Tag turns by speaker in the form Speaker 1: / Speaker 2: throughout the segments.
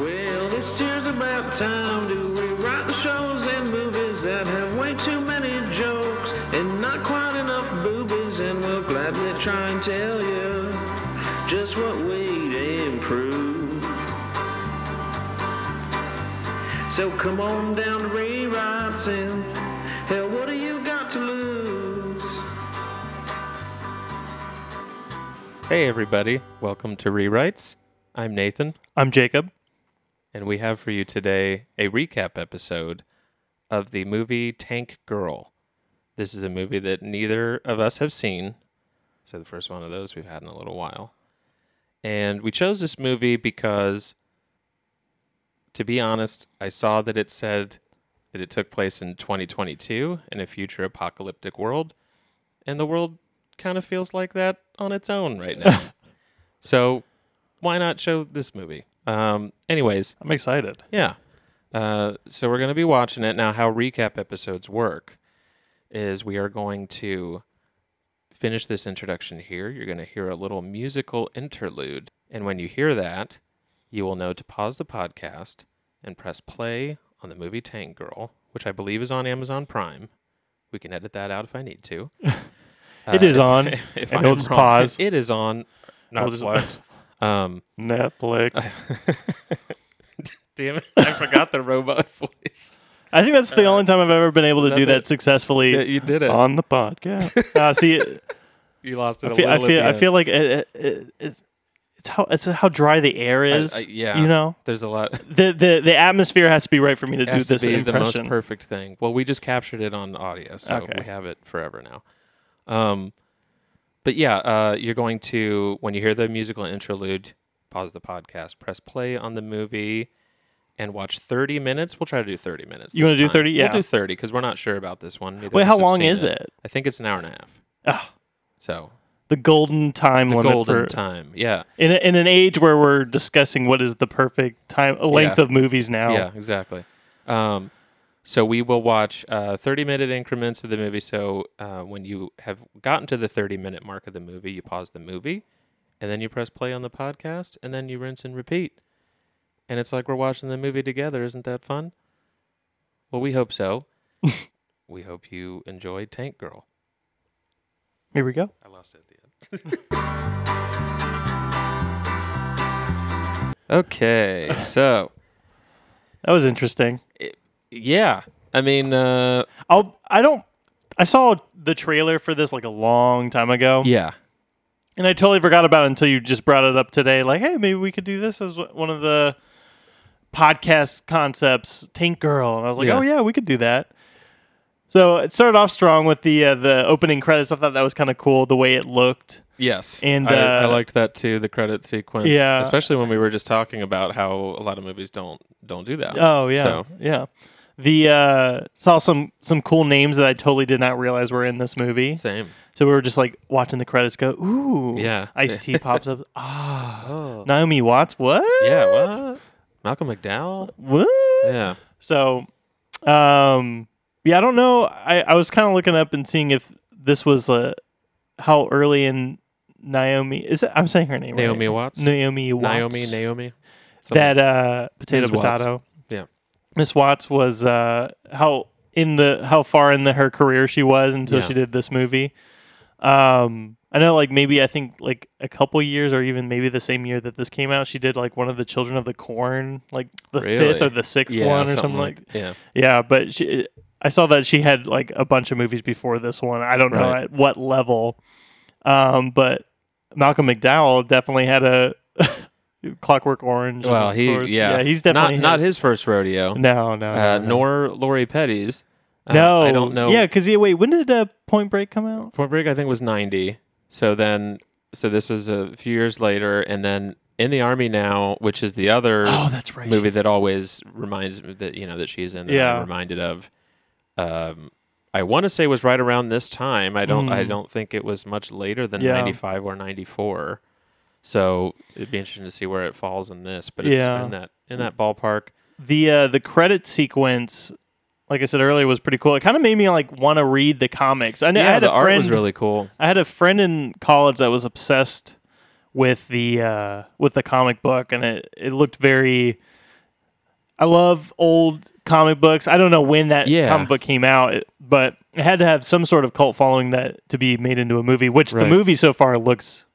Speaker 1: Well, this year's about time to rewrite the shows and movies that have way too many jokes and not quite enough boobies, and we'll gladly try and tell you just what we'd improve. So come on down to rewrites and hell, what do you got to lose?
Speaker 2: Hey, everybody. Welcome to Rewrites. I'm Nathan,
Speaker 3: I'm Jacob.
Speaker 2: and we have for you today a recap episode of the movie Tank Girl. This is a movie that neither of us have seen. So, the first one of those we've had in a little while. And we chose this movie because, to be honest, I saw that it said that it took place in 2022 in a future apocalyptic world. And the world kind of feels like that on its own right now. so, why not show this movie? Um, anyways,
Speaker 3: I'm excited.
Speaker 2: yeah. Uh, so we're going to be watching it. Now, how recap episodes work is we are going to finish this introduction here. You're going to hear a little musical interlude. And when you hear that, you will know to pause the podcast and press play on the movie Tank Girl, which I believe is on Amazon Prime. We can edit that out if I need to. Uh,
Speaker 3: It is
Speaker 2: if-
Speaker 3: on,
Speaker 2: If
Speaker 3: and
Speaker 2: I'm
Speaker 3: we'll just
Speaker 2: wrong,
Speaker 3: pause.
Speaker 2: It is on. Not
Speaker 3: We'll just-
Speaker 2: plugged. um,
Speaker 3: Netflix.
Speaker 2: damn it! I forgot the robot voice.
Speaker 3: I think that's the only time I've ever been able to
Speaker 2: that
Speaker 3: do that
Speaker 2: it?
Speaker 3: successfully
Speaker 2: Yeah, you did it.
Speaker 3: on the podcast. uh, see,
Speaker 2: You lost it.
Speaker 3: I
Speaker 2: a
Speaker 3: feel,
Speaker 2: little
Speaker 3: I
Speaker 2: at
Speaker 3: feel,
Speaker 2: the
Speaker 3: I
Speaker 2: end.
Speaker 3: feel like it, it, it, it's, it's how it's how dry the air
Speaker 2: I-
Speaker 3: is.
Speaker 2: I- yeah,
Speaker 3: you know
Speaker 2: there's a lot.
Speaker 3: the the the atmosphere has to be right for me to
Speaker 2: It
Speaker 3: do
Speaker 2: has to
Speaker 3: this
Speaker 2: be the
Speaker 3: impression.
Speaker 2: most perfect thing. Well, we just captured it on audio, so
Speaker 3: Okay.
Speaker 2: we have it forever now. Um, but yeah, uh, you're going to when you hear the musical interlude, pause the podcast, press play on the movie, and watch 30 minutes. We'll try to do 30 minutes.
Speaker 3: You
Speaker 2: this
Speaker 3: wanna do
Speaker 2: time.
Speaker 3: 30? Yeah.
Speaker 2: we'll do 30 because we're not sure about this one. Neither
Speaker 3: Wait,
Speaker 2: of
Speaker 3: how
Speaker 2: us have
Speaker 3: long
Speaker 2: seen
Speaker 3: is it?
Speaker 2: I think it's an hour and a half.
Speaker 3: Ugh,
Speaker 2: So
Speaker 3: Ah, the golden time
Speaker 2: the
Speaker 3: limit
Speaker 2: golden
Speaker 3: for
Speaker 2: time. Yeah,
Speaker 3: in a, in an age where we're discussing what is the perfect time length
Speaker 2: Yeah.
Speaker 3: of movies now.
Speaker 2: Yeah, exactly. Um, so we will watch uh, 30 minute increments of the movie. So uh, when you have gotten to the 30 minute mark of the movie, you pause the movie and then you press play on the podcast and then you rinse and repeat. And it's like we're watching the movie together. Isn't that fun? Well, we hope so. we hope you enjoyed Tank Girl.
Speaker 3: Here we go.
Speaker 2: I lost it at the end. okay, so
Speaker 3: That was interesting.
Speaker 2: yeah, I mean, uh,
Speaker 3: I'll I don't I saw the trailer for this like a long time ago.
Speaker 2: yeah,
Speaker 3: And I totally forgot about it until you just brought it up today. Like, hey, maybe we could do this as wh- one of the podcast concepts, Tank Girl. And I was like,
Speaker 2: Yeah.
Speaker 3: oh yeah, we could do that. So it started off strong with the uh, the opening credits. I thought that was kind of cool the way it looked.
Speaker 2: Yes,
Speaker 3: And,
Speaker 2: I, I
Speaker 3: uh,
Speaker 2: liked that too. The credit sequence,
Speaker 3: Yeah.
Speaker 2: especially when we were just talking about how a lot of movies don't don't do that.
Speaker 3: Oh yeah,
Speaker 2: So-
Speaker 3: yeah. The uh, saw some some cool names that I totally did not realize were in this movie.
Speaker 2: same.
Speaker 3: So we were just like watching the credits go. Ooh,
Speaker 2: Yeah.
Speaker 3: Ice T pops up. Ah,
Speaker 2: Oh,
Speaker 3: Naomi Watts. What?
Speaker 2: yeah. What? Malcolm McDowell.
Speaker 3: What?
Speaker 2: Yeah,
Speaker 3: So, um, yeah, I don't know. I, I was kind of looking up and seeing if this was uh, how early in Naomi is. It, I'm saying her name. right?
Speaker 2: Naomi Watts?
Speaker 3: Naomi Watts.
Speaker 2: Naomi. Naomi. Something-
Speaker 3: That uh, potato
Speaker 2: Ms. Watts.
Speaker 3: potato.
Speaker 2: Yeah.
Speaker 3: Miss Watts was uh, how in the how far in the, her career she was until
Speaker 2: Yeah.
Speaker 3: she did this movie. Um, I know, like maybe I think like a couple years or even maybe the same year that this came out, she did like one of the Children of the Corn, like the fifth
Speaker 2: Really?
Speaker 3: or the sixth
Speaker 2: Yeah,
Speaker 3: one or something, like.
Speaker 2: yeah.
Speaker 3: Yeah, but she, I saw that she had like a bunch of movies before this one. I don't know
Speaker 2: Right.
Speaker 3: at what level, um, but Malcolm McDowell definitely had a Clockwork Orange. and
Speaker 2: Well,
Speaker 3: of
Speaker 2: he
Speaker 3: course-
Speaker 2: yeah.
Speaker 3: he's definitely
Speaker 2: not not
Speaker 3: had-
Speaker 2: his first rodeo.
Speaker 3: No, no,
Speaker 2: uh,
Speaker 3: no, no.
Speaker 2: Nor Lori Petty's. Uh,
Speaker 3: No,
Speaker 2: I don't know.
Speaker 3: Yeah, because yeah, wait, when did uh, Point Break come out?
Speaker 2: Point Break, I think, was 90. So then, so this is a few years later. And then In the Army Now, which is the other
Speaker 3: Oh, that's right.
Speaker 2: movie that always reminds me that, you know, that she's in that
Speaker 3: Yeah.
Speaker 2: I'm reminded of. Um, I want to say was right around this time. I don't, I don't think it was much later than
Speaker 3: Mm. Yeah.
Speaker 2: 95 or 94. So it'd be interesting to see where it falls in this, but it's
Speaker 3: Yeah.
Speaker 2: in that, in that ballpark.
Speaker 3: The uh, the credit sequence, like I said earlier, was pretty cool. It kind of made me like want to read the comics. I know I
Speaker 2: Yeah,
Speaker 3: had
Speaker 2: the
Speaker 3: a
Speaker 2: art
Speaker 3: friend
Speaker 2: was really cool.
Speaker 3: I had a friend in college that was obsessed with the uh, with the comic book, and it, it looked very I love old comic books. I don't know when that
Speaker 2: Yeah.
Speaker 3: comic book came out, it- but it had to have some sort of cult following that to be made into a movie. Which the
Speaker 2: Right.
Speaker 3: movie so far looks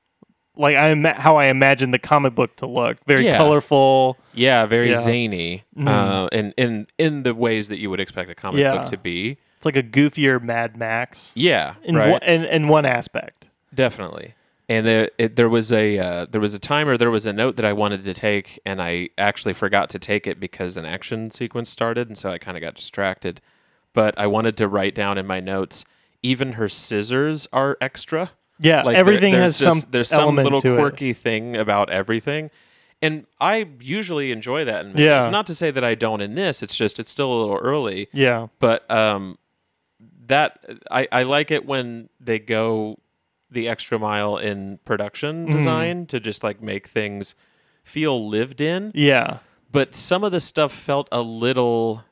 Speaker 3: like I ima- how I imagined the comic book to look. Very
Speaker 2: Yeah.
Speaker 3: colorful.
Speaker 2: Yeah, very
Speaker 3: Yeah. Mm-hmm.
Speaker 2: zany, uh, and in in the ways that you would expect a comic
Speaker 3: Yeah.
Speaker 2: book to be.
Speaker 3: It's like a goofier Mad Max
Speaker 2: Yeah,
Speaker 3: in
Speaker 2: right.
Speaker 3: one, in, in one aspect.
Speaker 2: Definitely. And there, it, there was a uh, there was a timer. There was a note that I wanted to take, and I actually forgot to take it because an action sequence started, and so I kind of got distracted. But I wanted to write down in my notes. Even her scissors are extra.
Speaker 3: Yeah,
Speaker 2: Like, there-
Speaker 3: everything
Speaker 2: there's
Speaker 3: has
Speaker 2: just-
Speaker 3: some
Speaker 2: there's some
Speaker 3: element
Speaker 2: little
Speaker 3: to it.
Speaker 2: quirky thing about everything, and I usually enjoy that. In movies.
Speaker 3: Yeah.
Speaker 2: Not to say that I don't in this. It's just it's still a little early
Speaker 3: Yeah,
Speaker 2: but um that I, I like it when they go the extra mile in production
Speaker 3: Mm-hmm.
Speaker 2: design to just like make things feel lived in
Speaker 3: yeah.
Speaker 2: but some of the stuff felt a little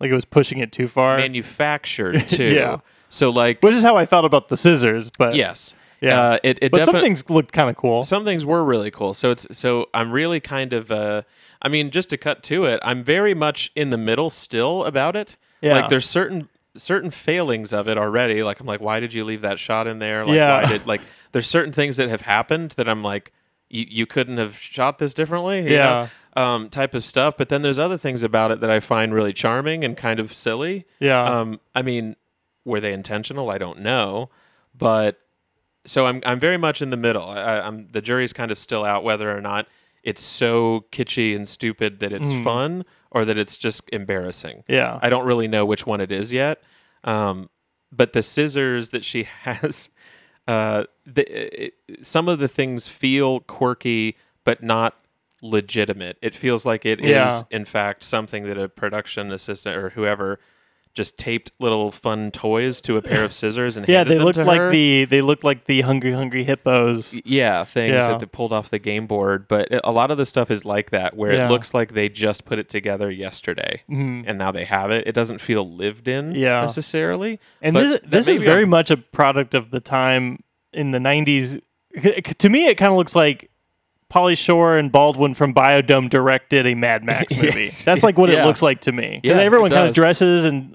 Speaker 3: Like it was pushing it too far,
Speaker 2: manufactured too
Speaker 3: Uh, Yeah.
Speaker 2: so like
Speaker 3: which is how I felt about the scissors. But
Speaker 2: yes
Speaker 3: Yeah.
Speaker 2: uh, it, it
Speaker 3: but some
Speaker 2: defi-
Speaker 3: things looked kind of cool.
Speaker 2: some things were really cool so it's so i'm really kind of uh i mean just to cut to it i'm very much in the middle still about it
Speaker 3: Yeah.
Speaker 2: like there's certain certain failings of it already like i'm like why did you leave that shot in there like
Speaker 3: Yeah.
Speaker 2: why did like there's certain things that have happened that i'm like you, you couldn't have shot this differently you
Speaker 3: Yeah.
Speaker 2: know, um type of stuff but then there's other things about it that i find really charming and kind of silly
Speaker 3: Yeah.
Speaker 2: um i mean were they intentional i don't know but so I'm I'm very much in the middle. I, I- I'm the jury's kind of still out whether or not it's so kitschy and stupid that it's fun or that it's just embarrassing.
Speaker 3: yeah,
Speaker 2: I don't really know which one it is yet. Um, but the scissors that she has, uh, the, it, some of the things feel quirky but not legitimate. It feels like it is
Speaker 3: Yeah.
Speaker 2: in fact something that a production assistant or whoever just taped little fun toys to a pair of scissors and
Speaker 3: yeah.
Speaker 2: handed
Speaker 3: They
Speaker 2: them
Speaker 3: looked
Speaker 2: to
Speaker 3: like
Speaker 2: her
Speaker 3: the they looked like the hungry hungry hippos.
Speaker 2: yeah things
Speaker 3: Yeah.
Speaker 2: that they pulled off the game board but it- a lot of the stuff is like that where
Speaker 3: Yeah. Mm-hmm.
Speaker 2: it looks like they just put it together yesterday and now they have it it doesn't feel lived in
Speaker 3: Yeah.
Speaker 2: necessarily
Speaker 3: And
Speaker 2: but
Speaker 3: this
Speaker 2: that
Speaker 3: this is
Speaker 2: maybe I'm-
Speaker 3: very much a product of the time in the '90s. to me, it kind of looks like Polly Shore and Baldwin from Biodome directed a Mad Max movie.
Speaker 2: Yes.
Speaker 3: That's like what it
Speaker 2: Yeah.
Speaker 3: looks like to me. 'Cause
Speaker 2: Yeah, it
Speaker 3: everyone kind of
Speaker 2: does.
Speaker 3: dresses and.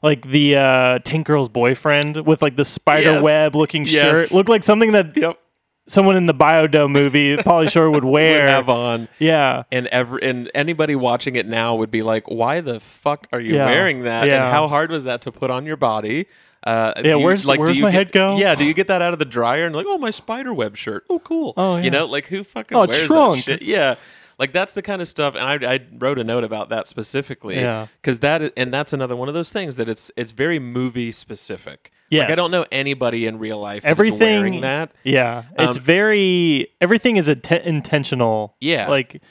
Speaker 3: Like the uh, Tank Girl's boyfriend with like the spider
Speaker 2: Yes.
Speaker 3: web looking
Speaker 2: Yes.
Speaker 3: shirt looked like something that
Speaker 2: yep
Speaker 3: someone in the Biodome movie, Polly Shore, would
Speaker 2: would
Speaker 3: wear.
Speaker 2: have on
Speaker 3: Yeah.
Speaker 2: and every and anybody watching it now would be like why the fuck are you
Speaker 3: Yeah.
Speaker 2: wearing that
Speaker 3: Yeah.
Speaker 2: and how hard was that to put on your body uh,
Speaker 3: Yeah,
Speaker 2: do you-
Speaker 3: where's-
Speaker 2: do
Speaker 3: where's
Speaker 2: you
Speaker 3: my
Speaker 2: get-
Speaker 3: head go?
Speaker 2: Yeah, do you get that out of the dryer and like, oh, my spider web shirt. Oh, cool.
Speaker 3: Oh, yeah.
Speaker 2: you know, like who fucking
Speaker 3: Oh,
Speaker 2: wears
Speaker 3: trunk.
Speaker 2: that shit? Yeah, like that's the kind of stuff. And I, I wrote a note about that specifically.
Speaker 3: Yeah.
Speaker 2: because that is, and that's another one of those things that it's it's very movie specific. like I
Speaker 3: Yes.
Speaker 2: don't know anybody in real life that's
Speaker 3: Everything
Speaker 2: wearing that.
Speaker 3: Yeah. It's
Speaker 2: Um,
Speaker 3: very everything is atten- intentional.
Speaker 2: Yeah.
Speaker 3: Like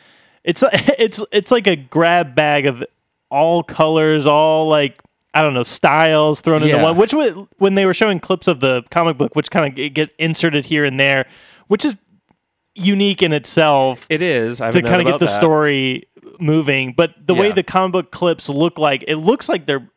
Speaker 3: it's it's it's like a grab bag of all colors, all like I don't know styles thrown into
Speaker 2: Yeah.
Speaker 3: one. Which wa- when they were showing clips of the comic book, which kind of get inserted here and there, which is unique in itself.
Speaker 2: It is I've
Speaker 3: to
Speaker 2: kind of
Speaker 3: get the story moving. But the way
Speaker 2: Yeah.
Speaker 3: the comic book clips look like, it looks like they're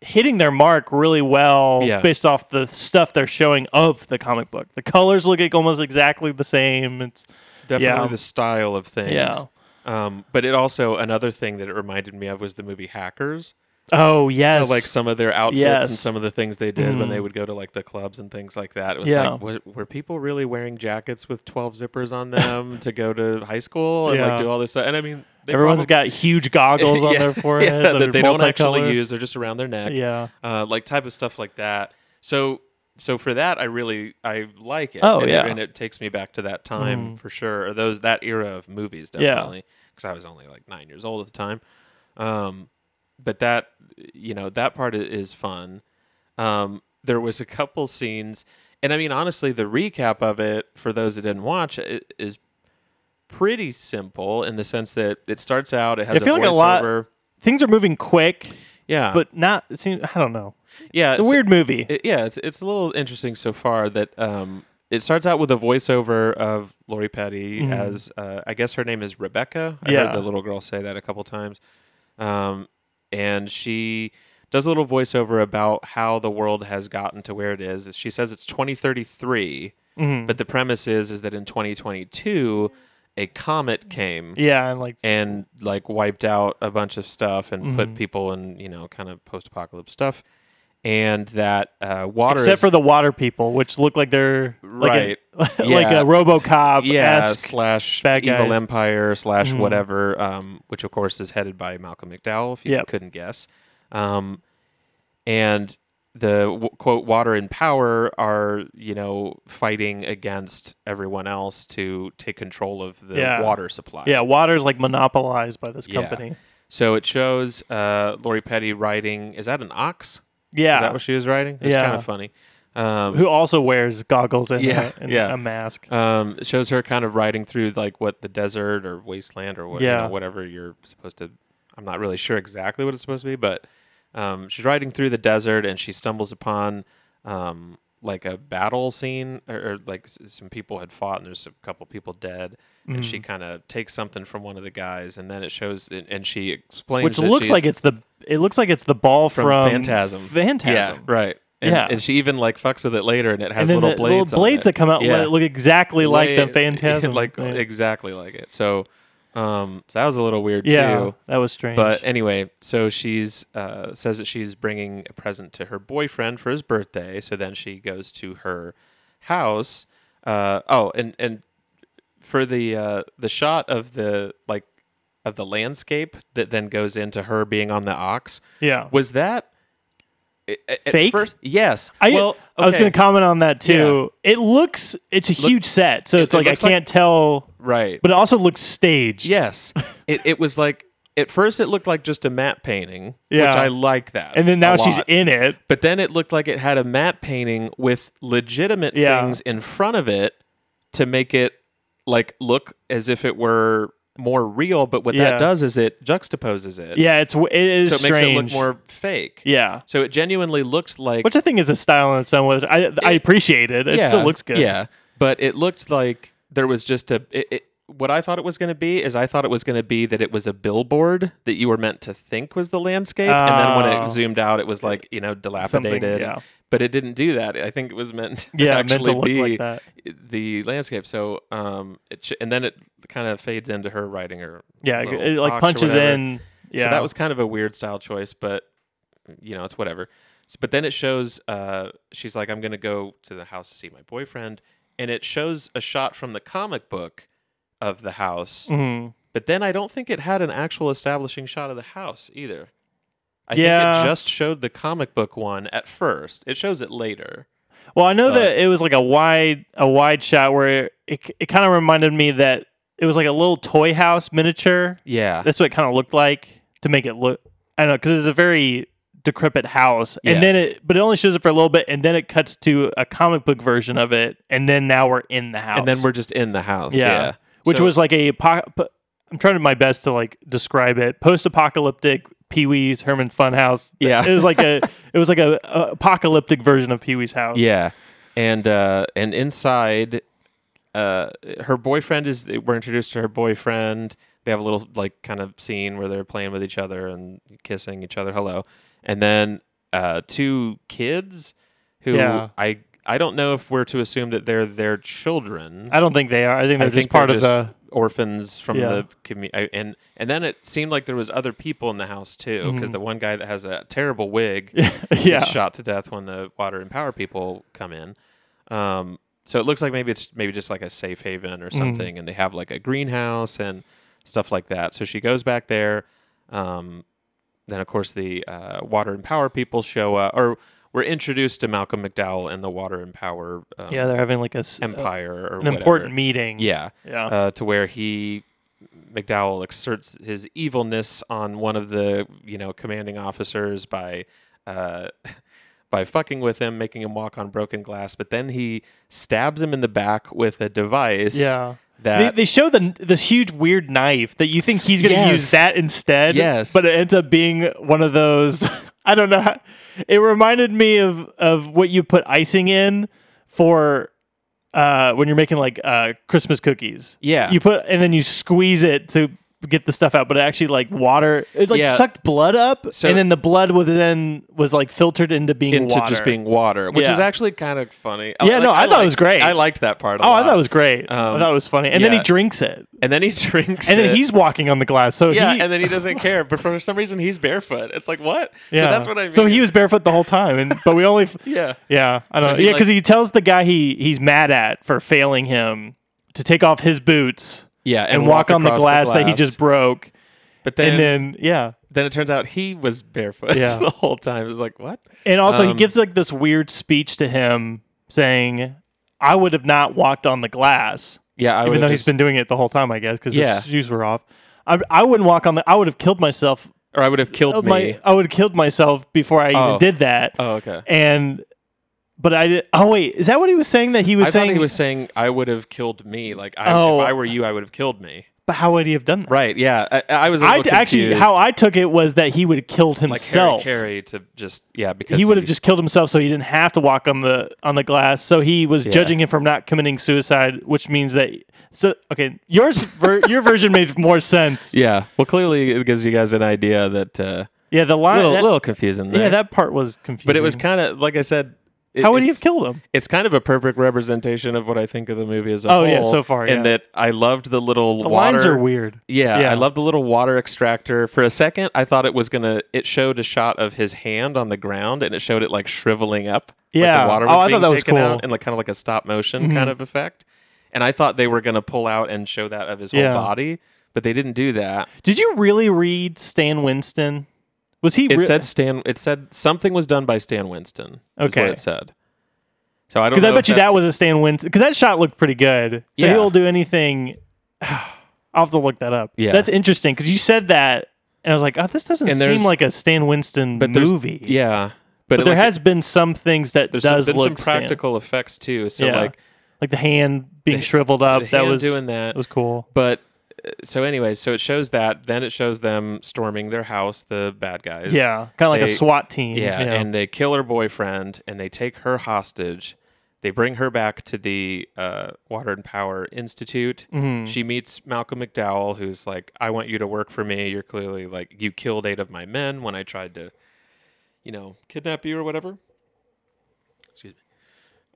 Speaker 3: hitting their mark really well
Speaker 2: Yeah.
Speaker 3: based off the stuff they're showing of the comic book. The colors look like almost exactly the same. It's
Speaker 2: Definitely
Speaker 3: Yeah.
Speaker 2: the style of things.
Speaker 3: Yeah.
Speaker 2: Um, but it also another thing that it reminded me of was the movie Hackers.
Speaker 3: oh yes,
Speaker 2: like some of their outfits and
Speaker 3: Yes. Mm-hmm.
Speaker 2: some of the things they did when they would go to like the clubs and things like that. It was
Speaker 3: Yeah.
Speaker 2: like, were, were people really wearing jackets with 12 zippers on them to go to high school and
Speaker 3: Yeah.
Speaker 2: like do all this stuff? And I mean, they
Speaker 3: everyone's
Speaker 2: probably-
Speaker 3: got huge goggles on
Speaker 2: Yeah,
Speaker 3: their forehead
Speaker 2: yeah,
Speaker 3: are
Speaker 2: that they don't actually
Speaker 3: multicolored.
Speaker 2: use. They're just around their neck.
Speaker 3: Yeah.
Speaker 2: Uh, like type of stuff like that. So, so for that, I really, I like it.
Speaker 3: Oh,
Speaker 2: and
Speaker 3: yeah. Mm.
Speaker 2: It, and it takes me back to that time for sure. Or those, that era of movies,
Speaker 3: Yeah.
Speaker 2: definitely. Cause I was only like nine years old at the time. Um, but that you know that part i- is fun um, there was a couple scenes and i mean honestly the recap of it for those that didn't watch it is pretty simple in the sense that it starts out it has
Speaker 3: I feel
Speaker 2: a
Speaker 3: like a
Speaker 2: voiceover
Speaker 3: lot- Things are moving quick,
Speaker 2: yeah
Speaker 3: but not. It seems, I don't know.
Speaker 2: yeah
Speaker 3: It's a
Speaker 2: so-
Speaker 3: weird movie.
Speaker 2: it- yeah it's, it's a little interesting so far that um, it starts out with a voiceover of lori petty as uh, i guess her name is rebecca i
Speaker 3: Yeah.
Speaker 2: heard the little girl say that a couple times um, and she does a little voiceover about how the world has gotten to where it is. She says it's 2033, but the premise is is that in 2022, a comet came
Speaker 3: Yeah, and like
Speaker 2: and like wiped out a bunch of stuff and put
Speaker 3: Mhm.
Speaker 2: people in you know kind of post-apocalypse stuff and that uh, water
Speaker 3: except
Speaker 2: is-
Speaker 3: for the water people, which look like they're like a, like
Speaker 2: Yeah.
Speaker 3: a RoboCop.
Speaker 2: yeah
Speaker 3: esque
Speaker 2: slash
Speaker 3: bad
Speaker 2: evil
Speaker 3: guys.
Speaker 2: empire slash
Speaker 3: Mhm.
Speaker 2: whatever um, which of course is headed by malcolm mcdowell if you
Speaker 3: Yep.
Speaker 2: couldn't guess um, and the w- quote water and power are you know fighting against everyone else to take control of the
Speaker 3: Yeah.
Speaker 2: water supply
Speaker 3: Yeah, water's like monopolized by this
Speaker 2: Yeah.
Speaker 3: company.
Speaker 2: so it shows uh, lori petty riding is that an ox
Speaker 3: Yeah,
Speaker 2: is that what she was riding it's
Speaker 3: Yeah.
Speaker 2: kind of funny um,
Speaker 3: who also wears goggles and,
Speaker 2: Yeah,
Speaker 3: a, and
Speaker 2: yeah.
Speaker 3: a mask.
Speaker 2: um, it shows her kind of riding through like what the desert or wasteland or what, you know,
Speaker 3: Yeah.
Speaker 2: whatever you're supposed to. I'm not really sure exactly what it's supposed to be, but um, she's riding through the desert and she stumbles upon um, like a battle scene or, or like s- some people had fought and there's a couple people dead. And
Speaker 3: Mm.
Speaker 2: she kind of takes something from one of the guys, and then it shows, and, and she explains,
Speaker 3: Which
Speaker 2: that
Speaker 3: looks
Speaker 2: she's-
Speaker 3: like it's the it looks like it's the ball from,
Speaker 2: Phantasm. yeah,
Speaker 3: Phantasm.
Speaker 2: right, and,
Speaker 3: Yeah.
Speaker 2: and she even like fucks with it later, and it has
Speaker 3: And then
Speaker 2: little
Speaker 3: the
Speaker 2: blades,
Speaker 3: little
Speaker 2: on
Speaker 3: blades
Speaker 2: it.
Speaker 3: that come out
Speaker 2: Yeah.
Speaker 3: look exactly like the
Speaker 2: Lay-
Speaker 3: Phantasm.
Speaker 2: like
Speaker 3: yeah,
Speaker 2: exactly like it. So, um, so that was a little weird
Speaker 3: Yeah,
Speaker 2: too.
Speaker 3: that was strange.
Speaker 2: But anyway, so she's uh, says that she's bringing a present to her boyfriend for his birthday. So then she goes to her house. Uh, oh, and and for the uh, the shot of the like of the landscape that then goes into her being on the ox
Speaker 3: yeah,
Speaker 2: was that a- a- at
Speaker 3: Fake?
Speaker 2: first? Yes.
Speaker 3: I,
Speaker 2: well,
Speaker 3: I was
Speaker 2: okay.
Speaker 3: going to comment on that too. It looks it's a huge set, so it's
Speaker 2: it
Speaker 3: like I
Speaker 2: looks like-
Speaker 3: can't tell,
Speaker 2: right.
Speaker 3: but it also looks staged.
Speaker 2: Yes. it, it was like at first it looked like just a matte painting,
Speaker 3: Yeah.
Speaker 2: which I like that.
Speaker 3: and then
Speaker 2: a
Speaker 3: now she's
Speaker 2: lot.
Speaker 3: in it.
Speaker 2: But then it looked like it had a matte painting with legitimate
Speaker 3: Yeah.
Speaker 2: things in front of it to make it like look as if it were more real. But what
Speaker 3: Yeah.
Speaker 2: that does is it juxtaposes it.
Speaker 3: Yeah, it's w- it is
Speaker 2: So it makes
Speaker 3: strange.
Speaker 2: it look more fake.
Speaker 3: yeah.
Speaker 2: So it genuinely looks like
Speaker 3: Which I think is a style in its own way. I, I appreciate it. It still looks good.
Speaker 2: Yeah, but it looked like there was just a. It, it, what I thought it was going to be is I thought it was going to be that it was a billboard that you were meant to think was the landscape, and then when
Speaker 3: Oh.
Speaker 2: it zoomed out, it was like you know dilapidated.
Speaker 3: yeah.
Speaker 2: But it didn't do that. I think it was meant to
Speaker 3: Yeah, meant to
Speaker 2: actually
Speaker 3: look
Speaker 2: be
Speaker 3: like that.
Speaker 2: the landscape. So um, it ch- and then it kind of fades into her riding her.
Speaker 3: Yeah,
Speaker 2: little ox
Speaker 3: it like
Speaker 2: or
Speaker 3: punches
Speaker 2: whatever.
Speaker 3: in. Yeah,
Speaker 2: So that was kind of a weird style choice, but you know, it's whatever. S- But then it shows uh, she's like, I'm gonna go to the house to see my boyfriend, and it shows a shot from the comic book of the house.
Speaker 3: Mhm.
Speaker 2: But then I don't think it had an actual establishing shot of the house either. I
Speaker 3: Yeah.
Speaker 2: think it just showed the comic book one at first. It shows it later.
Speaker 3: Well, I know that
Speaker 2: but-
Speaker 3: it was like a wide a wide shot where it it kind of reminded me that it was like a little toy house miniature.
Speaker 2: Yeah.
Speaker 3: That's what it kind of looked like to make it look. I don't know because it's a very decrepit house, and then
Speaker 2: Yes.
Speaker 3: it but it only shows it for a little bit, and then it cuts to a comic book version of it, and then now we're in the house,
Speaker 2: And then we're just in the house.
Speaker 3: yeah,
Speaker 2: Yeah.
Speaker 3: which
Speaker 2: So-
Speaker 3: was like a po- po- I'm trying to my best to like describe it post apocalyptic. Pee Wee's Herman Funhouse.
Speaker 2: Yeah.
Speaker 3: it was like a, it was like a, a apocalyptic version of Pee Wee's house.
Speaker 2: Yeah, and uh, and inside, uh, her boyfriend is. We're introduced to her boyfriend. They have a little like kind of scene where they're playing with each other and kissing each other. Hello, and then uh, two kids who
Speaker 3: Yeah.
Speaker 2: I I don't know if we're to assume that they're their children.
Speaker 3: I don't think they are. I think they're
Speaker 2: I
Speaker 3: just part
Speaker 2: they're
Speaker 3: of
Speaker 2: just
Speaker 3: the.
Speaker 2: orphans from
Speaker 3: Yeah.
Speaker 2: the community, and and then it seemed like there was other people in the house too, because the one guy that has a terrible wig,
Speaker 3: Mm-hmm. Yeah.
Speaker 2: gets shot to death when the water and power people come in. Um, so it looks like maybe it's maybe just like a safe haven
Speaker 3: Mm-hmm.
Speaker 2: or something, and they have like a greenhouse and stuff like that. So she goes back there. Um, then of course the uh, water and power people show up, or we're introduced to Malcolm McDowell and the water and power um,
Speaker 3: Yeah, they're having like a s-
Speaker 2: empire or
Speaker 3: an important meeting.
Speaker 2: yeah,
Speaker 3: Yeah.
Speaker 2: uh, to where he McDowell exerts his evilness on one of the you know commanding officers by uh, by fucking with him, making him walk on broken glass. But then he stabs him in the back with a device.
Speaker 3: Yeah. They,
Speaker 2: that
Speaker 3: they show the this huge weird knife that you think he's going to use
Speaker 2: Yes.
Speaker 3: that instead.
Speaker 2: Yes.
Speaker 3: But it ends up being one of those. I don't know. How, it reminded me of of what you put icing in for uh, when you're making like uh, Christmas cookies.
Speaker 2: Yeah.
Speaker 3: You put and then you squeeze it to get the stuff out, but it actually like water. It like
Speaker 2: Yeah.
Speaker 3: sucked blood up,
Speaker 2: So-
Speaker 3: and then the blood was then was like filtered into being
Speaker 2: into
Speaker 3: water.
Speaker 2: just being water, which is
Speaker 3: Yeah.
Speaker 2: actually kind of funny.
Speaker 3: Yeah, no, I thought it
Speaker 2: liked-
Speaker 3: was great.
Speaker 2: I liked that part. A
Speaker 3: Oh,
Speaker 2: lot.
Speaker 3: I thought it was great.
Speaker 2: Um,
Speaker 3: I thought it was funny, and then
Speaker 2: yeah.
Speaker 3: he drinks it,
Speaker 2: and then he drinks,
Speaker 3: and then
Speaker 2: it.
Speaker 3: he's walking on the glass. So
Speaker 2: yeah,
Speaker 3: he,
Speaker 2: and then he doesn't care. But for some reason, he's barefoot. It's like what?
Speaker 3: yeah.
Speaker 2: So that's what I mean.
Speaker 3: So he was barefoot the whole time, and but we only. f-
Speaker 2: yeah.
Speaker 3: Yeah, I
Speaker 2: So
Speaker 3: don't. know.
Speaker 2: he,
Speaker 3: yeah, because
Speaker 2: like-
Speaker 3: he tells the guy he he's mad at for failing him to take off his boots
Speaker 2: Yeah,
Speaker 3: and, walk, on the
Speaker 2: across
Speaker 3: glass, that he just broke,
Speaker 2: But then,
Speaker 3: and
Speaker 2: then,
Speaker 3: then yeah,
Speaker 2: it turns out he was barefoot
Speaker 3: Yeah.
Speaker 2: the whole time. It's like what?
Speaker 3: and also he
Speaker 2: Um,
Speaker 3: gives like this weird speech to him saying, "I would have not walked on the glass,
Speaker 2: Yeah, I
Speaker 3: even
Speaker 2: would've
Speaker 3: though
Speaker 2: just-
Speaker 3: he's been doing it the whole time, I guess, because
Speaker 2: Yeah.
Speaker 3: his shoes were off. I I wouldn't walk on the. I would have killed myself. oh,
Speaker 2: or I would have killed me.
Speaker 3: My I would have killed myself before I
Speaker 2: Oh.
Speaker 3: even did that.
Speaker 2: oh, okay.
Speaker 3: And but I did. Oh wait, is that what he was saying? That he was
Speaker 2: I
Speaker 3: saying.
Speaker 2: thought he was saying I would have killed me. Like I,
Speaker 3: Oh.
Speaker 2: if I were you, I would have killed me.
Speaker 3: but how would he have done that?
Speaker 2: Right? Yeah. I, I was. a
Speaker 3: I
Speaker 2: little
Speaker 3: actually
Speaker 2: confused.
Speaker 3: how I took it was that he would have killed
Speaker 2: like
Speaker 3: himself.
Speaker 2: Harry Carey to just yeah because
Speaker 3: he would have just killed himself so he didn't have to walk on the on the glass. So he was
Speaker 2: Yeah.
Speaker 3: judging him from not committing suicide, which means that so okay, yours ver- your version made more sense. Yeah,
Speaker 2: yeah. Well, clearly it gives you guys an idea that uh,
Speaker 3: the line
Speaker 2: little
Speaker 3: that-
Speaker 2: little confusing. There.
Speaker 3: Yeah, that part was confusing.
Speaker 2: But it was kind of like I said. it-
Speaker 3: How would he
Speaker 2: it's-
Speaker 3: have killed him?
Speaker 2: It's kind of a perfect representation of what I think of the movie as a
Speaker 3: Oh,
Speaker 2: whole.
Speaker 3: yeah, so far,
Speaker 2: and
Speaker 3: yeah.
Speaker 2: that I loved the little
Speaker 3: The
Speaker 2: water.
Speaker 3: lines are weird.
Speaker 2: Yeah,
Speaker 3: Yeah.
Speaker 2: I love the little water extractor. For a second, I thought it was gonna. It showed a shot of his hand on the ground, and it showed it like shriveling up. like
Speaker 3: Yeah.
Speaker 2: the water
Speaker 3: Oh,
Speaker 2: was
Speaker 3: I thought
Speaker 2: being
Speaker 3: that was
Speaker 2: taken
Speaker 3: cool. Mm-hmm.
Speaker 2: out, and like kind of like a stop motion kind of effect. And I thought they were gonna pull out and show that of his whole
Speaker 3: Yeah.
Speaker 2: body, but they didn't do that.
Speaker 3: Did you really read Stan Winston? Was he
Speaker 2: It
Speaker 3: re-
Speaker 2: said Stan. It said something was done by Stan Winston. Is
Speaker 3: Okay.
Speaker 2: what it said. So I don't.
Speaker 3: Because
Speaker 2: know
Speaker 3: I bet
Speaker 2: if
Speaker 3: you
Speaker 2: that's-
Speaker 3: that was a Stan Winston. Because that shot looked pretty good. So
Speaker 2: Yeah.
Speaker 3: he'll do anything. I'll have to look that up.
Speaker 2: Yeah.
Speaker 3: That's interesting because you said that, and I was like, oh, this doesn't
Speaker 2: And
Speaker 3: seem
Speaker 2: there's-
Speaker 3: like a Stan Winston
Speaker 2: but there's-
Speaker 3: movie.
Speaker 2: Yeah,
Speaker 3: But,
Speaker 2: it,
Speaker 3: there
Speaker 2: like,
Speaker 3: has been some things that
Speaker 2: there's
Speaker 3: does
Speaker 2: some, been
Speaker 3: look
Speaker 2: some
Speaker 3: Stan-
Speaker 2: practical effects too. So
Speaker 3: Yeah.
Speaker 2: like
Speaker 3: like the hand being shriveled up.
Speaker 2: the
Speaker 3: that
Speaker 2: hand
Speaker 3: was
Speaker 2: doing that.
Speaker 3: was cool.
Speaker 2: But uh, so, anyways, so it shows that. Then it shows them storming their house, the bad guys.
Speaker 3: Yeah, kind of like a
Speaker 2: they-
Speaker 3: SWAT team.
Speaker 2: Yeah.
Speaker 3: you know.
Speaker 2: And they kill her boyfriend and they take her hostage. They bring her back to the uh, Water and Power Institute. She meets Malcolm McDowell, who's like, I want you to work for me. You're clearly like, you killed eight of my men when I tried to, you know, kidnap you or whatever. Excuse me.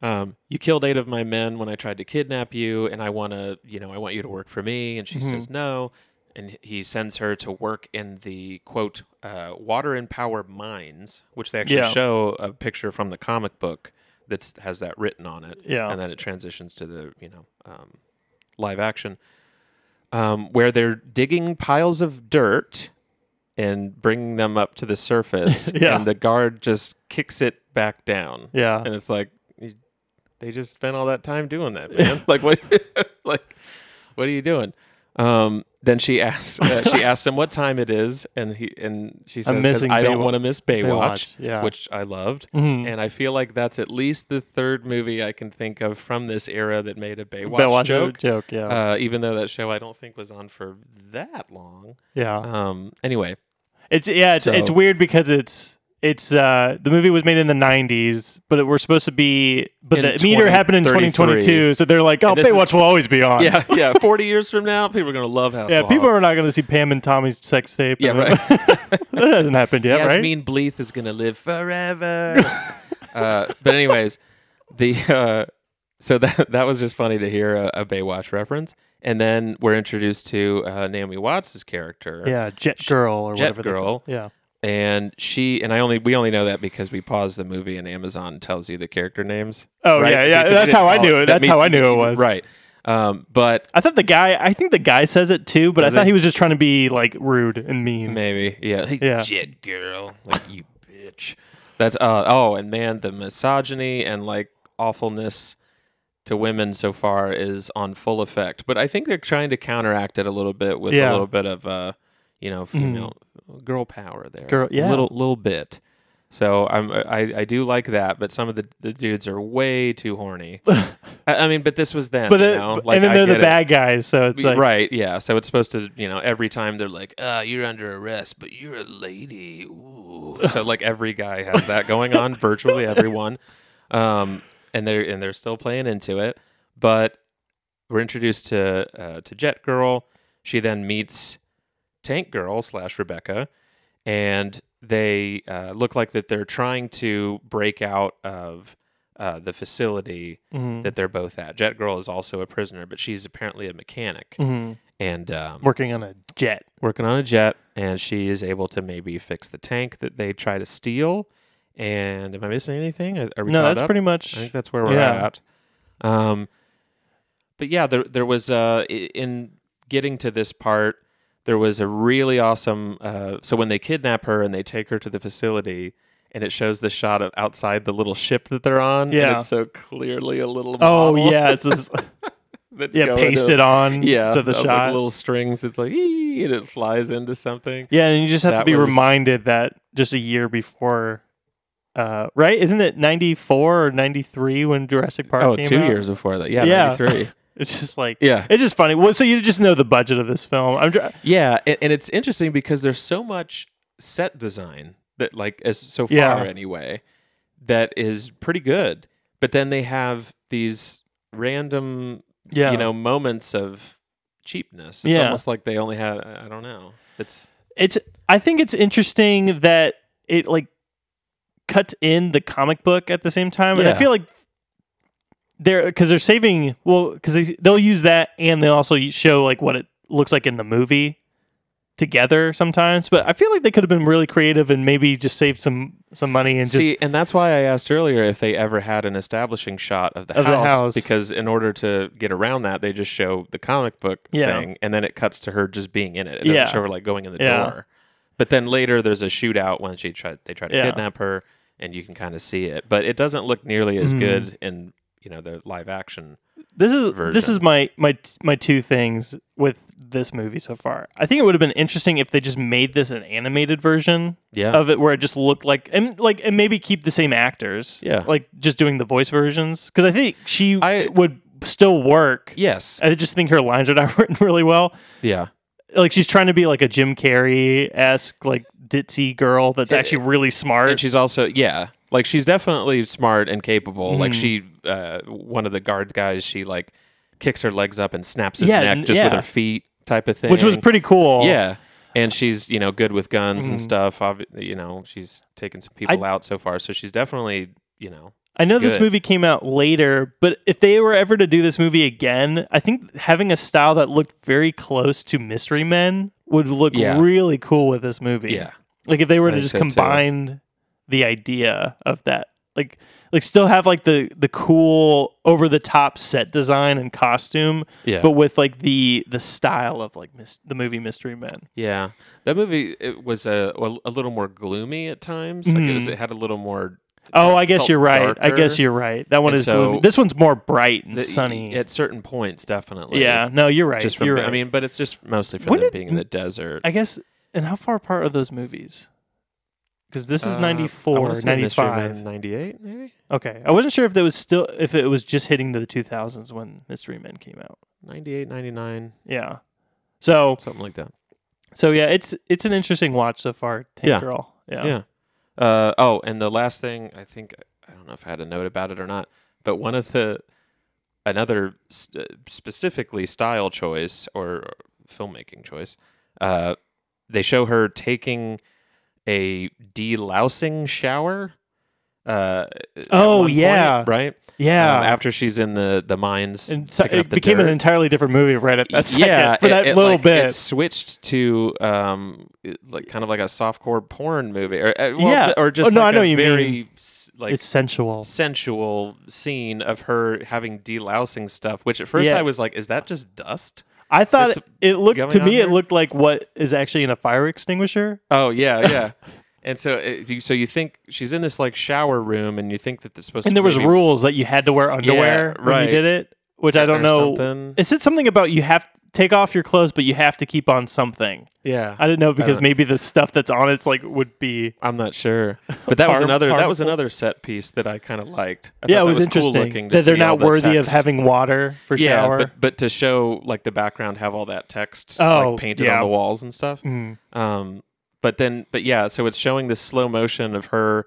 Speaker 2: Um, you killed eight of my men when I tried to kidnap you, and I want to, you know, I want you to work for me. And she says
Speaker 3: Mm-hmm.
Speaker 2: no, and he sends her to work in the quote uh, water and power mines, which they actually
Speaker 3: Yeah.
Speaker 2: show a picture from the comic book that has that written on it.
Speaker 3: Yeah.
Speaker 2: and then it transitions to the you know um, live action um, where they're digging piles of dirt and bringing them up to the surface,
Speaker 3: Yeah.
Speaker 2: and the guard just kicks it back down.
Speaker 3: yeah,
Speaker 2: And it's like Uh, you- they just spent all that time doing that, man. like what? like what are you doing? Um, then she asks. Uh, she asks him what time it is, and he and she says, "'Cause
Speaker 3: missing
Speaker 2: "I don't
Speaker 3: Baywa-
Speaker 2: want to miss Baywatch,",
Speaker 3: Baywatch, yeah. Mm-hmm.
Speaker 2: which I loved. And I feel like that's at least the third movie I can think of from this era that made a Baywatch,
Speaker 3: But watch
Speaker 2: joke.
Speaker 3: joke. Yeah,
Speaker 2: Uh, even though that show I don't think was on for that long.
Speaker 3: yeah.
Speaker 2: Um, anyway,
Speaker 3: It's yeah, it's, it's
Speaker 2: So-
Speaker 3: weird because it's it's uh the movie was made in the 90s, but it, we're supposed to be but
Speaker 2: In
Speaker 3: the meter
Speaker 2: 20,
Speaker 3: happened in 2022, so they're like, oh,
Speaker 2: this is-
Speaker 3: Baywatch will always be on.
Speaker 2: yeah, yeah. Forty years from now, people are gonna love House.
Speaker 3: yeah.
Speaker 2: of
Speaker 3: People
Speaker 2: Holloway.
Speaker 3: are not going to see Pam and Tommy's sex tape.
Speaker 2: Yeah,
Speaker 3: and-
Speaker 2: right.
Speaker 3: that hasn't happened yet, right?
Speaker 2: Yasmin Bleeth is gonna live forever. uh, but anyways, the uh, so that that was just funny to hear a, a Baywatch reference, and then we're introduced to uh, Naomi Watts' character.
Speaker 3: yeah, Jet Girl or
Speaker 2: Jet
Speaker 3: whatever. they
Speaker 2: Girl.
Speaker 3: call- Yeah.
Speaker 2: and she and I only we only know that because we paused the movie and Amazon tells you the character names.
Speaker 3: Oh, yeah, yeah,
Speaker 2: Because they
Speaker 3: that's
Speaker 2: didn't
Speaker 3: how I
Speaker 2: call
Speaker 3: knew
Speaker 2: that
Speaker 3: it. That's how I knew it was.
Speaker 2: Right. Um, but
Speaker 3: I thought the guy. I think the guy says it too, but I
Speaker 2: Does
Speaker 3: thought
Speaker 2: he?
Speaker 3: he was just trying to be like rude and mean.
Speaker 2: Maybe, yeah. Hey,
Speaker 3: Mm-hmm. Yeah.
Speaker 2: Jet girl, like you bitch. That's uh oh, and man, the misogyny and like awfulness to women so far is on full effect. But I think they're trying to counteract it a little bit with
Speaker 3: Yeah. Mm-hmm.
Speaker 2: a little bit of uh, you know, female girl power there.
Speaker 3: Girl- yeah.
Speaker 2: little little bit. So I'm I, I do like that, but some of the, the dudes are way too horny. I, I mean, but this was then,
Speaker 3: But
Speaker 2: you
Speaker 3: it,
Speaker 2: know?
Speaker 3: and then
Speaker 2: I
Speaker 3: they're the
Speaker 2: get it.
Speaker 3: bad guys, so it's like
Speaker 2: right, yeah. So it's supposed to, you know, every time they're like, "Ah, you're under arrest, but you're a lady." Ooh. so like every guy has that going on, virtually everyone, um, and they're and they're still playing into it. But we're introduced to uh, to Jet Girl. She then meets Tank Girl slash Rebecca, and they uh, look like that they're trying to break out of uh, the facility
Speaker 3: Mhm.
Speaker 2: that they're both at. Jet Girl is also a prisoner, but she's apparently a mechanic
Speaker 3: Mhm.
Speaker 2: and um,
Speaker 3: Working on a jet.
Speaker 2: working on a jet, and she is able to maybe fix the tank that they try to steal. And am I missing anything? Are, are we
Speaker 3: No,
Speaker 2: caught
Speaker 3: that's
Speaker 2: up?
Speaker 3: pretty much.
Speaker 2: I think that's where we're
Speaker 3: Yeah.
Speaker 2: at. Um, but yeah, there there was uh i- in getting to this part, there was a really awesome. Uh, so when they kidnap her and they take her to the facility. And it shows the shot of outside the little ship that they're on.
Speaker 3: Yeah.
Speaker 2: and it's so clearly a little.
Speaker 3: oh
Speaker 2: model
Speaker 3: yeah, it's this,
Speaker 2: that's
Speaker 3: yeah
Speaker 2: going
Speaker 3: pasted
Speaker 2: to,
Speaker 3: on
Speaker 2: Yeah,
Speaker 3: to the
Speaker 2: of, like,
Speaker 3: shot.
Speaker 2: little strings. It's like "Ee," and it flies into something.
Speaker 3: yeah, and you just have to
Speaker 2: that
Speaker 3: be
Speaker 2: was-
Speaker 3: reminded that just a year before. Uh, right? Isn't it ninety four or ninety three when Jurassic Park?
Speaker 2: Oh,
Speaker 3: came
Speaker 2: two
Speaker 3: out?
Speaker 2: years before that. Yeah,
Speaker 3: Yeah.
Speaker 2: 93.
Speaker 3: It's just like
Speaker 2: Yeah.
Speaker 3: It's just funny. Well, so you just know the budget of this film. I'm dr-
Speaker 2: yeah, and, and it's interesting because there's so much set design that, like, as so far
Speaker 3: Yeah.
Speaker 2: anyway, that is pretty good. But then they have these random,
Speaker 3: yeah.
Speaker 2: you know, moments of cheapness. It's
Speaker 3: Yeah.
Speaker 2: almost like they only had, I I don't know. It's
Speaker 3: it's I think it's interesting that it like cuts in the comic book at the same time, and I
Speaker 2: Yeah.
Speaker 3: feel like they're because they're saving well because they they'll use that and they also show like what it looks like in the movie together sometimes. But I feel like they could have been really creative and maybe just saved some some money and just
Speaker 2: see, and that's why I asked earlier if they ever had an establishing shot of the,
Speaker 3: Of the
Speaker 2: house,
Speaker 3: house.
Speaker 2: because in order to get around that, they just show the comic book
Speaker 3: Yeah.
Speaker 2: thing, and then it cuts to her just being in it. It doesn't
Speaker 3: Yeah.
Speaker 2: show her like going in the
Speaker 3: Yeah.
Speaker 2: door. But then later, there's a shootout when she tried they try to
Speaker 3: Yeah.
Speaker 2: kidnap her, and you can kind of see it, but it doesn't look nearly as
Speaker 3: Mm.
Speaker 2: good in you know the live action.
Speaker 3: this is this
Speaker 2: version.
Speaker 3: is my my my two things with this movie so far. I think it would have been interesting if they just made this an animated version
Speaker 2: Yeah,
Speaker 3: of it where it just looked like and like and maybe keep the same actors.
Speaker 2: Yeah.
Speaker 3: Like just doing the voice versions cuz I think she
Speaker 2: I-
Speaker 3: would still work.
Speaker 2: yes,
Speaker 3: I just think her lines are not written really well.
Speaker 2: yeah.
Speaker 3: Like she's trying to be like a Jim Carrey-esque like ditzy girl that's actually really smart.
Speaker 2: and she's also yeah like she's definitely smart and capable like
Speaker 3: Hmm.
Speaker 2: she uh one of the guard guys she like kicks her legs up and snaps his
Speaker 3: Yeah, n-
Speaker 2: neck just with
Speaker 3: yeah.
Speaker 2: her feet type of thing
Speaker 3: which was pretty cool. Hmm.
Speaker 2: yeah and she's you know good with guns and stuff Obvi- you know she's taken some people out so far so she's definitely you know
Speaker 3: I know this
Speaker 2: Good.
Speaker 3: movie came out later, but if they were ever to do this movie again, I think having a style that looked very close to Mystery Men would look
Speaker 2: Yeah.
Speaker 3: really cool with this movie.
Speaker 2: Yeah.
Speaker 3: Like if they were to
Speaker 2: think
Speaker 3: just
Speaker 2: so, too.
Speaker 3: combine the idea of that. Like like still have like the the cool over the top set design and costume,
Speaker 2: yeah
Speaker 3: but with like the the style of like mis- the movie Mystery Men.
Speaker 2: yeah that movie it was a, a little more gloomy at times like it was
Speaker 3: Mhm.
Speaker 2: it had a little more
Speaker 3: Oh, I guess
Speaker 2: felt
Speaker 3: you're right. I
Speaker 2: darker.
Speaker 3: guess you're right. That one
Speaker 2: And
Speaker 3: is
Speaker 2: so-
Speaker 3: gloomy. This one's more bright and
Speaker 2: the-
Speaker 3: sunny.
Speaker 2: at certain points definitely
Speaker 3: yeah, no, you're right.
Speaker 2: just from
Speaker 3: you're
Speaker 2: be-
Speaker 3: right.
Speaker 2: i mean but it's just mostly from
Speaker 3: When
Speaker 2: them
Speaker 3: did-
Speaker 2: being in the desert
Speaker 3: I guess. And how far apart are those movies? Because this is
Speaker 2: Uh, I
Speaker 3: 94,
Speaker 2: wanna say Mystery Man
Speaker 3: 95.
Speaker 2: 98 maybe
Speaker 3: Okay, I wasn't sure if that was still if it was just hitting the 2000s when Mystery Men came out.
Speaker 2: 98 99
Speaker 3: Yeah. So
Speaker 2: something like that
Speaker 3: so yeah, it's it's an interesting watch so far. Tank
Speaker 2: Yeah.
Speaker 3: Girl. Yeah.
Speaker 2: yeah, Uh, oh and the last thing i think i don't know if i had a note about it or not but one of the another s- uh, specifically style choice or filmmaking choice uh, they show her taking a delousing shower uh, at
Speaker 3: Oh,
Speaker 2: one point, uh,
Speaker 3: yeah.
Speaker 2: right
Speaker 3: Yeah.
Speaker 2: Um, after she's in the the mines
Speaker 3: and so
Speaker 2: picking
Speaker 3: it
Speaker 2: up the
Speaker 3: became an
Speaker 2: dirt.
Speaker 3: entirely different movie right at that second
Speaker 2: yeah,
Speaker 3: for
Speaker 2: it-
Speaker 3: that
Speaker 2: it,
Speaker 3: little
Speaker 2: like,
Speaker 3: bit.
Speaker 2: It switched to um, it- like kind of like a softcore porn movie, or uh, well,
Speaker 3: Yeah.
Speaker 2: ju- or just
Speaker 3: Oh, no,
Speaker 2: like
Speaker 3: I know
Speaker 2: a
Speaker 3: what you
Speaker 2: very
Speaker 3: mean.
Speaker 2: s- like
Speaker 3: it's sensual.
Speaker 2: sensual scene of her having delousing stuff. Which at first
Speaker 3: Yeah.
Speaker 2: I was like, is that just dust?
Speaker 3: I thought
Speaker 2: that's
Speaker 3: it looked to
Speaker 2: going on
Speaker 3: me it
Speaker 2: there?
Speaker 3: looked like what is actually in a fire extinguisher.
Speaker 2: Oh yeah, yeah. and so it, you- so you think she's in this like shower room, and you think that it's supposed
Speaker 3: And
Speaker 2: to
Speaker 3: there was
Speaker 2: maybe-
Speaker 3: rules that you had to wear underwear when
Speaker 2: right.
Speaker 3: you did it, which I don't
Speaker 2: or
Speaker 3: know.
Speaker 2: something.
Speaker 3: It said something about you have take off your clothes, but you have to keep on something.
Speaker 2: yeah.
Speaker 3: I didn't know because
Speaker 2: don't-
Speaker 3: maybe the stuff that's on it's like would be.
Speaker 2: I'm not sure, but that was
Speaker 3: Harm-
Speaker 2: another that was
Speaker 3: harmful.
Speaker 2: another set piece that I kind of liked. I
Speaker 3: Yeah,
Speaker 2: thought that
Speaker 3: it was, interesting
Speaker 2: cool-looking to
Speaker 3: that they're
Speaker 2: see all
Speaker 3: not
Speaker 2: the
Speaker 3: worthy of
Speaker 2: text.
Speaker 3: having water for
Speaker 2: yeah,
Speaker 3: shower.
Speaker 2: But, but to show like the background, have all that text
Speaker 3: Oh,
Speaker 2: like, painted
Speaker 3: yeah.
Speaker 2: on the walls and stuff.
Speaker 3: Mm.
Speaker 2: Um, but then, but yeah, so it's showing this slow motion of her,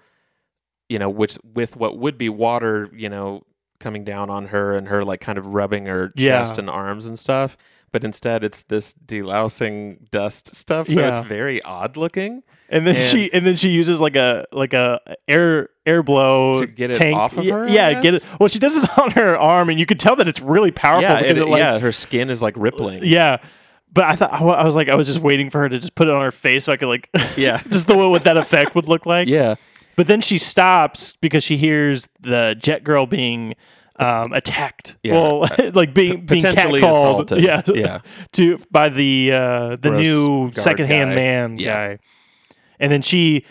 Speaker 2: you know, which with what would be water, you know, coming down on her and her like kind of rubbing her
Speaker 3: Yeah.
Speaker 2: chest and arms and stuff. but instead it's this delousing dust stuff. So it's
Speaker 3: Yeah.
Speaker 2: very odd looking.
Speaker 3: and then
Speaker 2: And-
Speaker 3: she and then she uses like a like a air air blow
Speaker 2: To get it
Speaker 3: tank.
Speaker 2: off of
Speaker 3: Y-
Speaker 2: her, I
Speaker 3: Yeah, get
Speaker 2: guess?
Speaker 3: it. Well, she does it on her arm, and you could tell that it's really powerful
Speaker 2: Yeah,
Speaker 3: because
Speaker 2: it-
Speaker 3: it, like
Speaker 2: yeah, her skin is like rippling.
Speaker 3: Yeah. But I thought I wa- I was like I was just waiting for her to just put it on her face so I could like
Speaker 2: Yeah.
Speaker 3: just the what that effect would look like.
Speaker 2: yeah.
Speaker 3: But then she stops because she hears the jet girl being um, attacked.
Speaker 2: Yeah.
Speaker 3: Well, like being being
Speaker 2: potentially
Speaker 3: catcalled.
Speaker 2: assaulted.
Speaker 3: Yeah.
Speaker 2: Yeah.
Speaker 3: to by the uh, the
Speaker 2: Gross
Speaker 3: new
Speaker 2: guard
Speaker 3: secondhand
Speaker 2: guy.
Speaker 3: man
Speaker 2: Yeah.
Speaker 3: guy. And then she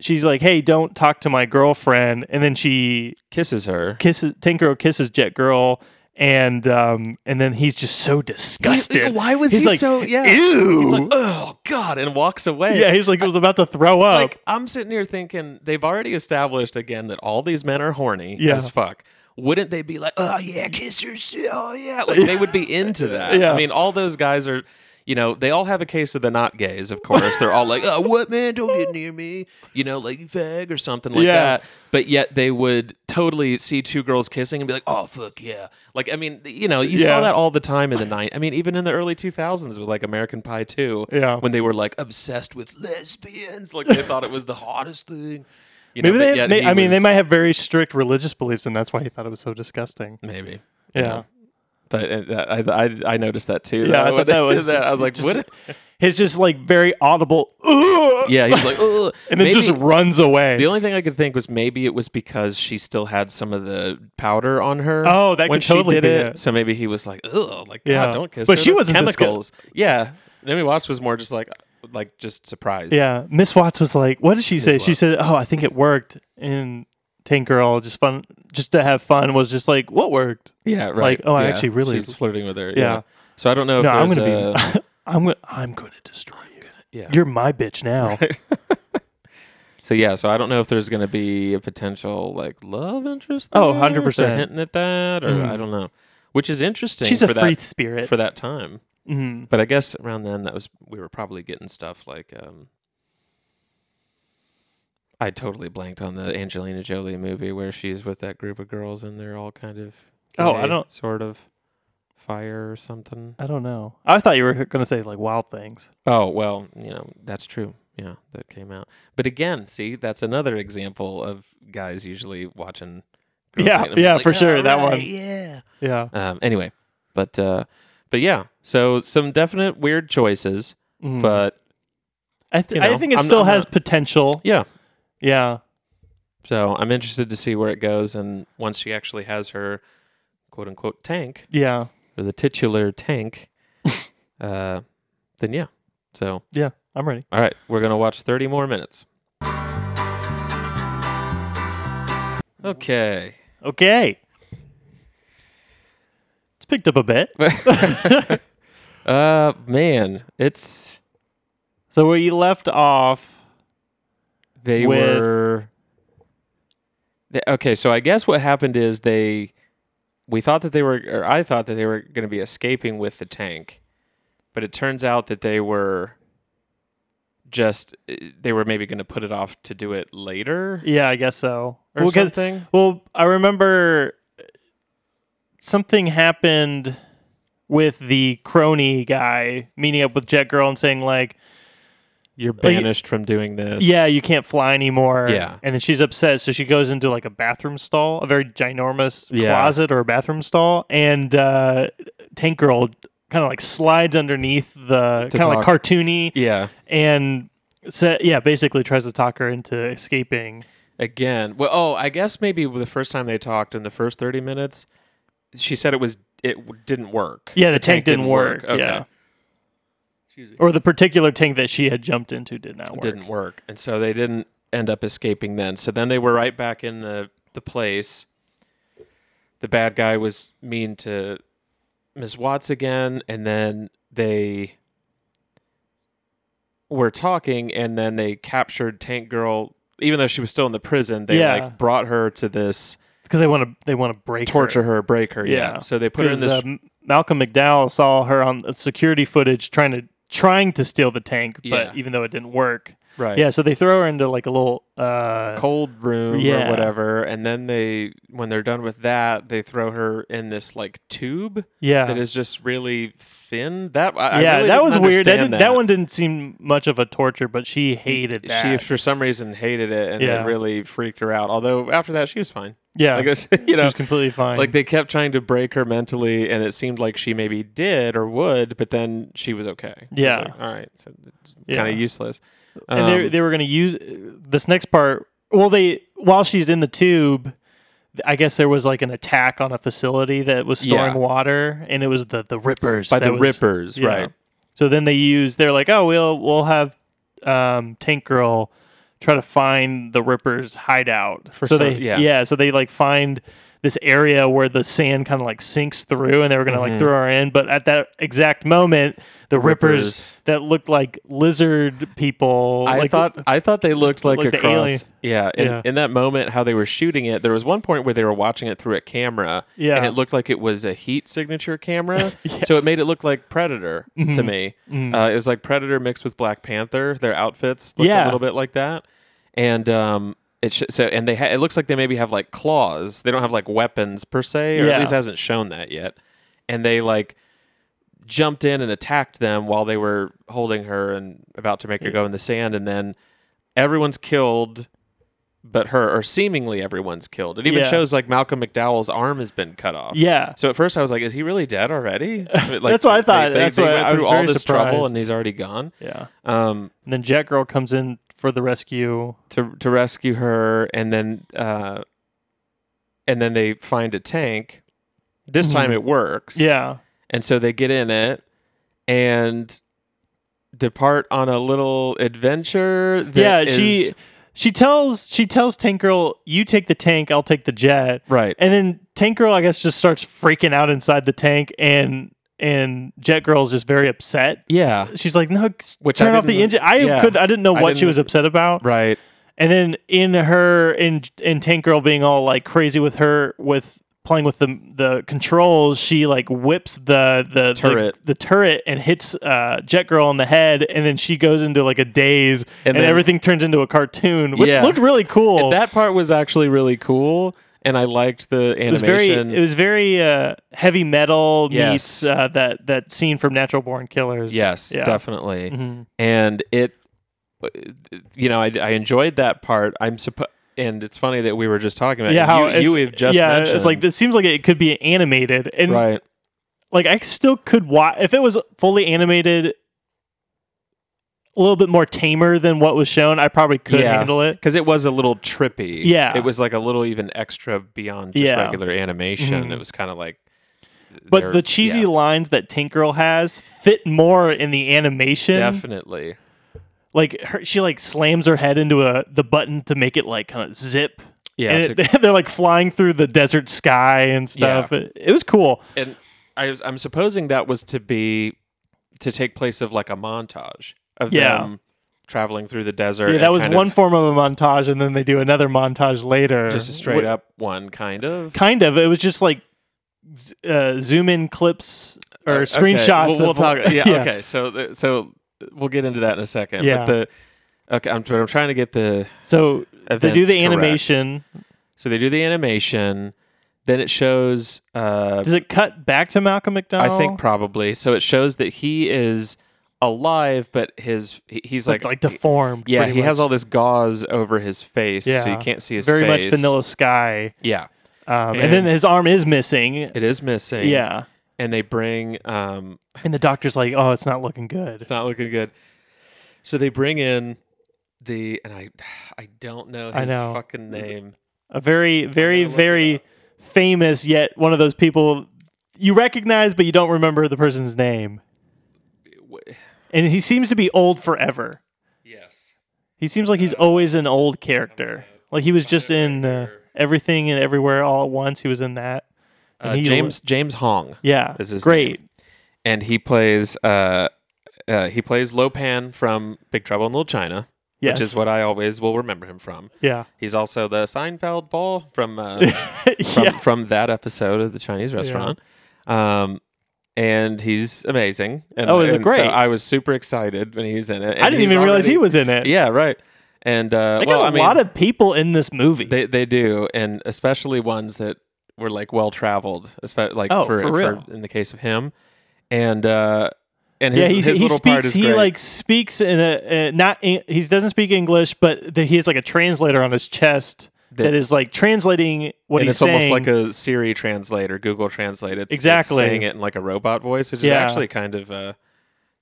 Speaker 3: she's like, "Hey, don't talk to my girlfriend." And then she
Speaker 2: Kisses her.
Speaker 3: kisses Tank Girl kisses Jet Girl, and um, and then he's just so disgusted.
Speaker 2: Why was
Speaker 3: he's
Speaker 2: he
Speaker 3: like,
Speaker 2: so- yeah.
Speaker 3: Ew.
Speaker 2: He's like, oh God, and walks away.
Speaker 3: yeah, he's like, I was about to throw up.
Speaker 2: like I'm sitting here thinking they've already established again that all these men are horny
Speaker 3: Yeah.
Speaker 2: as fuck. Wouldn't they be like, oh yeah, kiss your shit, oh yeah, like they would be into that.
Speaker 3: Yeah.
Speaker 2: I mean, all those guys are, you know, they all have a case of the not gays. Of course, they're all like, oh what man, don't get near me, you know, like you fag or something like
Speaker 3: Yeah.
Speaker 2: that. But yet they would totally see two girls kissing and be like, oh fuck yeah, like I mean, you know, you
Speaker 3: Yeah.
Speaker 2: saw that all the time in the night. I mean, even in the early 2000s with like American Pie 2,
Speaker 3: Yeah.
Speaker 2: when they were like obsessed with lesbians, like they thought it was the hottest thing. You know,
Speaker 3: Maybe
Speaker 2: but
Speaker 3: they,
Speaker 2: yet
Speaker 3: may,
Speaker 2: he
Speaker 3: I mean, they
Speaker 2: was-
Speaker 3: might have very strict religious beliefs, and that's why he thought it was so disgusting.
Speaker 2: Maybe.
Speaker 3: Yeah,
Speaker 2: But uh, I, I I noticed that too.
Speaker 3: yeah. I
Speaker 2: though, when
Speaker 3: thought
Speaker 2: they did
Speaker 3: that was.
Speaker 2: I was like,
Speaker 3: just-
Speaker 2: what?
Speaker 3: His just like very audible. "Ugh,"
Speaker 2: Yeah, he's like, Ugh.
Speaker 3: and then
Speaker 2: Maybe-
Speaker 3: just runs away.
Speaker 2: The only thing I could think was maybe it was because she still had some of the powder on her.
Speaker 3: Oh, that
Speaker 2: when
Speaker 3: could totally
Speaker 2: she did it.
Speaker 3: be it.
Speaker 2: So maybe he was like, "Ugh, like
Speaker 3: Yeah.
Speaker 2: God, don't kiss."
Speaker 3: But
Speaker 2: her.
Speaker 3: she
Speaker 2: That's
Speaker 3: wasn't disgu-
Speaker 2: chemicals. Yeah, Naomi Watts was more just like, like just surprised.
Speaker 3: yeah, Miss Watts was like, "What did she say?" She said, "Oh, I think it worked." And Tank Girl just fun, just to have fun, was just like, "What worked?"
Speaker 2: yeah, right.
Speaker 3: Like, oh, I
Speaker 2: Yeah.
Speaker 3: actually really-
Speaker 2: she was flirting with her. Yeah.
Speaker 3: Yeah.
Speaker 2: So I don't know if
Speaker 3: No, I'm
Speaker 2: there's uh,
Speaker 3: gonna
Speaker 2: a-
Speaker 3: be. I'm gonna. I'm gonna destroy you.
Speaker 2: yeah.
Speaker 3: You're my bitch now.
Speaker 2: So yeah, so I don't know if there's going to be a potential like love interest.
Speaker 3: Oh,
Speaker 2: there,
Speaker 3: 100%.
Speaker 2: if they're hinting at that, or I don't know, which is interesting.
Speaker 3: She's
Speaker 2: for
Speaker 3: a free
Speaker 2: that,
Speaker 3: spirit.
Speaker 2: for that time.
Speaker 3: Mhm.
Speaker 2: But I guess around then that was we were probably getting stuff like um I totally blanked on the Angelina Jolie movie where she's with that group of girls and they're all kind of
Speaker 3: Oh, I
Speaker 2: gay,
Speaker 3: don't-
Speaker 2: sort of fire or something.
Speaker 3: I don't know. I thought you were going to say like wild things.
Speaker 2: Oh, well, you know, that's true. Yeah, that came out. But again, see, that's another example of guys usually watching girls
Speaker 3: Yeah,
Speaker 2: dating. I'm
Speaker 3: yeah, for sure,
Speaker 2: "All
Speaker 3: that one."
Speaker 2: Yeah.
Speaker 3: Yeah.
Speaker 2: Um anyway, but uh but yeah, so some definite weird choices,
Speaker 3: Mm.
Speaker 2: but
Speaker 3: I, th-
Speaker 2: you know,
Speaker 3: I think it
Speaker 2: I'm-
Speaker 3: still
Speaker 2: I'm
Speaker 3: has
Speaker 2: not-
Speaker 3: potential.
Speaker 2: yeah.
Speaker 3: Yeah.
Speaker 2: So I'm interested to see where it goes and once she actually has her quote unquote tank
Speaker 3: Yeah.
Speaker 2: or the titular tank, uh then yeah. So
Speaker 3: Yeah. I'm ready.
Speaker 2: all right, we're gonna watch thirty more minutes. Okay.
Speaker 3: Okay. It's picked up a bit.
Speaker 2: Uh, man, it's
Speaker 3: So we left off.
Speaker 2: they
Speaker 3: With-
Speaker 2: were. They- okay, so I guess what happened is they, we thought that they were, or I thought that they were going to be escaping with the tank, but it turns out that they were. Just uh, they were maybe going to put it off to do it later
Speaker 3: Yeah, I guess so.
Speaker 2: or
Speaker 3: Well, 'cause-
Speaker 2: something.
Speaker 3: Well, I remember something happened with the crony guy meeting up with Jet Girl and saying like,
Speaker 2: You're banished from doing this.
Speaker 3: Yeah, you can't fly anymore.
Speaker 2: Yeah.
Speaker 3: And then she's upset. So she goes into like a bathroom stall, a very ginormous
Speaker 2: Yeah.
Speaker 3: closet or a bathroom stall. And uh, Tank Girl kind of like slides underneath the
Speaker 2: To
Speaker 3: kind of like
Speaker 2: talk.
Speaker 3: cartoony
Speaker 2: yeah.
Speaker 3: and sa yeah, basically tries to talk her into escaping.
Speaker 2: Again. Well, oh, I guess maybe the first time they talked in the first 30 minutes, she said it was it w- didn't work.
Speaker 3: Yeah, the, tank, didn't work. Yeah. Or the particular tank that she had jumped into did not work.
Speaker 2: Didn't work. And so they didn't end up escaping then. So then they were right back in the the place. The bad guy was mean to Ms. Watts again and then they were talking and then they captured Tank Girl even though she was still in the prison, they
Speaker 3: Yeah.
Speaker 2: like brought her to this
Speaker 3: Because they want to they want to break her.
Speaker 2: torture her, break her. Yeah.
Speaker 3: Yeah.
Speaker 2: So they put her in
Speaker 3: 'Cause,
Speaker 2: this.
Speaker 3: uh, M- Malcolm McDowell uh, saw her on the security footage trying to trying to steal the tank, but
Speaker 2: Yeah.
Speaker 3: even though it didn't work,
Speaker 2: Right.
Speaker 3: Yeah, so they throw her into like a little uh
Speaker 2: cold room
Speaker 3: Yeah.
Speaker 2: or whatever, and then they when they're done with that, they throw her in this like tube
Speaker 3: yeah.
Speaker 2: that is just really thin. That I, I
Speaker 3: yeah,
Speaker 2: really
Speaker 3: that
Speaker 2: didn't
Speaker 3: was weird. That,
Speaker 2: understand
Speaker 3: didn't,
Speaker 2: That,
Speaker 3: that. one didn't seem much of a torture, but she hated that.
Speaker 2: She for some reason hated it, and
Speaker 3: Yeah.
Speaker 2: it really freaked her out. Although after that, she was fine.
Speaker 3: yeah,
Speaker 2: Like I said, you
Speaker 3: she
Speaker 2: know,
Speaker 3: was completely fine.
Speaker 2: like they kept trying to break her mentally, and it seemed like she maybe did or would, but then she was okay. I was
Speaker 3: Yeah.
Speaker 2: like, all right, so it's
Speaker 3: Yeah.
Speaker 2: kind of useless.
Speaker 3: and they
Speaker 2: Um,
Speaker 3: they were going to use uh, this next part. Well, they while she's in the tube, I guess there was like an attack on a facility that was storing
Speaker 2: Yeah.
Speaker 3: water, and it was the the Rippers
Speaker 2: by
Speaker 3: that
Speaker 2: the
Speaker 3: was-
Speaker 2: rippers,
Speaker 3: yeah.
Speaker 2: right?
Speaker 3: So then they use. They're like, oh, we'll we'll have um, Tank Girl try to find the Rippers' hideout. For so
Speaker 2: some-
Speaker 3: they
Speaker 2: yeah.
Speaker 3: So they like find this area where the sand kind of like sinks through, and they were gonna
Speaker 2: Mm-hmm.
Speaker 3: like throw her in. But at that exact moment, the Rippers,
Speaker 2: Rippers.
Speaker 3: that looked like lizard people.
Speaker 2: I
Speaker 3: like,
Speaker 2: thought I thought they looked like,
Speaker 3: like
Speaker 2: a
Speaker 3: the alien.
Speaker 2: cross. Yeah in,
Speaker 3: Yeah.
Speaker 2: in that moment, how they were shooting it, there was one point where they were watching it through a camera,
Speaker 3: Yeah.
Speaker 2: and it looked like it was a heat signature camera. So it made it look like Predator
Speaker 3: Mm-hmm.
Speaker 2: to me. Uh, it was like Predator mixed with Black Panther. Their outfits looked a
Speaker 3: Yeah.
Speaker 2: little bit like that, and um, it sh- so and they ha- it looks like they maybe have like claws. They don't have like weapons per se, or
Speaker 3: Yeah.
Speaker 2: at least hasn't shown that yet. And they like jumped in and attacked them while they were holding her and about to make
Speaker 3: Mm.
Speaker 2: her go in the sand and then everyone's killed but her or seemingly everyone's killed it even
Speaker 3: Yeah.
Speaker 2: shows like malcolm mcdowell's arm has been cut off
Speaker 3: Yeah.
Speaker 2: so at first i was like is he really dead already I mean, like,
Speaker 3: That's what I thought.
Speaker 2: they,
Speaker 3: That's
Speaker 2: they
Speaker 3: why
Speaker 2: went
Speaker 3: I
Speaker 2: through
Speaker 3: was
Speaker 2: all
Speaker 3: very
Speaker 2: this trouble
Speaker 3: surprised.
Speaker 2: and he's already gone
Speaker 3: Yeah.
Speaker 2: um
Speaker 3: And then Jet Girl comes in for the rescue.
Speaker 2: to to rescue her and then uh and then they find a tank this time it works
Speaker 3: Mm-hmm. Yeah.
Speaker 2: And so they get in it and depart on a little adventure. that
Speaker 3: yeah. she
Speaker 2: is-
Speaker 3: she tells she tells Tank Girl, "You take the tank, I'll take the jet."
Speaker 2: right.
Speaker 3: And then Tank Girl, I guess, just starts freaking out inside the tank, and and Jet Girl's just very upset.
Speaker 2: yeah.
Speaker 3: She's like, "No, s-
Speaker 2: Which I
Speaker 3: turn off the
Speaker 2: didn't-
Speaker 3: engine." I
Speaker 2: yeah.
Speaker 3: could, I didn't know
Speaker 2: I
Speaker 3: what she
Speaker 2: didn't-
Speaker 3: was upset about.
Speaker 2: Right.
Speaker 3: And then in her in in Tank Girl being all like crazy with her with playing with the the controls, she like whips the the the-
Speaker 2: Turret.
Speaker 3: the, turret and hits uh, Jet Girl on the head, and then she goes into like a daze, and,
Speaker 2: And then-
Speaker 3: everything turns into a cartoon, which
Speaker 2: Yeah.
Speaker 3: looked really cool.
Speaker 2: That part was actually really cool. And I liked the
Speaker 3: it was very
Speaker 2: animation.
Speaker 3: it was very uh, heavy metal
Speaker 2: Yes.
Speaker 3: meets uh, that that scene from Natural Born Killers.
Speaker 2: yes,
Speaker 3: Yeah.
Speaker 2: definitely.
Speaker 3: Mhm.
Speaker 2: And it, you know, I, I enjoyed that part. I'm supposed. And it's funny that we were just talking about
Speaker 3: Yeah,
Speaker 2: it.
Speaker 3: how
Speaker 2: you,
Speaker 3: it-
Speaker 2: you have just
Speaker 3: yeah,
Speaker 2: mentioned
Speaker 3: it's like it seems like it could be animated, and
Speaker 2: right
Speaker 3: like I still could watch if it was fully animated a little bit more tamer than what was shown, I probably could
Speaker 2: Yeah.
Speaker 3: handle it.
Speaker 2: because it was a little trippy.
Speaker 3: Yeah.
Speaker 2: it was like a little even extra beyond just
Speaker 3: Yeah.
Speaker 2: regular animation.
Speaker 3: Mhm.
Speaker 2: It was kind of like,
Speaker 3: But
Speaker 2: they're-
Speaker 3: the cheesy
Speaker 2: yeah.
Speaker 3: lines that Tank Girl has fit more in the animation.
Speaker 2: Definitely.
Speaker 3: Like her, she like slams her head into a the button to make it like kind of zip.
Speaker 2: Yeah.
Speaker 3: and
Speaker 2: to-
Speaker 3: it- they're like flying through the desert sky and stuff. It, it was cool.
Speaker 2: and I was, I'm supposing that was to be to take place of like a montage of
Speaker 3: Yeah.
Speaker 2: them traveling through the desert.
Speaker 3: Yeah,
Speaker 2: and
Speaker 3: that was
Speaker 2: kind
Speaker 3: one
Speaker 2: of
Speaker 3: form of a montage, and then they do another montage later.
Speaker 2: just a
Speaker 3: Wh-
Speaker 2: straight up one kind of.
Speaker 3: kind of. It was just like z- uh, zoom in clips
Speaker 2: Uh,
Speaker 3: or
Speaker 2: okay, We'll,
Speaker 3: screenshots.
Speaker 2: we'll
Speaker 3: of-
Speaker 2: talk. Yeah, Okay. So th- so we'll get into that in a second.
Speaker 3: Yeah.
Speaker 2: But the okay, I'm, I'm trying to get the
Speaker 3: So they do
Speaker 2: Events,
Speaker 3: the
Speaker 2: correct.
Speaker 3: animation.
Speaker 2: so they do the animation, then it shows. Uh,
Speaker 3: Does it cut back to Malcolm McDowell?
Speaker 2: I think probably so. It shows that he is alive, but his he- he's
Speaker 3: like,
Speaker 2: like
Speaker 3: like deformed.
Speaker 2: Yeah,
Speaker 3: pretty
Speaker 2: he has
Speaker 3: much.
Speaker 2: all this gauze over his face, so you
Speaker 3: Yeah.
Speaker 2: can't see his
Speaker 3: very
Speaker 2: face.
Speaker 3: much Vanilla Sky.
Speaker 2: Yeah,
Speaker 3: Um, and,
Speaker 2: And-
Speaker 3: then his arm is missing.
Speaker 2: it is missing.
Speaker 3: Yeah,
Speaker 2: and they bring. Um,
Speaker 3: and the doctor's like, "Oh, it's not looking good."
Speaker 2: it's not looking good. So they bring in the, and I, I don't know
Speaker 3: I
Speaker 2: his
Speaker 3: know.
Speaker 2: fucking name.
Speaker 3: A very, very,
Speaker 2: look it
Speaker 3: very famous yet one of those people you recognize but you don't remember the person's name. And he seems to be old forever.
Speaker 2: Yes.
Speaker 3: He seems like he's always an old character. Like he was just in uh, everything and everywhere all at once. He was in that. And
Speaker 2: Uh,
Speaker 3: he-
Speaker 2: James James Hong,
Speaker 3: Yeah,
Speaker 2: is his
Speaker 3: great.
Speaker 2: and he plays. Uh, uh, he plays Lopan from Big Trouble in Little China,
Speaker 3: Yes.
Speaker 2: which is what I always will remember him from.
Speaker 3: Yeah,
Speaker 2: He's also the Seinfeld ball from uh, from,
Speaker 3: yeah,
Speaker 2: from that episode of the Chinese restaurant. Um, and he's amazing. And,
Speaker 3: Oh, is it
Speaker 2: and so
Speaker 3: great?
Speaker 2: I was super excited when he was in it.
Speaker 3: I
Speaker 2: and
Speaker 3: didn't
Speaker 2: he's
Speaker 3: even realize
Speaker 2: already-
Speaker 3: he was in it.
Speaker 2: Yeah, right. And uh,
Speaker 3: They
Speaker 2: well,
Speaker 3: got a
Speaker 2: I mean,
Speaker 3: lot of people in this movie.
Speaker 2: They they do, and especially ones that were like well traveled, especially like
Speaker 3: Oh,
Speaker 2: for,
Speaker 3: for real.
Speaker 2: in the case of him, and uh, and his,
Speaker 3: yeah, he's,
Speaker 2: his
Speaker 3: he
Speaker 2: little part
Speaker 3: speaks.
Speaker 2: is
Speaker 3: He
Speaker 2: great.
Speaker 3: like speaks in a, a not. Eng- He doesn't speak English, but the, he has like a translator on his chest
Speaker 2: That-
Speaker 3: that is like translating what
Speaker 2: and
Speaker 3: he's
Speaker 2: it's
Speaker 3: saying.
Speaker 2: almost like a Siri translator, Google Translate. It's, it's
Speaker 3: Exactly.
Speaker 2: saying it in like a robot voice, which is
Speaker 3: Yeah.
Speaker 2: actually kind of uh,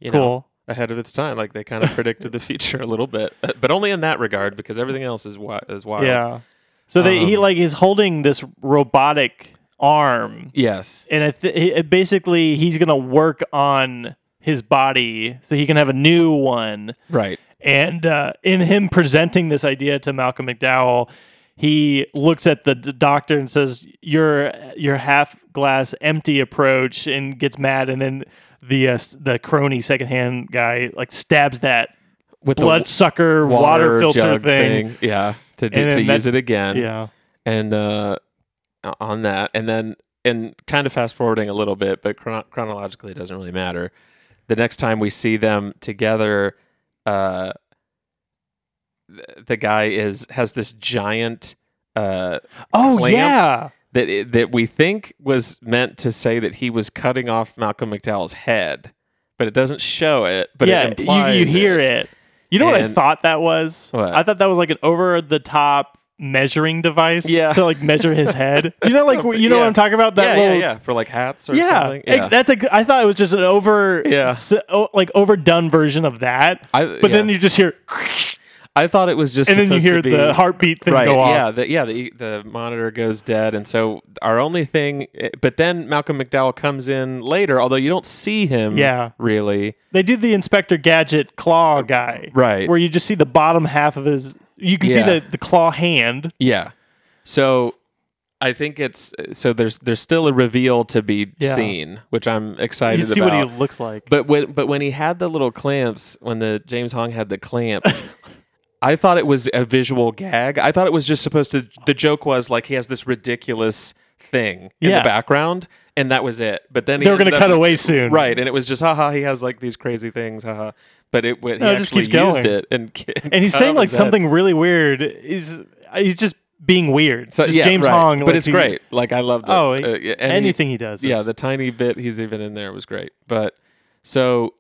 Speaker 2: you know
Speaker 3: cool.
Speaker 2: ahead of its time. Like they kind of predicted the future a little bit, uh, but, but only in that regard because everything else is wi- is wild.
Speaker 3: Yeah. So they, he
Speaker 2: Um,
Speaker 3: like is holding this robotic arm,
Speaker 2: Yes.
Speaker 3: and I th- it basically he's gonna work on his body so he can have a new one.
Speaker 2: Right.
Speaker 3: And uh, in him presenting this idea to Malcolm McDowell, he looks at the d- doctor and says, "Your your half glass empty approach," and gets mad. And then the uh, s- the crony secondhand guy like stabs that
Speaker 2: With
Speaker 3: bloodsucker
Speaker 2: w-
Speaker 3: water, filter
Speaker 2: jug
Speaker 3: thing.
Speaker 2: Yeah. To,
Speaker 3: And
Speaker 2: do,
Speaker 3: then
Speaker 2: to
Speaker 3: that's-
Speaker 2: use it again.
Speaker 3: Yeah,
Speaker 2: and uh, on that, and then and kind of fast forwarding a little bit, but chron- chronologically it doesn't really matter. The next time we see them together, uh, th- the guy is has this giant uh,
Speaker 3: Oh
Speaker 2: Clamp.
Speaker 3: yeah.
Speaker 2: that it, that we think was meant to say that he was cutting off Malcolm McDowell's head, but it doesn't show it. But
Speaker 3: yeah,
Speaker 2: it implies
Speaker 3: you, you hear it. You know what I
Speaker 2: And-
Speaker 3: thought that was?
Speaker 2: What?
Speaker 3: I thought that was like an over the top measuring device
Speaker 2: Yeah.
Speaker 3: to like measure his head. Do you know like
Speaker 2: Something-
Speaker 3: you know what
Speaker 2: yeah.
Speaker 3: I'm talking about? That
Speaker 2: yeah,
Speaker 3: little
Speaker 2: yeah, yeah, for like hats or something.
Speaker 3: ex- that's like I thought it was just an over
Speaker 2: Yeah.
Speaker 3: s- o- like overdone version of that.
Speaker 2: I-
Speaker 3: but then
Speaker 2: yeah.
Speaker 3: you just hear
Speaker 2: I thought it was just,
Speaker 3: and then you
Speaker 2: supposed to
Speaker 3: hear the
Speaker 2: be-
Speaker 3: heartbeat thing
Speaker 2: right,
Speaker 3: go off.
Speaker 2: Yeah, the, yeah, the the monitor goes dead, and so our only thing. eh, But then Malcolm McDowell comes in later, although you don't see him.
Speaker 3: Yeah.
Speaker 2: really.
Speaker 3: They do the Inspector Gadget claw guy.
Speaker 2: Right.
Speaker 3: Where you just see the bottom half of his you can see
Speaker 2: Yeah.
Speaker 3: the, the claw hand.
Speaker 2: Yeah, so I think it's eh, so there's there's still a reveal to be
Speaker 3: Yeah.
Speaker 2: seen, which I'm excited
Speaker 3: You see
Speaker 2: about.
Speaker 3: what he looks like.
Speaker 2: but when but when he had the little clamps, when the James Hong had the clamps. I thought it was a visual gag. I thought it was just supposed to. The joke was like he has this ridiculous thing in
Speaker 3: Yeah.
Speaker 2: the background, and that was it. But then he
Speaker 3: they were going
Speaker 2: ended
Speaker 3: to
Speaker 2: up-
Speaker 3: cut away soon.
Speaker 2: right? And it was just haha. He has like these crazy things, haha. But it went.
Speaker 3: No,
Speaker 2: he
Speaker 3: it just
Speaker 2: actually
Speaker 3: keeps going.
Speaker 2: used it, and ki-
Speaker 3: and he's
Speaker 2: cut
Speaker 3: saying
Speaker 2: off
Speaker 3: like
Speaker 2: his head.
Speaker 3: something really weird. He's he's just being weird.
Speaker 2: So,
Speaker 3: Just
Speaker 2: yeah,
Speaker 3: James
Speaker 2: right.
Speaker 3: Hong,
Speaker 2: but
Speaker 3: like,
Speaker 2: it's
Speaker 3: he-
Speaker 2: great. Like I loved. It.
Speaker 3: Oh,
Speaker 2: Uh, yeah, and he-
Speaker 3: anything he does.
Speaker 2: yeah,
Speaker 3: is-
Speaker 2: the tiny bit he's even in there was great. But so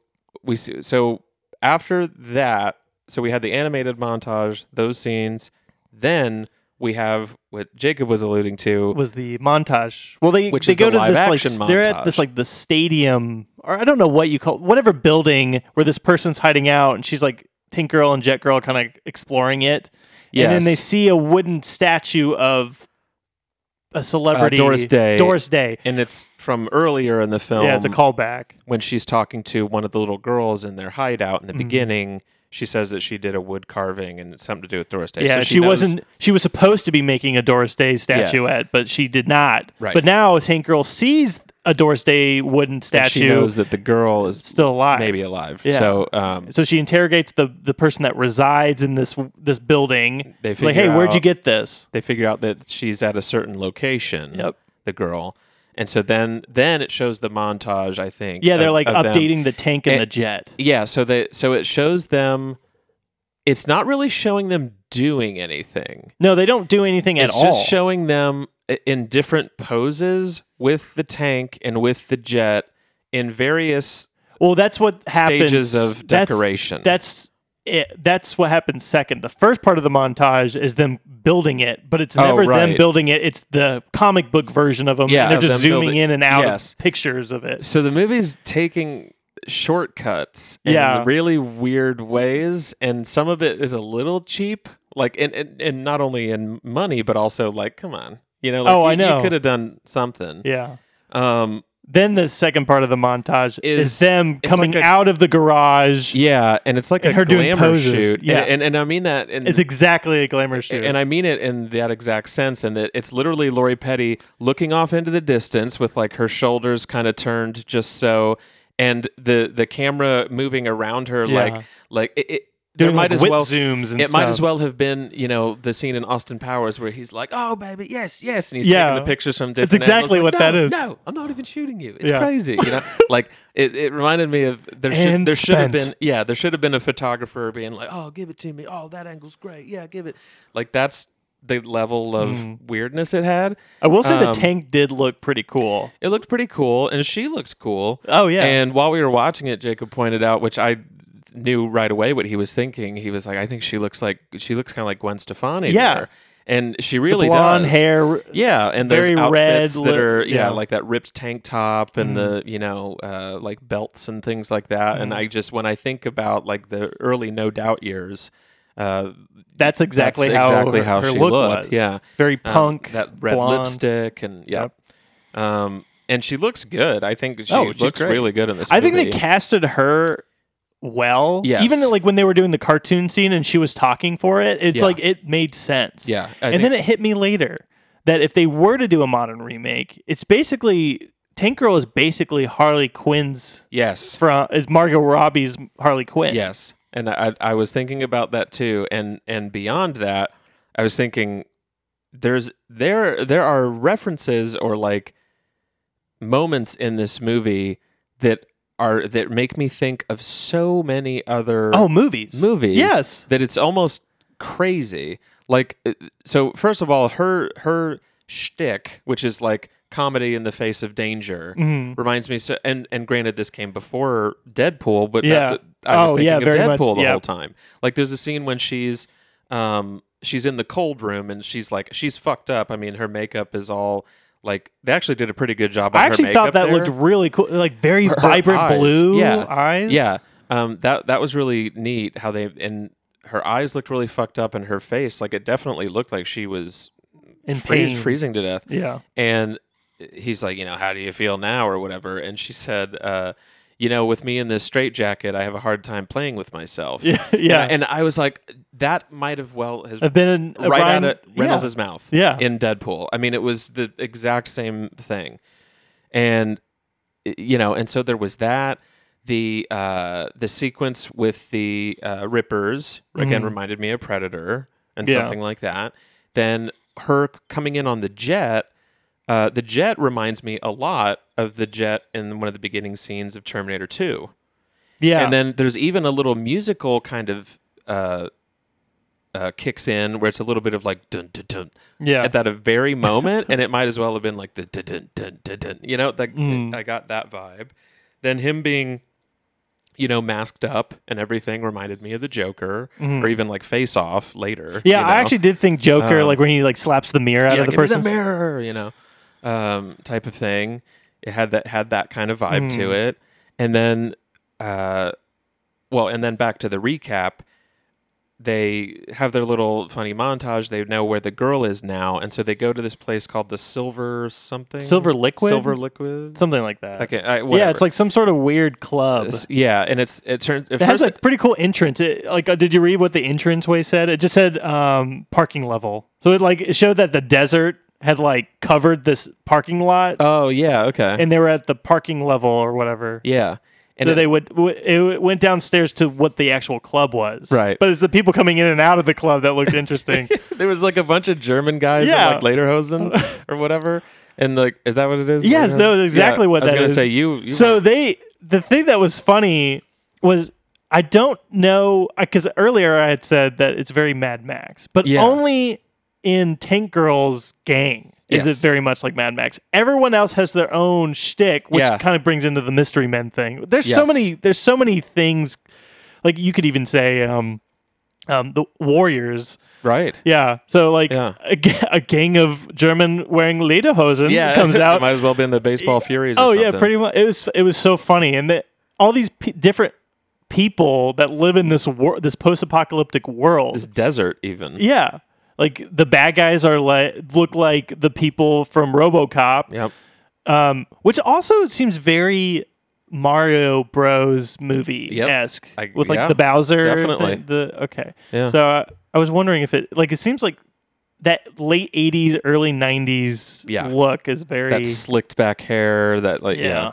Speaker 2: we see, so after that, so we had the animated montage, those scenes. Then we have what Jacob was alluding to.
Speaker 3: was the montage. Well, they
Speaker 2: Which
Speaker 3: they
Speaker 2: is
Speaker 3: go
Speaker 2: the
Speaker 3: to
Speaker 2: live
Speaker 3: this like
Speaker 2: action
Speaker 3: s- they're at
Speaker 2: montage.
Speaker 3: this like the stadium or I don't know what you call whatever building where this person's hiding out, and she's like Tink Girl and Jet Girl kind of exploring it. And then they
Speaker 2: Yes.
Speaker 3: see a wooden statue of a celebrity,
Speaker 2: Doris Day. Um,
Speaker 3: Doris Day.
Speaker 2: and it's from earlier in the film.
Speaker 3: Yeah, it's a callback.
Speaker 2: when she's talking to one of the little girls in their hideout in the
Speaker 3: Mhm.
Speaker 2: beginning, she says that she did a wood carving and it's something to do with Doris Day.
Speaker 3: Yeah,
Speaker 2: So
Speaker 3: she,
Speaker 2: knows-
Speaker 3: wasn't. She was supposed to be making a Doris Day statuette, but she did not.
Speaker 2: Right.
Speaker 3: But now Tank Girl sees a Doris Day wooden
Speaker 2: and She
Speaker 3: statue
Speaker 2: knows that the girl is
Speaker 3: still alive.
Speaker 2: maybe alive.
Speaker 3: Yeah.
Speaker 2: So, um,
Speaker 3: So she interrogates the the person that resides in this this building.
Speaker 2: They
Speaker 3: like, hey,
Speaker 2: figure
Speaker 3: where'd you
Speaker 2: out-
Speaker 3: get this?
Speaker 2: they figure out that she's at a certain location.
Speaker 3: Yep.
Speaker 2: The girl, and so then then it shows the montage. I think.
Speaker 3: Yeah, they're
Speaker 2: of-
Speaker 3: like
Speaker 2: of them.
Speaker 3: updating the tank and
Speaker 2: It-
Speaker 3: the jet.
Speaker 2: Yeah, so they so it shows them. It's not really showing them doing anything.
Speaker 3: No, they don't do anything
Speaker 2: it's
Speaker 3: at all.
Speaker 2: just showing them i- in different poses with the tank and with the jet in various
Speaker 3: well, that's what happens.
Speaker 2: stages of
Speaker 3: That's-
Speaker 2: decoration.
Speaker 3: That's. it, that's what happens second. The first part of the montage is them building it, but it's
Speaker 2: Oh,
Speaker 3: never them
Speaker 2: right. Um,
Speaker 3: doing
Speaker 2: might
Speaker 3: like
Speaker 2: as
Speaker 3: whip
Speaker 2: well-
Speaker 3: zooms and
Speaker 2: it
Speaker 3: stuff.
Speaker 2: might as well have been, you know, the scene in Austin Powers where he's like, "Oh, baby, yes, yes," and he's
Speaker 3: Yeah.
Speaker 2: taking the pictures from different.
Speaker 3: exactly
Speaker 2: angles,
Speaker 3: what
Speaker 2: like,
Speaker 3: that
Speaker 2: "No,
Speaker 3: is."
Speaker 2: No, I'm not even shooting you. It's
Speaker 3: Yeah.
Speaker 2: crazy. You know, like it, it reminded me of there should
Speaker 3: And
Speaker 2: there should have been
Speaker 3: spent.
Speaker 2: yeah there should have been a photographer being like, "Oh, give it to me. Oh, that angle's great. Yeah, give it." Like that's the level of weirdness it had.
Speaker 3: Mm-hmm. I will say the
Speaker 2: um,
Speaker 3: tank did look pretty cool.
Speaker 2: It looked pretty cool, and she looked cool.
Speaker 3: Oh, yeah.
Speaker 2: And while we were watching it, Jacob pointed out, which I knew right away what he was thinking. He was like, "I think she looks like she looks kind of like Gwen Stefani."
Speaker 3: Yeah.
Speaker 2: there." and she really
Speaker 3: Blonde
Speaker 2: does.
Speaker 3: hair.
Speaker 2: Yeah, and those
Speaker 3: Very red
Speaker 2: outfits that
Speaker 3: lip-
Speaker 2: are yeah,
Speaker 3: yeah. Mm-hmm.
Speaker 2: like that ripped tank top and the you know uh, like belts and things like that. And I just when I think about like the early No Doubt years, uh,
Speaker 3: That's exactly
Speaker 2: that's
Speaker 3: how
Speaker 2: exactly
Speaker 3: her,
Speaker 2: how
Speaker 3: her
Speaker 2: she
Speaker 3: look
Speaker 2: looked,
Speaker 3: was.
Speaker 2: yeah.
Speaker 3: very
Speaker 2: um,
Speaker 3: punk.
Speaker 2: that red
Speaker 3: blonde.
Speaker 2: lipstick, and yeah, um, and she looks good. I think she
Speaker 3: Oh, she's
Speaker 2: looks
Speaker 3: great.
Speaker 2: really good in this.
Speaker 3: I think they
Speaker 2: movie.
Speaker 3: casted her well.
Speaker 2: Yes.
Speaker 3: Even like when they were doing the cartoon scene and she was talking for it, it's
Speaker 2: Yeah.
Speaker 3: like it made sense.
Speaker 2: Yeah, I
Speaker 3: and then it hit me later that if they were to do a modern remake, it's basically Tank Girl is basically Harley Quinn's
Speaker 2: yes,
Speaker 3: from is Margot Robbie's Harley Quinn.
Speaker 2: yes, and I I was thinking about that too, and and beyond that, I was thinking there's there there are references or like moments in this movie that are that make me think of so many other
Speaker 3: Oh, movies.
Speaker 2: movies
Speaker 3: Yes.
Speaker 2: that it's almost crazy like uh, so first of all her her shtick which is like comedy in the face of danger
Speaker 3: Mhm.
Speaker 2: reminds me so and and granted this came before Deadpool but
Speaker 3: Yeah.
Speaker 2: that, I was
Speaker 3: Oh,
Speaker 2: thinking
Speaker 3: yeah,
Speaker 2: of
Speaker 3: very much,
Speaker 2: Deadpool the
Speaker 3: yeah.
Speaker 2: whole time like there's a scene when she's um she's in the cold room and she's like she's fucked up I mean her makeup is all like they actually did a pretty good job on
Speaker 3: I
Speaker 2: her
Speaker 3: actually thought
Speaker 2: makeup
Speaker 3: that
Speaker 2: there.
Speaker 3: looked really cool. Like very
Speaker 2: Her
Speaker 3: vibrant
Speaker 2: eyes.
Speaker 3: blue
Speaker 2: yeah.
Speaker 3: eyes.
Speaker 2: Yeah. Um, that that was really neat how they and her eyes looked really fucked up and her face like it definitely looked like she was
Speaker 3: In
Speaker 2: free-
Speaker 3: pain.
Speaker 2: freezing to death.
Speaker 3: Yeah.
Speaker 2: And he's like, you know, how do you feel now or whatever? And she said, uh, you know, with me in this straitjacket, I have a hard time playing with myself.
Speaker 3: Yeah.
Speaker 2: And I,
Speaker 3: Yeah.
Speaker 2: and I was like, that might have well has
Speaker 3: I've been in
Speaker 2: right
Speaker 3: Uh, Ryan,
Speaker 2: out of
Speaker 3: yeah.
Speaker 2: Reynolds' mouth.
Speaker 3: Yeah.
Speaker 2: In Deadpool. I mean, it was the exact same thing. And y- you know, and so there was that. The uh the sequence with the uh rippers again reminded me of Predator and
Speaker 3: Mm-hmm. Yeah.
Speaker 2: something like that. Then her c- coming in on the jet. Uh, the jet reminds me a lot of the jet in one of the beginning scenes of Terminator 2.
Speaker 3: yeah.
Speaker 2: And then there's even a little musical kind of uh, uh, kicks in where it's a little bit of like dun dun dun
Speaker 3: yeah.
Speaker 2: at that very moment, and it might as well have been like the dun dun dun dun. dun you know, like
Speaker 3: Hmm.
Speaker 2: I got that vibe. Then him being, you know, masked up and everything reminded me of the Joker, or even like Face Off later.
Speaker 3: Hmm. Yeah,
Speaker 2: you
Speaker 3: I
Speaker 2: know? Um,
Speaker 3: actually did think Joker, like when he like slaps the mirror out
Speaker 2: yeah,
Speaker 3: of the
Speaker 2: give me
Speaker 3: person's
Speaker 2: the mirror, you know, um, type of thing. It had that had that kind of vibe
Speaker 3: Hmm.
Speaker 2: to it, and then, uh, well, and then back to the recap. They have their little funny montage. They know where the girl is now, and so they go to this place called the Silver something,
Speaker 3: Silver Liquid?
Speaker 2: Silver Liquid.
Speaker 3: something like that.
Speaker 2: Okay, I,
Speaker 3: yeah,
Speaker 2: whatever.
Speaker 3: it's like some sort of weird club.
Speaker 2: It's- yeah, and it's it turns. At
Speaker 3: it has
Speaker 2: first,
Speaker 3: a pretty cool entrance. It, like, uh, did you read what the entrance way said? It just said um, parking level. So it like it showed that the desert had like covered this parking lot,
Speaker 2: oh yeah, okay,
Speaker 3: and they were at the parking level or whatever.
Speaker 2: yeah, and
Speaker 3: so
Speaker 2: it-
Speaker 3: they would w- it went downstairs to what the actual club was.
Speaker 2: Right.
Speaker 3: But it's the people coming in and out of the club that looked interesting.
Speaker 2: There was like a bunch of German guys
Speaker 3: Yeah.
Speaker 2: in like Lederhosen or whatever. And like, is that what it is?
Speaker 3: Yes,
Speaker 2: Lederhosen?
Speaker 3: no, that's exactly
Speaker 2: Yeah,
Speaker 3: what
Speaker 2: I was
Speaker 3: that
Speaker 2: gonna
Speaker 3: is.
Speaker 2: say. You, you
Speaker 3: so they the thing that was funny was I don't know because earlier I had said that it's very Mad Max, but
Speaker 2: Yeah.
Speaker 3: only in Tank Girl's gang is
Speaker 2: Yes.
Speaker 3: it very much like Mad Max. Everyone else has their own shtick, which
Speaker 2: Yeah.
Speaker 3: kind of brings into the Mystery Men thing. There's so
Speaker 2: Yes.
Speaker 3: many. There's so many things. Like you could even say, um, um, the Warriors.
Speaker 2: right.
Speaker 3: Yeah. So like
Speaker 2: Yeah.
Speaker 3: a, ga- a gang of German wearing lederhosen
Speaker 2: Yeah,
Speaker 3: comes
Speaker 2: it
Speaker 3: out
Speaker 2: Might as well be in the Baseball Furies. Or
Speaker 3: oh yeah
Speaker 2: something.
Speaker 3: pretty much it was it was so funny and that all these pe different people that live in this wor- this post-apocalyptic world
Speaker 2: This desert, even.
Speaker 3: yeah like the bad guys are like look like the people from robocop
Speaker 2: Yep.
Speaker 3: um which also seems very mario bros movie
Speaker 2: Yep.
Speaker 3: esque
Speaker 2: I-
Speaker 3: with like
Speaker 2: yeah,
Speaker 3: the bowser
Speaker 2: definitely.
Speaker 3: thing, the okay
Speaker 2: Yeah.
Speaker 3: so uh, i was wondering if it like it seems like that late 80s early 90s
Speaker 2: Yeah.
Speaker 3: look is very
Speaker 2: That slicked back hair. That like yeah.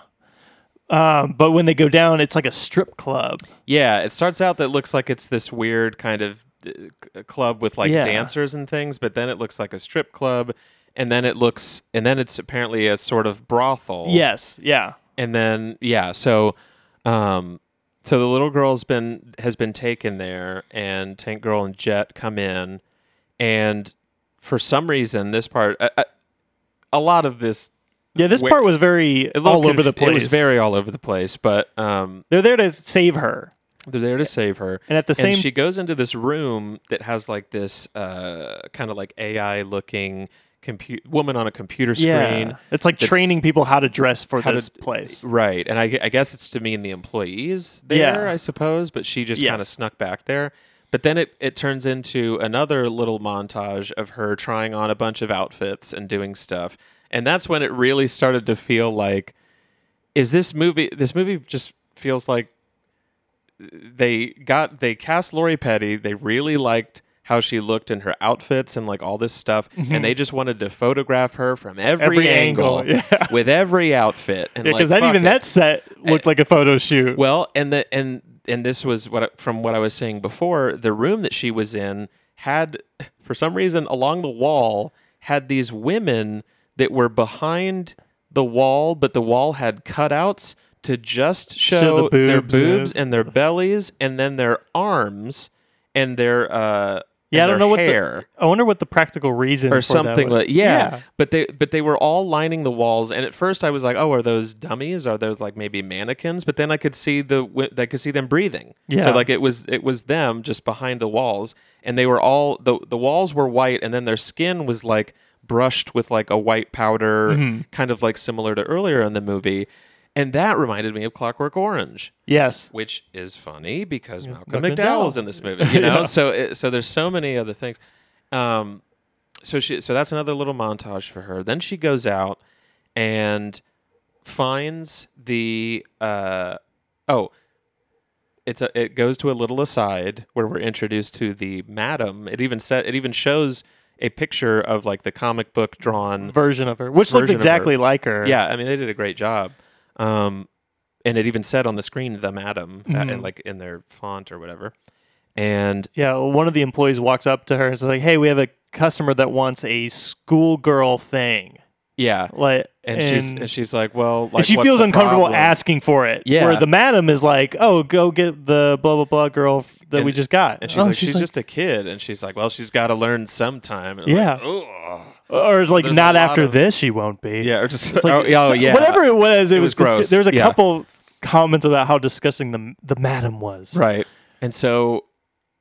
Speaker 3: yeah. Um, but when they go down, it's like a strip club.
Speaker 2: Yeah, it starts out that looks like it's this weird kind of uh, c- club with like
Speaker 3: Yeah.
Speaker 2: dancers and things, but then it looks like a strip club, and then it looks, and then it's apparently a sort of brothel.
Speaker 3: Yes. Yeah.
Speaker 2: and then yeah, so, um, so the little girl's been has been taken there, and Tank Girl and Jet come in, and for some reason, this part, I, I, a lot of this,
Speaker 3: Yeah. This
Speaker 2: Where-
Speaker 3: part was very
Speaker 2: a little
Speaker 3: all over the
Speaker 2: conf-
Speaker 3: place.
Speaker 2: It was very all over the place, but um,
Speaker 3: They're there to save her.
Speaker 2: They're there to save her.
Speaker 3: And at the same-
Speaker 2: she goes into this room that has like this uh, kind of like AI looking compu- woman on a computer screen.
Speaker 3: Yeah. It's like
Speaker 2: that's-
Speaker 3: training people how to dress for
Speaker 2: How to-
Speaker 3: this place.
Speaker 2: Right. And I, gu- I guess it's to mean the employees there,
Speaker 3: Yeah.
Speaker 2: I suppose, but she just kind of
Speaker 3: Yes.
Speaker 2: snuck back there. But then it, it turns into another little montage of her trying on a bunch of outfits and doing stuff. And that's when it really started to feel like is this movie this movie just feels like they got they cast Lori Petty. They really liked how she looked in her outfits and like all this stuff, and they just wanted to photograph her from every,
Speaker 3: Mm-hmm. Every
Speaker 2: angle,
Speaker 3: angle, yeah.
Speaker 2: with every outfit. And
Speaker 3: Yeah,
Speaker 2: like,
Speaker 3: because that
Speaker 2: fuck
Speaker 3: even
Speaker 2: it.
Speaker 3: that set looked like a photo shoot.
Speaker 2: well, and the and and this was what I, from what I was saying before. The room that she was in had, for some reason, along the wall had these women that were behind the wall, but the wall had cutouts to just show,
Speaker 3: the boobs
Speaker 2: their
Speaker 3: and-
Speaker 2: boobs and their bellies, and then their arms and their uh
Speaker 3: yeah, I
Speaker 2: and
Speaker 3: don't
Speaker 2: their
Speaker 3: know what
Speaker 2: hair
Speaker 3: the. I wonder what the practical reason
Speaker 2: or
Speaker 3: for
Speaker 2: something
Speaker 3: that was.
Speaker 2: like yeah. but they but they were all lining the walls and at first i was like oh are those dummies are those like maybe mannequins but then i could see the wi- i could see them breathing
Speaker 3: Yeah.
Speaker 2: so like it was it was them just behind the walls and they were all the the walls were white and then their skin was like brushed with like a white powder
Speaker 3: Mm-hmm.
Speaker 2: kind of like similar to earlier in the movie and that reminded me of clockwork orange
Speaker 3: Yes.
Speaker 2: which is funny because Malcolm
Speaker 3: Malcolm
Speaker 2: McDowell's
Speaker 3: McDowell.
Speaker 2: in this movie, you know. So it, so there's so many other things. Um, so she so that's another little montage for her. Then she goes out and finds the uh, oh, it's a, it goes to a little aside where we're introduced to the madam. It even set it even shows a picture of like the comic book drawn
Speaker 3: Version of her, which looked
Speaker 2: Version of her.
Speaker 3: exactly like her.
Speaker 2: yeah, I mean they did a great job. Um, and it even said on the screen the madam, uh,
Speaker 3: Mm-hmm.
Speaker 2: and like in their font or whatever. And
Speaker 3: Yeah, well, one of the employees walks up to her and is like, "Hey, we have a customer that wants a schoolgirl thing."
Speaker 2: yeah,
Speaker 3: Like,
Speaker 2: and, she's and she's like, well, like,
Speaker 3: and she
Speaker 2: what's
Speaker 3: feels
Speaker 2: the
Speaker 3: uncomfortable
Speaker 2: problem?
Speaker 3: asking for it.
Speaker 2: Yeah.
Speaker 3: where the madam is like, "Oh, go get the blah blah blah girl f- that we
Speaker 2: And-
Speaker 3: just got,"
Speaker 2: And she's
Speaker 3: Oh,
Speaker 2: like, she's, just a kid, and she's like, well, she's got to learn sometime. And I'm
Speaker 3: Yeah.
Speaker 2: like, "Ugh."
Speaker 3: or it's like,
Speaker 2: there's a
Speaker 3: "Not
Speaker 2: lot
Speaker 3: after
Speaker 2: of-
Speaker 3: this, she won't be."
Speaker 2: yeah, or just
Speaker 3: It's like,
Speaker 2: oh, yeah, oh,
Speaker 3: so-
Speaker 2: yeah,
Speaker 3: whatever it was, it,
Speaker 2: was
Speaker 3: was, disg-
Speaker 2: gross.
Speaker 3: There was a
Speaker 2: Yeah.
Speaker 3: couple comments about how disgusting the the madam was.
Speaker 2: Right. And so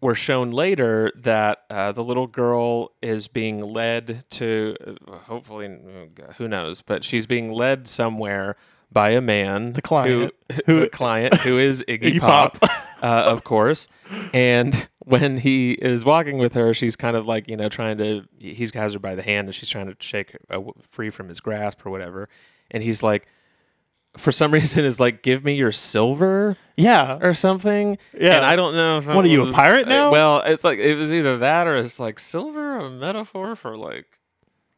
Speaker 2: we're shown later that uh, the little girl is being led to, uh, hopefully, oh God, who knows, but she's being led somewhere by a man, the
Speaker 3: client.
Speaker 2: who, a client who is Iggy,
Speaker 3: Iggy
Speaker 2: Pop,
Speaker 3: Pop.
Speaker 2: uh, of course. And when he is walking with her, she's kind of like you know trying to he has her by the hand and she's trying to shake her uh, w- free from his grasp or whatever. And he's like, for some reason, is like, give me your silver
Speaker 3: Yeah,
Speaker 2: or something.
Speaker 3: Yeah.
Speaker 2: And I don't know if
Speaker 3: What, are you, a pirate now?
Speaker 2: Well, it's like it was either that or it's like silver a metaphor for like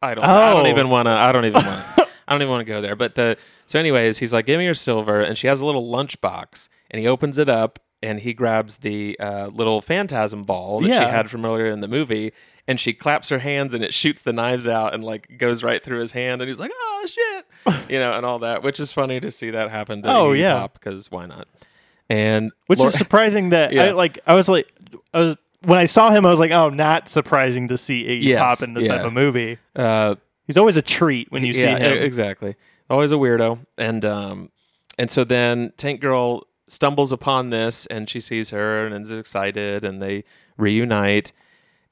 Speaker 2: I don't I don't
Speaker 3: Oh.
Speaker 2: even wanna I don't even wanna I don't even want to go there. But the so anyways, he's like, Give me your silver and she has a little lunchbox and he opens it up and he grabs the uh, little phantasm ball that
Speaker 3: Yeah.
Speaker 2: she had from earlier in the movie and she claps her hands and it shoots the knives out and like goes right through his hand and he's like oh shit you know and all that which is funny to see that happen to
Speaker 3: Oh,
Speaker 2: Iggy
Speaker 3: yeah.
Speaker 2: Pop because why not and
Speaker 3: which
Speaker 2: Laura-
Speaker 3: is surprising that
Speaker 2: Yeah.
Speaker 3: I like I was like I was when I saw him I was like oh not surprising to see Iggy
Speaker 2: Yes,
Speaker 3: Pop in this
Speaker 2: yeah.
Speaker 3: type of movie
Speaker 2: uh,
Speaker 3: he's always a treat when you see
Speaker 2: yeah, e-
Speaker 3: him
Speaker 2: exactly. Always a weirdo, and um, and so then Tank Girl stumbles upon this, and she sees her and is excited, and they reunite,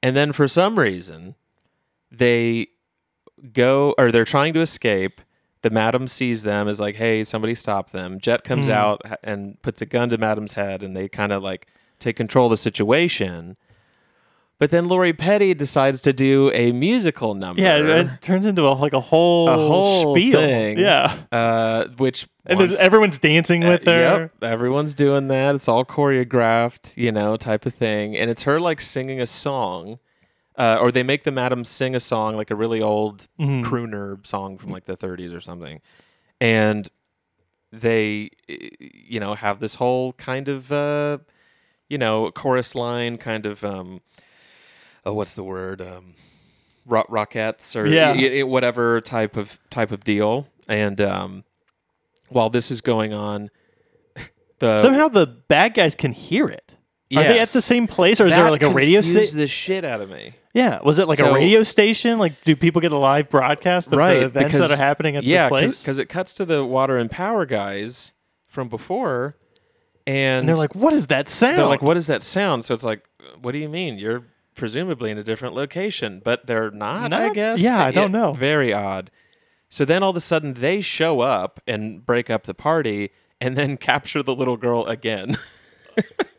Speaker 2: and then for some reason, they go or they're trying to escape. The madam sees them, is like, "Hey, somebody stop them!" Jet
Speaker 3: Hmm.
Speaker 2: comes out h- and puts a gun to madam's head, and they kind of like take control of the situation. But then Lori Petty decides to do a musical number
Speaker 3: yeah it, it turns into a, like a whole,
Speaker 2: er. A whole
Speaker 3: spiel
Speaker 2: thing.
Speaker 3: yeah
Speaker 2: uh, which
Speaker 3: and there's,
Speaker 2: once- Uh,
Speaker 3: everyone's dancing with her
Speaker 2: Yep, everyone's doing that. It's all choreographed, you know, type of thing. And it's her like singing a song, uh, or they make the madam sing a song, like a
Speaker 3: Mm-hmm.
Speaker 2: really old crooner song from like the 30s or something. And they eh, you know have this whole kind of uh you know chorus line kind of um oh what's the word um rock rockettes or
Speaker 3: Yeah.
Speaker 2: y- y- whatever type of type of deal and um while this is going on the
Speaker 3: Somehow the bad guys can hear it. Are they at the
Speaker 2: Yes.
Speaker 3: same place, or is there
Speaker 2: That
Speaker 3: like a radio
Speaker 2: confused
Speaker 3: station?
Speaker 2: the shit out of me
Speaker 3: yeah, was it like a
Speaker 2: So-
Speaker 3: radio station? Like, do people get a live broadcast of
Speaker 2: right
Speaker 3: the events
Speaker 2: because,
Speaker 3: that are happening at
Speaker 2: yeah,
Speaker 3: this place?
Speaker 2: because it cuts to the water and power guys from before
Speaker 3: and they're like, "What is that sound?"
Speaker 2: They're like, what is that sound? So it's like, what do you mean? You're presumably in a different location, but they're not, I
Speaker 3: Not-
Speaker 2: guess.
Speaker 3: yeah, I don't know.
Speaker 2: Very odd. So then all of a sudden they show up and break up the party and then capture the little girl again,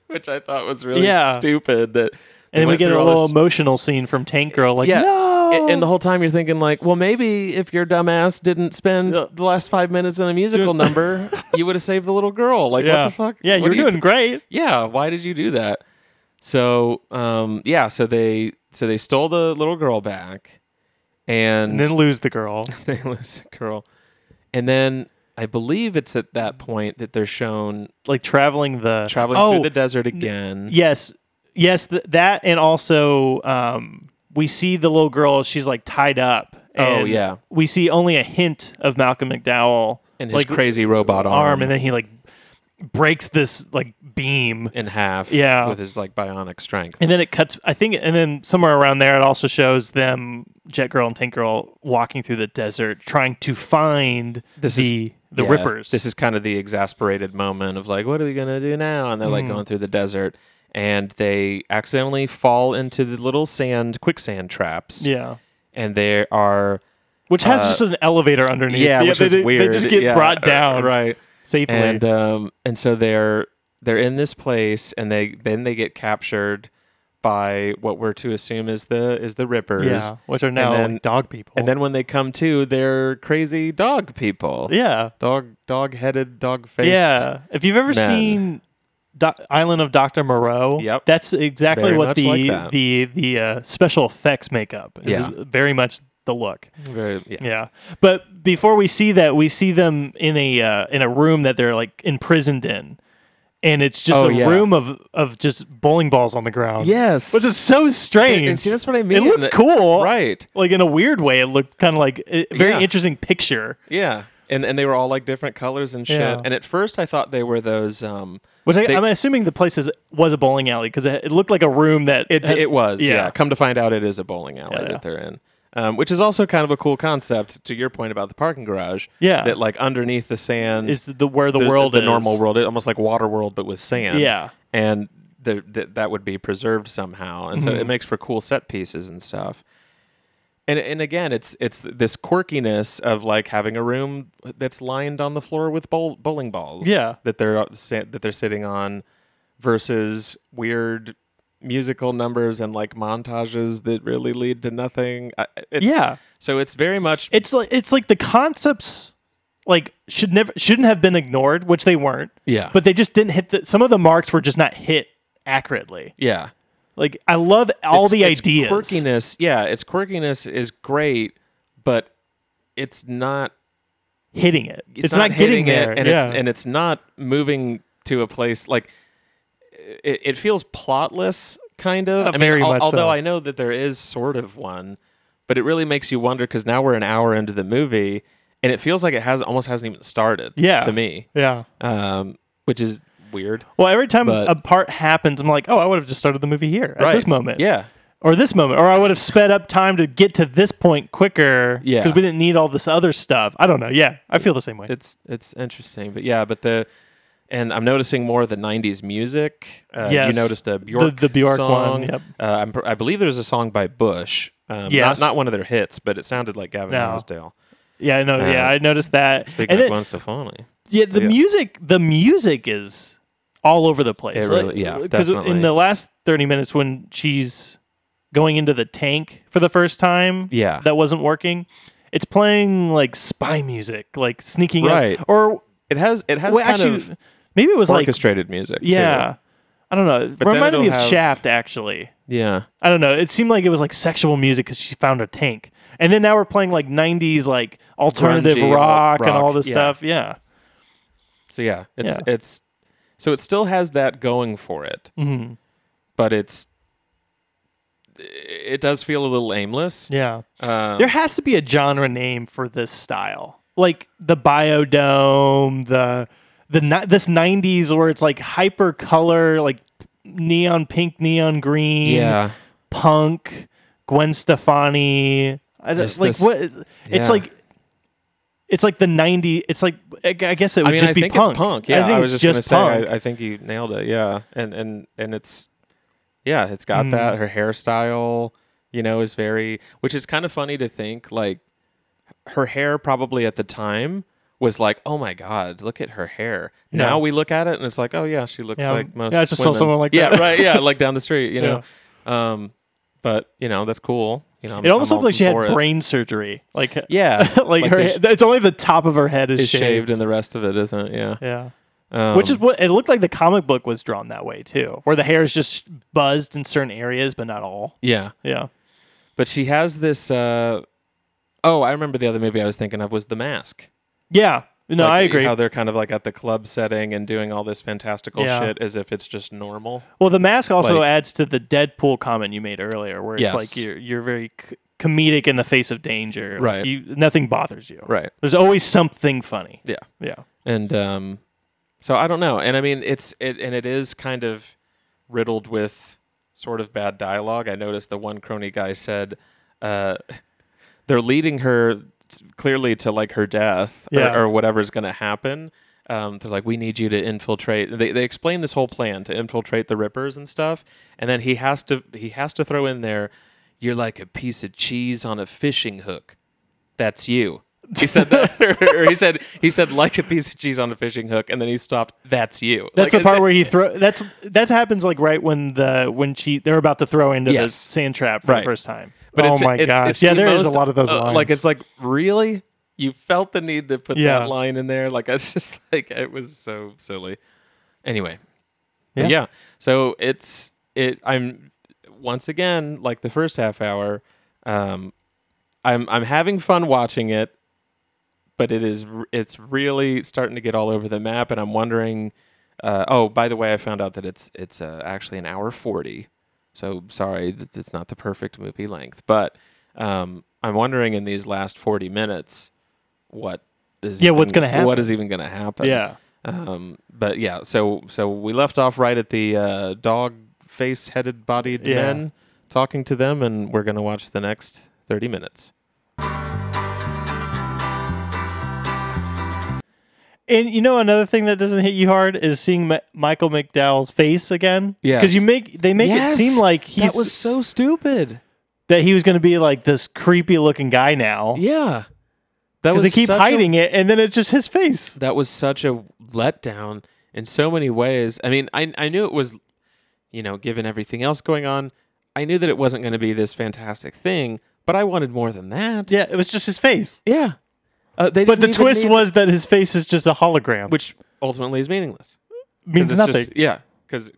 Speaker 2: which I thought was really
Speaker 3: Yeah.
Speaker 2: stupid. That
Speaker 3: and
Speaker 2: they
Speaker 3: then we
Speaker 2: went
Speaker 3: get
Speaker 2: through
Speaker 3: a
Speaker 2: all
Speaker 3: little
Speaker 2: this-
Speaker 3: emotional scene from Tank Girl, like,
Speaker 2: yeah.
Speaker 3: "No!"
Speaker 2: A- And the whole time you're thinking like, well, maybe if your dumbass didn't spend
Speaker 3: Yeah.
Speaker 2: the last five minutes on a musical number, you would have saved the little girl. Like, what
Speaker 3: yeah,
Speaker 2: the fuck?
Speaker 3: Yeah,
Speaker 2: What
Speaker 3: you're
Speaker 2: are you
Speaker 3: doing great.
Speaker 2: yeah why did you do that so um yeah so they so they stole the little girl back and,
Speaker 3: And then lose the girl.
Speaker 2: they lose the girl and then i believe it's at that point that they're shown
Speaker 3: like traveling the
Speaker 2: traveling
Speaker 3: oh,
Speaker 2: through the desert again
Speaker 3: Yes, yes, th- that and also um, we see the little girl. She's like tied up.
Speaker 2: Oh,
Speaker 3: and
Speaker 2: yeah.
Speaker 3: we see only a hint of Malcolm McDowell
Speaker 2: and his
Speaker 3: like uh,
Speaker 2: crazy robot arm,
Speaker 3: arm, and then he like breaks this like beam,
Speaker 2: in half
Speaker 3: Yeah.
Speaker 2: with his like bionic strength
Speaker 3: and then it cuts. I think, and then somewhere around there, it also shows them Jet Girl and Tank Girl walking through the desert, trying to find
Speaker 2: This is-
Speaker 3: the the
Speaker 2: Yeah,
Speaker 3: Rippers.
Speaker 2: This is kind of the exasperated moment of like, what are we gonna do now? And they're like
Speaker 3: Mm.
Speaker 2: going through the desert, and they accidentally fall into the little sand quicksand traps.
Speaker 3: yeah.
Speaker 2: and there are
Speaker 3: Which has
Speaker 2: uh,
Speaker 3: just an elevator underneath.
Speaker 2: yeah, which
Speaker 3: they,
Speaker 2: was
Speaker 3: they- they
Speaker 2: weird.
Speaker 3: just get
Speaker 2: Yeah,
Speaker 3: brought
Speaker 2: uh,
Speaker 3: down
Speaker 2: right?
Speaker 3: safely.
Speaker 2: And um, and so they're they're in this place, and they then they get captured by what we're to assume is the is the Rippers.
Speaker 3: Yeah, which are now
Speaker 2: then-
Speaker 3: like dog people.
Speaker 2: And then when they come to, they're crazy dog people.
Speaker 3: yeah,
Speaker 2: Dog dog headed, dog faced.
Speaker 3: yeah. If you've ever
Speaker 2: men.
Speaker 3: seen Doc Island of Doctor Moreau,
Speaker 2: Yep.
Speaker 3: that's exactly
Speaker 2: Very
Speaker 3: what
Speaker 2: much
Speaker 3: the
Speaker 2: like that.
Speaker 3: the the uh, special effects makeup is
Speaker 2: Yeah.
Speaker 3: very much the look.
Speaker 2: Very, yeah.
Speaker 3: Yeah, but before we see that, we see them in a uh, in a room that they're like imprisoned in, and it's just
Speaker 2: Oh,
Speaker 3: a
Speaker 2: yeah.
Speaker 3: room of of just bowling balls on the ground.
Speaker 2: Yes.
Speaker 3: which is so strange.
Speaker 2: And- and see, that's what I mean.
Speaker 3: It looked
Speaker 2: That-
Speaker 3: cool,
Speaker 2: Right.
Speaker 3: Like in a weird way, it looked kind of like a very
Speaker 2: Yeah.
Speaker 3: interesting picture.
Speaker 2: Yeah. And and they were all like different colors and shit.
Speaker 3: Yeah.
Speaker 2: And at first I thought they were those um
Speaker 3: Which I,
Speaker 2: They-
Speaker 3: I'm assuming the place is, was a bowling alley because it, it looked like a room that
Speaker 2: it
Speaker 3: had-
Speaker 2: it was. Yeah.
Speaker 3: yeah.
Speaker 2: Come to find out it is a bowling alley
Speaker 3: Yeah, yeah.
Speaker 2: that they're in. Um, which is also kind of a cool concept to your point about the parking garage.
Speaker 3: Yeah.
Speaker 2: That like underneath the sand
Speaker 3: is the where the
Speaker 2: there's
Speaker 3: world
Speaker 2: the
Speaker 3: is.
Speaker 2: normal world, it, almost like water world but with sand.
Speaker 3: Yeah.
Speaker 2: And the, the, that would be preserved somehow. And
Speaker 3: Mm-hmm.
Speaker 2: so it makes for cool set pieces and stuff. and and again it's it's this quirkiness of like having a room that's lined on the floor with bowl, bowling balls
Speaker 3: Yeah.
Speaker 2: that they're si- that they're sitting on versus weird musical numbers and like montages that really lead to nothing I- it's,
Speaker 3: Yeah.
Speaker 2: so it's very much
Speaker 3: It's like it's like the concepts like should never shouldn't have been ignored, which they weren't.
Speaker 2: Yeah.
Speaker 3: but they just didn't hit the. Some of the marks were just not hit accurately.
Speaker 2: yeah
Speaker 3: Like I love all
Speaker 2: It's-
Speaker 3: the
Speaker 2: it's
Speaker 3: ideas.
Speaker 2: quirkiness yeah its quirkiness is great but it's not
Speaker 3: hitting it. It's, not,
Speaker 2: hitting
Speaker 3: getting there.
Speaker 2: it, and
Speaker 3: yeah.
Speaker 2: it's and it's not moving to a place like it, it feels plotless, kind of.
Speaker 3: Uh, very
Speaker 2: al-
Speaker 3: much so.
Speaker 2: although I know that there is sort of one, but it really makes you wonder because now we're an hour into the movie, and it feels like it has almost hasn't even started.
Speaker 3: yeah
Speaker 2: to me,
Speaker 3: Yeah.
Speaker 2: um, which is weird.
Speaker 3: Well, every time
Speaker 2: But-
Speaker 3: a part happens, I'm like, oh, I would have just started the movie here at this moment.
Speaker 2: yeah,
Speaker 3: or this moment, or I would have sped up time to get to this point quicker.
Speaker 2: Yeah.
Speaker 3: because we didn't need all this other stuff. I don't know. Yeah, I feel the same way.
Speaker 2: it's it's interesting, but yeah, but the. And I'm noticing more of the '90s music. Uh,
Speaker 3: Yes.
Speaker 2: you noticed a Bjork,
Speaker 3: the Bjork one,
Speaker 2: song.
Speaker 3: yep.
Speaker 2: Uh, I'm, pr- I believe there's a song by Bush. Um,
Speaker 3: Yes.
Speaker 2: not, not one of their hits, but it sounded like Gavin
Speaker 3: No.
Speaker 2: Rossdale.
Speaker 3: yeah, I know. yeah,
Speaker 2: uh,
Speaker 3: I noticed that.
Speaker 2: Big Mac
Speaker 3: And then,
Speaker 2: Gwen Stefani.
Speaker 3: yeah, the
Speaker 2: yeah.
Speaker 3: music, the music is all over the place.
Speaker 2: It really- yeah,
Speaker 3: because in
Speaker 2: definitely.
Speaker 3: the last thirty minutes when she's going into the tank for the first time,
Speaker 2: Yeah.
Speaker 3: that wasn't working. It's playing like spy music, like sneaking up-
Speaker 2: Right.
Speaker 3: or
Speaker 2: It has it has
Speaker 3: well,
Speaker 2: kind
Speaker 3: actually,
Speaker 2: of
Speaker 3: maybe it was like
Speaker 2: orchestrated music. too.
Speaker 3: yeah. I don't know. It
Speaker 2: But then
Speaker 3: reminded me of
Speaker 2: it'll have-
Speaker 3: Shaft, actually.
Speaker 2: yeah,
Speaker 3: I don't know. It seemed like it was like sexual music because she found a tank, and then now we're playing like '90s like alternative
Speaker 2: Grungy,
Speaker 3: rock, and
Speaker 2: rock,
Speaker 3: all this
Speaker 2: yeah.
Speaker 3: stuff. Yeah,
Speaker 2: So yeah, it's it's so it still has that going for it,
Speaker 3: Mhm.
Speaker 2: but it's it does feel a little aimless.
Speaker 3: Yeah.
Speaker 2: Um,
Speaker 3: There has to be a genre name for this style, like the biodome, the the ni- this '90s where it's like hyper color, like neon pink, neon green,
Speaker 2: yeah,
Speaker 3: punk, Gwen Stefani. I don't-
Speaker 2: Just
Speaker 3: like
Speaker 2: this-
Speaker 3: what?
Speaker 2: yeah.
Speaker 3: It's like it's like the '90s. It's like I gu- I guess it would
Speaker 2: I mean,
Speaker 3: just
Speaker 2: I
Speaker 3: be
Speaker 2: think
Speaker 3: punk.
Speaker 2: it's punk. Yeah, I,
Speaker 3: think
Speaker 2: was
Speaker 3: it's
Speaker 2: just, gonna
Speaker 3: punk.
Speaker 2: say, I, I think you nailed it. Yeah, and and and it's yeah, it's got
Speaker 3: Hmm.
Speaker 2: that. Her hairstyle, you know, is very, which is kind of funny to think like her hair probably at the time was like, oh my god, look at her hair. Now
Speaker 3: Yeah.
Speaker 2: we look at it and it's like, oh yeah, she looks
Speaker 3: Yeah,
Speaker 2: like most.
Speaker 3: yeah, I just saw
Speaker 2: women.
Speaker 3: someone like
Speaker 2: yeah,
Speaker 3: that.
Speaker 2: right, yeah, like down the street, you know. Um, but you know that's cool. You know, I'm-
Speaker 3: it almost
Speaker 2: I'm
Speaker 3: looked like she
Speaker 2: all
Speaker 3: had
Speaker 2: for it.
Speaker 3: brain surgery. Like
Speaker 2: Yeah,
Speaker 3: like, her,
Speaker 2: they
Speaker 3: he- it's only the top of her head is,
Speaker 2: is
Speaker 3: shaved.
Speaker 2: shaved and the rest of it isn't. Yeah,
Speaker 3: yeah.
Speaker 2: Um,
Speaker 3: Which is what it looked like the comic book was drawn that way too, where the hair is just buzzed in certain areas, but not all.
Speaker 2: yeah.
Speaker 3: Yeah.
Speaker 2: But she has this. Uh, oh, I remember the other movie I was thinking of was The Mask.
Speaker 3: Yeah. No,
Speaker 2: Like,
Speaker 3: I agree.
Speaker 2: How they're kind of like at the club setting and doing all this fantastical
Speaker 3: Yeah.
Speaker 2: shit as if it's just normal.
Speaker 3: well, the mask also
Speaker 2: like-
Speaker 3: adds to the Deadpool comment you made earlier, where it's
Speaker 2: Yes.
Speaker 3: like you're you're very c- comedic in the face of danger. Like,
Speaker 2: Right.
Speaker 3: you, nothing bothers you.
Speaker 2: Right.
Speaker 3: There's always something funny.
Speaker 2: Yeah.
Speaker 3: Yeah.
Speaker 2: And um, so I don't know. And I mean, it's it and it is kind of riddled with sort of bad dialogue. I noticed the one crony guy said, uh, "They're leading her t- clearly to like her death or-
Speaker 3: Yeah.
Speaker 2: or, whatever's going to happen." Um, they're like, "We need you to infiltrate." They they explain this whole plan to infiltrate the Rippers and stuff, and then he has to he has to throw in there, "You're like a piece of cheese on a fishing hook." That's you. He said that, or he said he said like a piece of cheese on a fishing hook, and then he stopped. That's you.
Speaker 3: That's
Speaker 2: Like,
Speaker 3: the part
Speaker 2: it's-
Speaker 3: where he throw. That's that happens like right when the when she they're about to throw into the
Speaker 2: Yes.
Speaker 3: sand trap for
Speaker 2: Right.
Speaker 3: the first time.
Speaker 2: But
Speaker 3: oh
Speaker 2: it's,
Speaker 3: my
Speaker 2: it's,
Speaker 3: gosh!
Speaker 2: it's
Speaker 3: yeah,
Speaker 2: the
Speaker 3: there is a
Speaker 2: most,
Speaker 3: lot of those
Speaker 2: uh,
Speaker 3: lines.
Speaker 2: Like it's like really, you felt the need to put
Speaker 3: Yeah.
Speaker 2: that line in there. Like it's just like it was so silly. Anyway,
Speaker 3: Yeah.
Speaker 2: But yeah. So it's it. I'm once again like the first half hour. Um, I'm I'm having fun watching it, but it is r- it's really starting to get all over the map, and I'm wondering. Uh, oh, by the way, I found out that it's it's uh, actually an hour forty. So sorry, th- it's not the perfect movie length, but um, I'm wondering in these last 40 minutes what is
Speaker 3: Yeah,
Speaker 2: even-
Speaker 3: what's gonna happen?
Speaker 2: What is even going to happen?
Speaker 3: yeah,
Speaker 2: Um, but yeah, so so we left off right at the uh, dog face headed bodied
Speaker 3: Yeah.
Speaker 2: men talking to them, and we're going to watch the next 30 minutes.
Speaker 3: and you know another thing that doesn't hit you hard is seeing Ma- Michael McDowell's face again. because you
Speaker 2: Yes.
Speaker 3: make they make it seem like he's
Speaker 2: that was so stupid.
Speaker 3: that he was going to be like this creepy looking guy now.
Speaker 2: Yeah, that was
Speaker 3: because they keep
Speaker 2: such a-
Speaker 3: hiding it, and then it's just his face.
Speaker 2: that was such a letdown in so many ways. I mean, I I knew it was, you know, given everything else going on, I knew that it wasn't going to be this fantastic thing, but I wanted more than that.
Speaker 3: Yeah, it was just his face.
Speaker 2: Yeah. Uh, they
Speaker 3: But the
Speaker 2: didn't even
Speaker 3: twist
Speaker 2: need-
Speaker 3: was that his face is just a hologram, which
Speaker 2: which ultimately is meaningless. 'Cause
Speaker 3: means
Speaker 2: it's
Speaker 3: nothing.
Speaker 2: Just, yeah, because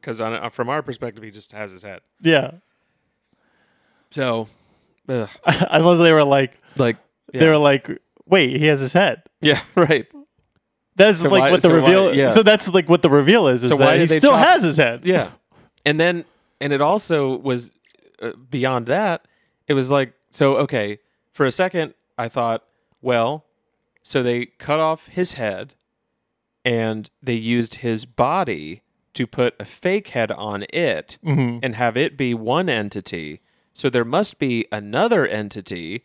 Speaker 2: from our perspective, he just has his head.
Speaker 3: yeah,
Speaker 2: So, ugh,
Speaker 3: unless they were like
Speaker 2: like, yeah,
Speaker 3: they were like, wait, he has his head.
Speaker 2: yeah, right.
Speaker 3: That's like
Speaker 2: why-
Speaker 3: what the
Speaker 2: so why-
Speaker 3: reveal.
Speaker 2: yeah.
Speaker 3: So that's like what the reveal is. Is
Speaker 2: So
Speaker 3: that
Speaker 2: why
Speaker 3: he
Speaker 2: did they
Speaker 3: still
Speaker 2: chop-
Speaker 3: has his head?
Speaker 2: Yeah. And then, and it also was uh, beyond that, it was like, so, okay, for a second, I thought, well, so they cut off his head and they used his body to put a fake head on it and have it be one entity. So there must be another entity,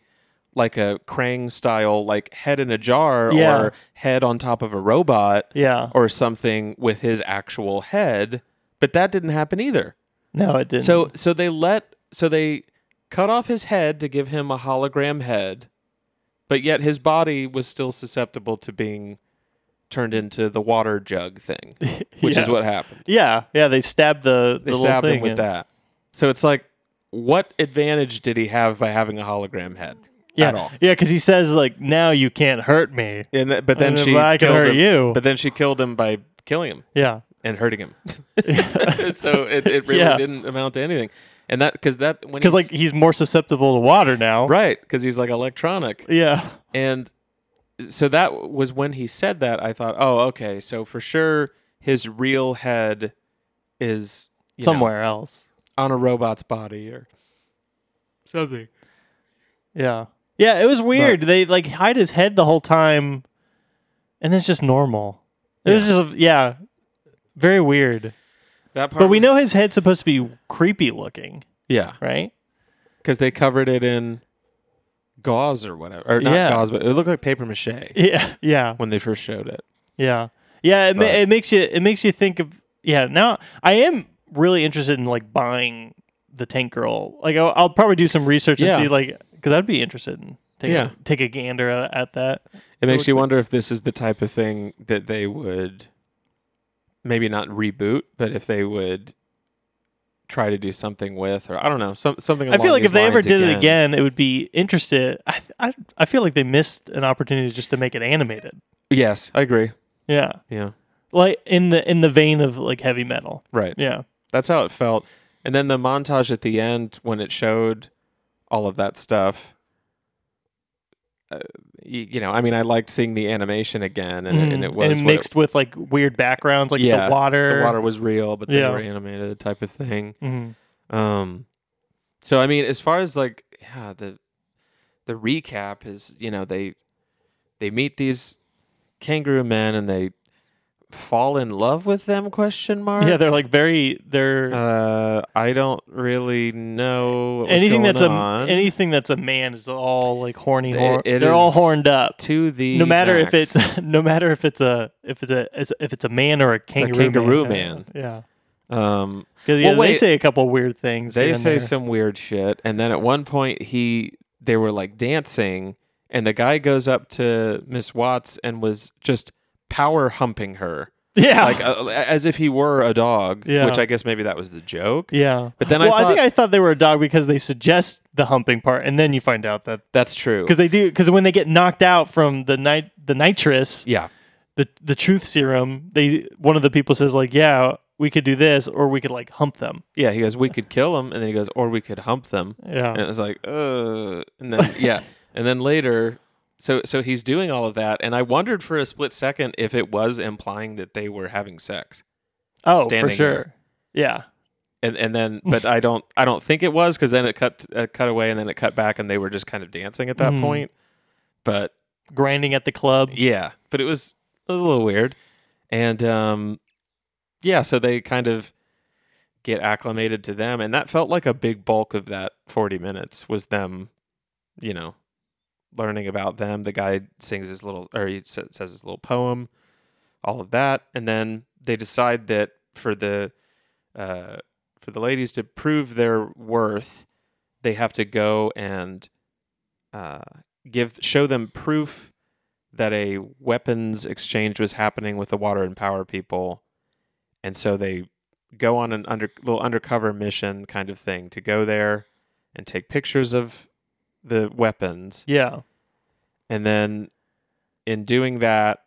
Speaker 2: like a Krang style, like head in a jar
Speaker 3: Yeah.
Speaker 2: or head on top of a robot
Speaker 3: Yeah.
Speaker 2: or something with his actual head, but that didn't happen either.
Speaker 3: No, it didn't.
Speaker 2: So so they let so they cut off his head to give him a hologram head, but yet his body was still susceptible to being turned into the water jug thing, which is
Speaker 3: Yeah.
Speaker 2: what happened.
Speaker 3: yeah, yeah, they stabbed the, the
Speaker 2: They
Speaker 3: little
Speaker 2: stabbed
Speaker 3: thing
Speaker 2: him with
Speaker 3: in.
Speaker 2: that. So it's like what advantage did he have by having a hologram head
Speaker 3: yeah.
Speaker 2: at all?
Speaker 3: Yeah, because he says like, now you can't hurt me.
Speaker 2: And th- but then
Speaker 3: And
Speaker 2: she
Speaker 3: if I can
Speaker 2: killed
Speaker 3: hurt
Speaker 2: him-
Speaker 3: you.
Speaker 2: But then she killed him by killing him.
Speaker 3: Yeah,
Speaker 2: and hurting him. so it, it really
Speaker 3: Yeah.
Speaker 2: didn't amount to anything. And that because that when
Speaker 3: because like
Speaker 2: he's-
Speaker 3: he's more susceptible to water now.
Speaker 2: right because he's like electronic
Speaker 3: Yeah.
Speaker 2: and so that was when he said that I thought, oh, okay, so for sure his real head is you know,
Speaker 3: somewhere else.
Speaker 2: on a robot's body or something.
Speaker 3: Yeah. Yeah, it was weird. they like hide his head the whole time and it's just normal. It was just yeah, very weird.
Speaker 2: That part,
Speaker 3: But we know his head's supposed to be creepy looking,
Speaker 2: yeah,
Speaker 3: right?
Speaker 2: because they covered it in gauze or whatever, or not
Speaker 3: Yeah.
Speaker 2: gauze, but it looked like paper mache
Speaker 3: Yeah. Yeah.
Speaker 2: when they first showed it.
Speaker 3: Yeah. Yeah, it, ma-
Speaker 2: But-
Speaker 3: it makes you it makes you think of yeah, now I am really interested in like buying the Tank Girl. Like I'll, I'll probably do some research
Speaker 2: Yeah.
Speaker 3: and see like cuz I'd be interested in taking
Speaker 2: Yeah.
Speaker 3: take a gander at, at that.
Speaker 2: It makes
Speaker 3: looked
Speaker 2: you wonder if this is the type of thing that they would maybe not reboot, but if they would try to do something with, or I don't know, some, something.
Speaker 3: I
Speaker 2: Along
Speaker 3: feel like
Speaker 2: these
Speaker 3: if they ever
Speaker 2: lines
Speaker 3: did it again, it would be interested. I, th- I I feel like they missed an opportunity just to make it animated.
Speaker 2: yes, I agree.
Speaker 3: Yeah,
Speaker 2: Yeah,
Speaker 3: like in the in the vein of like heavy metal.
Speaker 2: right.
Speaker 3: Yeah,
Speaker 2: That's how it felt. And then the montage at the end when it showed all of that stuff. Uh, y- you know, I mean, I liked seeing the animation again, and, it, and it
Speaker 3: Mhm.
Speaker 2: was what it-
Speaker 3: mixed with like weird backgrounds, like
Speaker 2: Yeah,
Speaker 3: the water.
Speaker 2: the water was real, but they
Speaker 3: Yeah.
Speaker 2: were animated type of thing.
Speaker 3: Mhm.
Speaker 2: Um, so I mean, as far as like yeah, the the recap is you know they they meet these kangaroo men and they fall in love with them? Question mark.
Speaker 3: Yeah, they're like very they're
Speaker 2: Uh, I don't really know what was
Speaker 3: anything
Speaker 2: going
Speaker 3: that's
Speaker 2: on.
Speaker 3: a anything that's a man is all like horny.
Speaker 2: It-
Speaker 3: hor-
Speaker 2: it
Speaker 3: they're all
Speaker 2: is
Speaker 3: horned up.
Speaker 2: to the
Speaker 3: No matter
Speaker 2: max.
Speaker 3: if it's no matter if it's a if it's a it's- if it's a man or a kangaroo,
Speaker 2: kangaroo man.
Speaker 3: Yeah,
Speaker 2: um,
Speaker 3: because
Speaker 2: Well,
Speaker 3: they
Speaker 2: wait.
Speaker 3: say a couple weird things.
Speaker 2: they
Speaker 3: here and
Speaker 2: say
Speaker 3: there.
Speaker 2: some weird shit, and then at one point he they were like dancing, and the guy goes up to Miss Watts and was just power humping her.
Speaker 3: Yeah.
Speaker 2: like uh, as if he were a dog,
Speaker 3: Yeah.
Speaker 2: which I guess maybe that was the joke.
Speaker 3: yeah.
Speaker 2: But then I
Speaker 3: well, I, think
Speaker 2: thought-
Speaker 3: I thought they were a dog because they suggest the humping part, and then you find out that
Speaker 2: That's true.
Speaker 3: because they do because when they get knocked out from the night the nitrous
Speaker 2: Yeah,
Speaker 3: the the truth serum, they one of the people says like, yeah, we could do this or we could like hump them.
Speaker 2: yeah. He goes, we could kill them, and then he goes, or we could hump them,
Speaker 3: Yeah.
Speaker 2: and it was like, uh, and then yeah, and then later. So, so he's doing all of that, and I wondered for a split second if it was implying that they were having sex,
Speaker 3: oh, for
Speaker 2: standing
Speaker 3: sure.
Speaker 2: there.
Speaker 3: Yeah.
Speaker 2: and and then, but I don't, I don't think it was because then it cut, uh, cut away, and then it cut back, and they were just kind of dancing at that
Speaker 3: Mm.
Speaker 2: point. But
Speaker 3: Grinding at the club.
Speaker 2: Yeah, but it was it was a little weird, and um, yeah, so they kind of get acclimated to them, and that felt like a big bulk of that forty minutes was them, you know, learning about them. The guy sings his little or he sa- says his little poem, all of that, and then they decide that for the uh, for the ladies to prove their worth, they have to go and uh, give show them proof that a weapons exchange was happening with the water and power people and so they go on an under little undercover mission kind of thing to go there and take pictures of the weapons
Speaker 3: Yeah.
Speaker 2: and then in doing that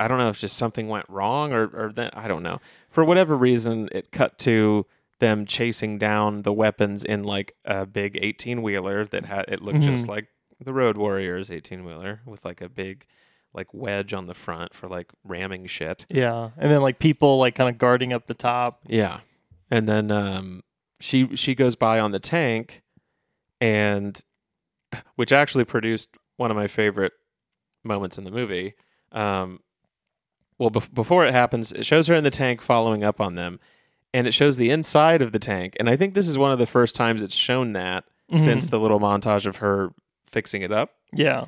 Speaker 2: i don't know if just something went wrong or, or that i don't know for whatever reason it cut to them chasing down the weapons in like a big 18 wheeler that had it looked just
Speaker 3: Mhm.
Speaker 2: like the road warriors 18 wheeler with like a big like wedge on the front for like ramming shit
Speaker 3: Yeah. And then like people like kind of guarding up the top.
Speaker 2: yeah. And then um she she goes by on the tank and which actually produced one of my favorite moments in the movie. Um well bef- before it happens, it shows her in the tank following up on them and it shows the inside of the tank. And I think this is one of the first times it's shown that
Speaker 3: Mm-hmm.
Speaker 2: since the little montage of her fixing it up.
Speaker 3: Yeah.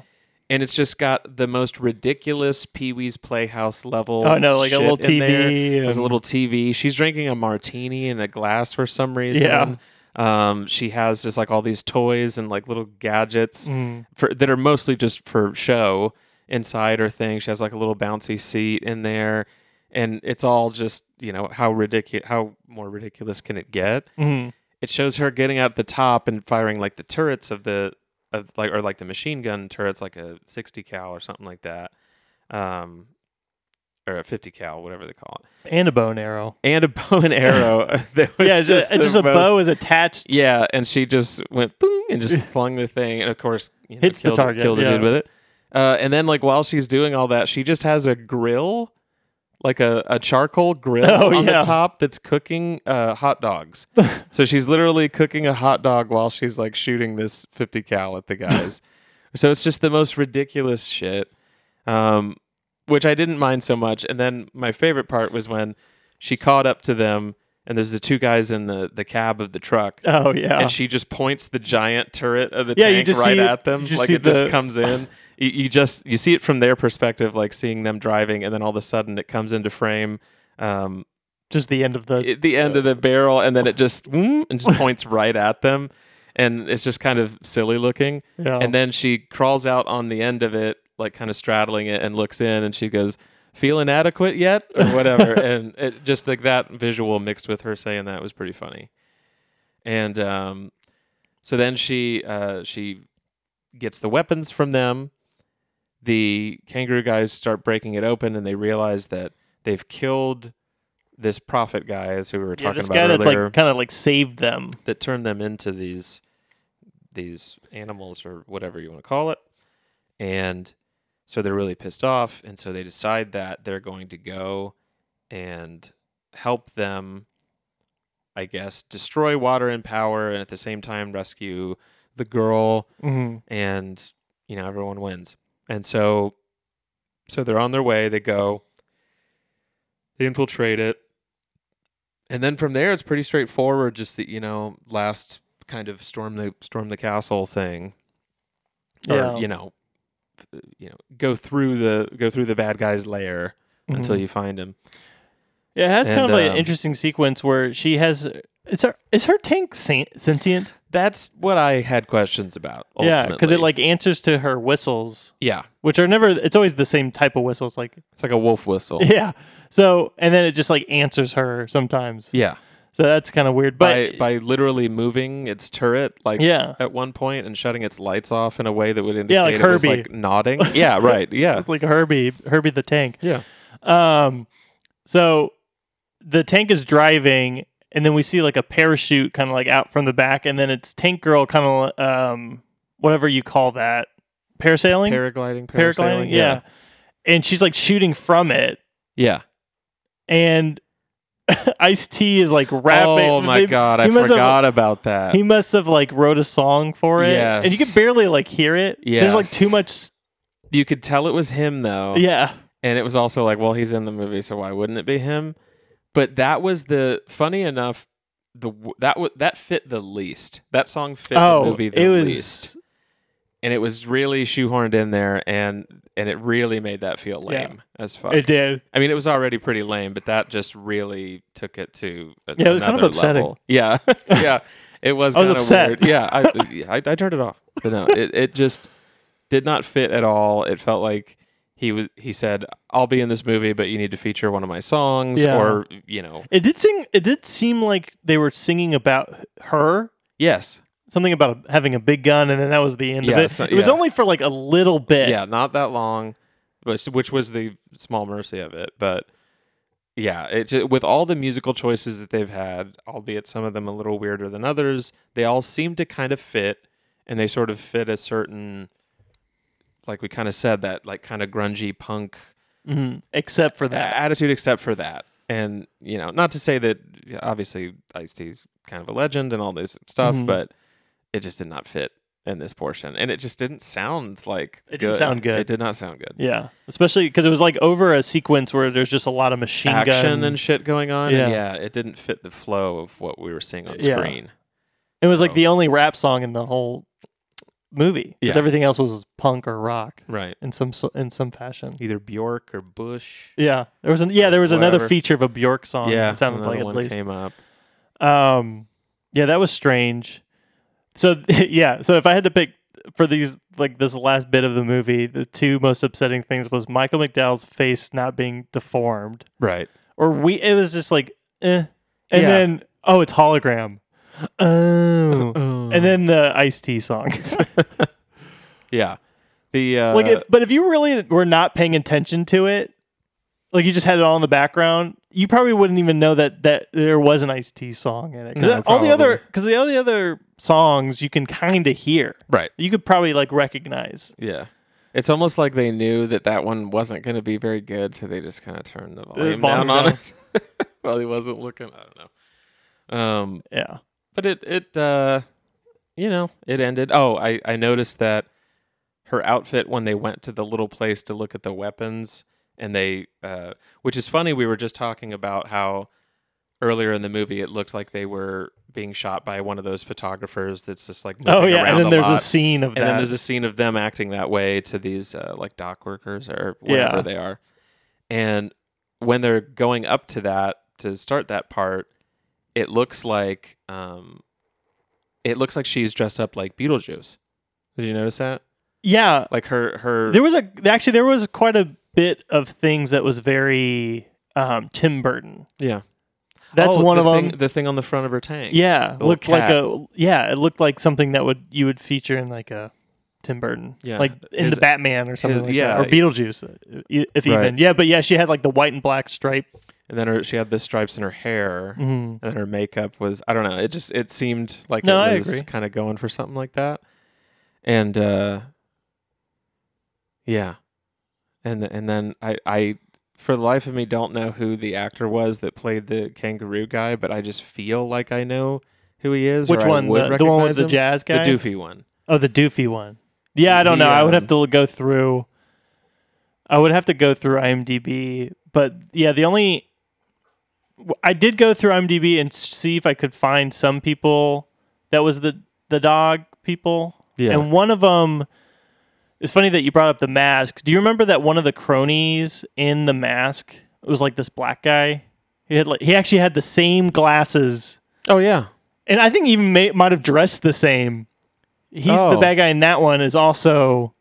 Speaker 2: And it's just got the most ridiculous Pee Wee's Playhouse level.
Speaker 3: oh no, like a
Speaker 2: shit
Speaker 3: little
Speaker 2: in there.
Speaker 3: TV.
Speaker 2: There's a
Speaker 3: and-
Speaker 2: little TV. She's drinking a martini in a glass for some reason.
Speaker 3: Yeah.
Speaker 2: Um, she has just like all these toys and like little gadgets
Speaker 3: Mm.
Speaker 2: for that are mostly just for show inside her thing. She has like a little bouncy seat in there, and it's all just you know how ridiculous, how more ridiculous can it get?
Speaker 3: Mhm.
Speaker 2: It shows her getting out the top and firing like the turrets of the of like or like the machine gun turrets, like a sixty cal or something like that, um, or a fifty cal, whatever they call it
Speaker 3: And a bow and arrow.
Speaker 2: and a bow and arrow that was
Speaker 3: yeah,
Speaker 2: just,
Speaker 3: it's just, it's
Speaker 2: the
Speaker 3: just a
Speaker 2: most-
Speaker 3: bow is attached.
Speaker 2: Yeah, and she just went boom and just flung the thing, and of course, you know,
Speaker 3: Hits the
Speaker 2: killed,
Speaker 3: target,
Speaker 2: killed a
Speaker 3: yeah.
Speaker 2: dude with it. Uh, and then like while she's doing all that, she just has a grill, like a, a charcoal grill
Speaker 3: Oh,
Speaker 2: on
Speaker 3: yeah.
Speaker 2: the top that's cooking uh, hot dogs. so she's literally cooking a hot dog while she's like shooting this 50 cal at the guys. so it's just the most ridiculous shit. Um, which I didn't mind so much. And then my favorite part was when she caught up to them and there's the two guys in the, the cab of the truck
Speaker 3: Oh yeah.
Speaker 2: and she just points the giant turret of the
Speaker 3: Yeah, you
Speaker 2: tank
Speaker 3: just
Speaker 2: right
Speaker 3: see-
Speaker 2: at them.
Speaker 3: you just
Speaker 2: like
Speaker 3: see
Speaker 2: it just
Speaker 3: the-
Speaker 2: comes in. You, you just you see it from their perspective, like seeing them driving, and then all of a sudden it comes into frame. Um,
Speaker 3: Just the end of the
Speaker 2: at the end of the barrel, and then it just mm, and just points right at them, and it's just kind of silly looking.
Speaker 3: Yeah.
Speaker 2: And then she crawls out on the end of it, like kind of straddling it, and looks in, and she goes. Feel inadequate yet, or whatever, and it, just like that visual mixed with her saying that was pretty funny and um, so then she uh, she gets the weapons from them. The kangaroo guys start breaking it open, and they realize that they've killed this prophet guy, as we were
Speaker 3: yeah,
Speaker 2: talking
Speaker 3: this
Speaker 2: about
Speaker 3: guy that's
Speaker 2: earlier,
Speaker 3: like kind of like saved them.
Speaker 2: that turned them into these these animals or whatever you want to call it. And so they're really pissed off, and so they decide that they're going to go and help them, I guess, destroy water and power, and at the same time rescue the girl
Speaker 3: Mm-hmm.
Speaker 2: and you know everyone wins and so so they're on their way they go they infiltrate it and then from there it's pretty straightforward just the you know last kind of storm the storm the castle thing or
Speaker 3: Yeah.
Speaker 2: you know f- you know go through the go through the bad guy's lair until
Speaker 3: Mm-hmm.
Speaker 2: you find him
Speaker 3: Yeah, it has kind
Speaker 2: And,
Speaker 3: of like an
Speaker 2: um,
Speaker 3: interesting sequence where she has. Is her is her tank sen- sentient?
Speaker 2: that's what i had questions about
Speaker 3: Yeah, because
Speaker 2: ultimately.
Speaker 3: it like answers to her whistles,
Speaker 2: yeah
Speaker 3: which are never. It's always the same type of whistles. Like
Speaker 2: it's like a wolf whistle
Speaker 3: yeah, so and then it just like answers her sometimes.
Speaker 2: yeah
Speaker 3: So that's kind of weird.
Speaker 2: by
Speaker 3: But
Speaker 2: by literally moving its turret like
Speaker 3: Yeah.
Speaker 2: at one point and shutting its lights off in a way that would indicate
Speaker 3: Yeah, like
Speaker 2: it was
Speaker 3: Herbie.
Speaker 2: like nodding. yeah, right. Yeah.
Speaker 3: it's like Herbie, Herbie the tank.
Speaker 2: Yeah.
Speaker 3: Um, so the tank is driving, and then we see like a parachute kind of like out from the back, and then it's tank girl kind of um whatever you call that parasailing,
Speaker 2: Paragliding,
Speaker 3: paragliding, yeah. And she's like shooting from it,
Speaker 2: Yeah.
Speaker 3: and Ice T is like rapping.
Speaker 2: Oh my
Speaker 3: They-
Speaker 2: god,
Speaker 3: he
Speaker 2: I
Speaker 3: must have-
Speaker 2: forgot about that.
Speaker 3: He must have like wrote a song for it, and you
Speaker 2: Uh, Yes.
Speaker 3: can barely like hear it. There's like
Speaker 2: Yes. Oh,
Speaker 3: too much. s-
Speaker 2: you could tell it was him though.
Speaker 3: Yeah,
Speaker 2: And it was also like, well, he's in the movie, so why wouldn't it be him? But that was the funny enough the w- that w- that fit the least. That song fit
Speaker 3: oh,
Speaker 2: the movie the
Speaker 3: it was.
Speaker 2: least. and it was really shoehorned in there and and it really made that feel
Speaker 3: Yeah.
Speaker 2: lame as fuck.
Speaker 3: It did.
Speaker 2: I mean, it was already pretty lame, but that just really took it to a,
Speaker 3: Yeah, it was kind of
Speaker 2: another
Speaker 3: upsetting.
Speaker 2: level. Yeah, yeah, it was
Speaker 3: I was
Speaker 2: kind of
Speaker 3: upset.
Speaker 2: weird. Yeah, I, uh, yeah, I, I turned it off, but no, it, it just did not fit at all. It felt like he was. He said, "I'll be in this movie, but you need to feature one of my songs,
Speaker 3: Yeah.
Speaker 2: or you know,
Speaker 3: It did sing. It did seem like they were singing about her,
Speaker 2: yes,
Speaker 3: something about a, having a big gun, and then that was the end of
Speaker 2: Yeah,
Speaker 3: it.
Speaker 2: so-
Speaker 3: it was
Speaker 2: yeah.
Speaker 3: only for like a little bit.
Speaker 2: yeah, not that long, which, which was the small mercy of it. But yeah, it ju- with all the musical choices that they've had, albeit some of them a little weirder than others, they all seem to kind of fit, and they sort of fit a certain, like we kind of said, that like kind of grungy punk
Speaker 3: Mhm. except for
Speaker 2: a-
Speaker 3: that.
Speaker 2: attitude, except for that. And you know, not to say that yeah, obviously Ice T's kind of a legend and all this stuff,
Speaker 3: Mhm.
Speaker 2: but it just did not fit in this portion, and it just didn't sound like
Speaker 3: It didn't sound good.
Speaker 2: It did not sound good.
Speaker 3: Yeah, especially because it was like over a sequence where there's just a lot of machine
Speaker 2: action
Speaker 3: gun.
Speaker 2: and shit going on.
Speaker 3: Yeah.
Speaker 2: And yeah, it didn't fit the flow of what we were seeing on
Speaker 3: Yeah.
Speaker 2: screen.
Speaker 3: it was like
Speaker 2: so-
Speaker 3: the only rap song in the whole movie because
Speaker 2: Yeah.
Speaker 3: everything else was punk or rock
Speaker 2: Right.
Speaker 3: in some so- in some fashion.
Speaker 2: Either Bjork or Bush.
Speaker 3: Yeah, there was an, yeah there was another
Speaker 2: Whatever.
Speaker 3: feature of a Bjork song.
Speaker 2: yeah,
Speaker 3: it sounded
Speaker 2: another
Speaker 3: like at
Speaker 2: one
Speaker 3: least.
Speaker 2: came up.
Speaker 3: Um, yeah, that was strange. So yeah, so if I had to pick for these like this last bit of the movie, the two most upsetting things was Michael McDowell's face not being deformed,
Speaker 2: Right.
Speaker 3: or we it was just like, eh. and
Speaker 2: Yeah.
Speaker 3: then oh, it's hologram, oh, and then the Ice T song.
Speaker 2: Yeah. The uh,
Speaker 3: like, if, but if you really were not paying attention to it, like you just had it all in the background, you probably wouldn't even know that that there was an Ice T song in it. Because
Speaker 2: No,
Speaker 3: all the other,
Speaker 2: probably.
Speaker 3: because the all the other songs you can kind of hear,
Speaker 2: right.
Speaker 3: you could probably like recognize.
Speaker 2: Yeah. It's almost like they knew that that one wasn't going to be very good, so they just kind of turned the volume
Speaker 3: volume
Speaker 2: down on
Speaker 3: down.
Speaker 2: it while he wasn't looking. I don't know. Um,
Speaker 3: Yeah.
Speaker 2: but it it uh, you know it ended. Oh, I I noticed that her outfit when they went to the little place to look at the weapons and they uh, which is funny. We were just talking about how earlier in the movie it looked like they were being shot by one of those photographers that's just like
Speaker 3: Oh
Speaker 2: moving
Speaker 3: yeah,
Speaker 2: around
Speaker 3: and then
Speaker 2: a
Speaker 3: there's a
Speaker 2: lot
Speaker 3: scene of
Speaker 2: and then
Speaker 3: that.
Speaker 2: there's a scene of them acting that way to these uh, like dock workers or whatever
Speaker 3: Yeah.
Speaker 2: they are and when they're going up to that to start that part it looks like um it looks like she's dressed up like beetlejuice did you notice that
Speaker 3: yeah,
Speaker 2: like her her
Speaker 3: there was a actually there was quite a bit of things that was very um, Tim Burton.
Speaker 2: yeah
Speaker 3: That's
Speaker 2: one
Speaker 3: one of
Speaker 2: thing,
Speaker 3: them.
Speaker 2: Oh, the thing on the front of her tank
Speaker 3: Yeah,
Speaker 2: little
Speaker 3: looked like
Speaker 2: cat.
Speaker 3: a yeah, it looked like something that would you would feature in like a Tim Burton,
Speaker 2: Yeah,
Speaker 3: like in
Speaker 2: his-
Speaker 3: the Batman or something
Speaker 2: his-
Speaker 3: like
Speaker 2: yeah.
Speaker 3: that, or Beetlejuice, uh, i- if
Speaker 2: Right.
Speaker 3: even. Yeah, but yeah, she had like the white and black stripe.
Speaker 2: and then her, she had the stripes in her hair
Speaker 3: Mhm.
Speaker 2: and her makeup was I don't know. It just it seemed like
Speaker 3: No, I
Speaker 2: it was
Speaker 3: agree.
Speaker 2: kind of going for something like that. And uh yeah. And and then I I for the life of me don't know who the actor was that played the kangaroo guy, but I just feel like I know who he is.
Speaker 3: Which
Speaker 2: or I
Speaker 3: one?
Speaker 2: would
Speaker 3: The, the one
Speaker 2: recognize
Speaker 3: with the
Speaker 2: him.
Speaker 3: jazz guy.
Speaker 2: The doofy one.
Speaker 3: Oh, the doofy one. Yeah, I don't know. I would have to go through. I would have to go through IMDb, but yeah, the only w- I did go through IMDb and see if I could find some people that was the the dog people.
Speaker 2: Yeah.
Speaker 3: And one of them it's funny that you brought up the mask. Do you remember that one of the cronies in the mask it was like this black guy? He had like he actually had the same glasses
Speaker 2: Oh yeah.
Speaker 3: and I think even may, might have dressed the same. He's the
Speaker 2: Oh.
Speaker 3: bad guy in that one. Is also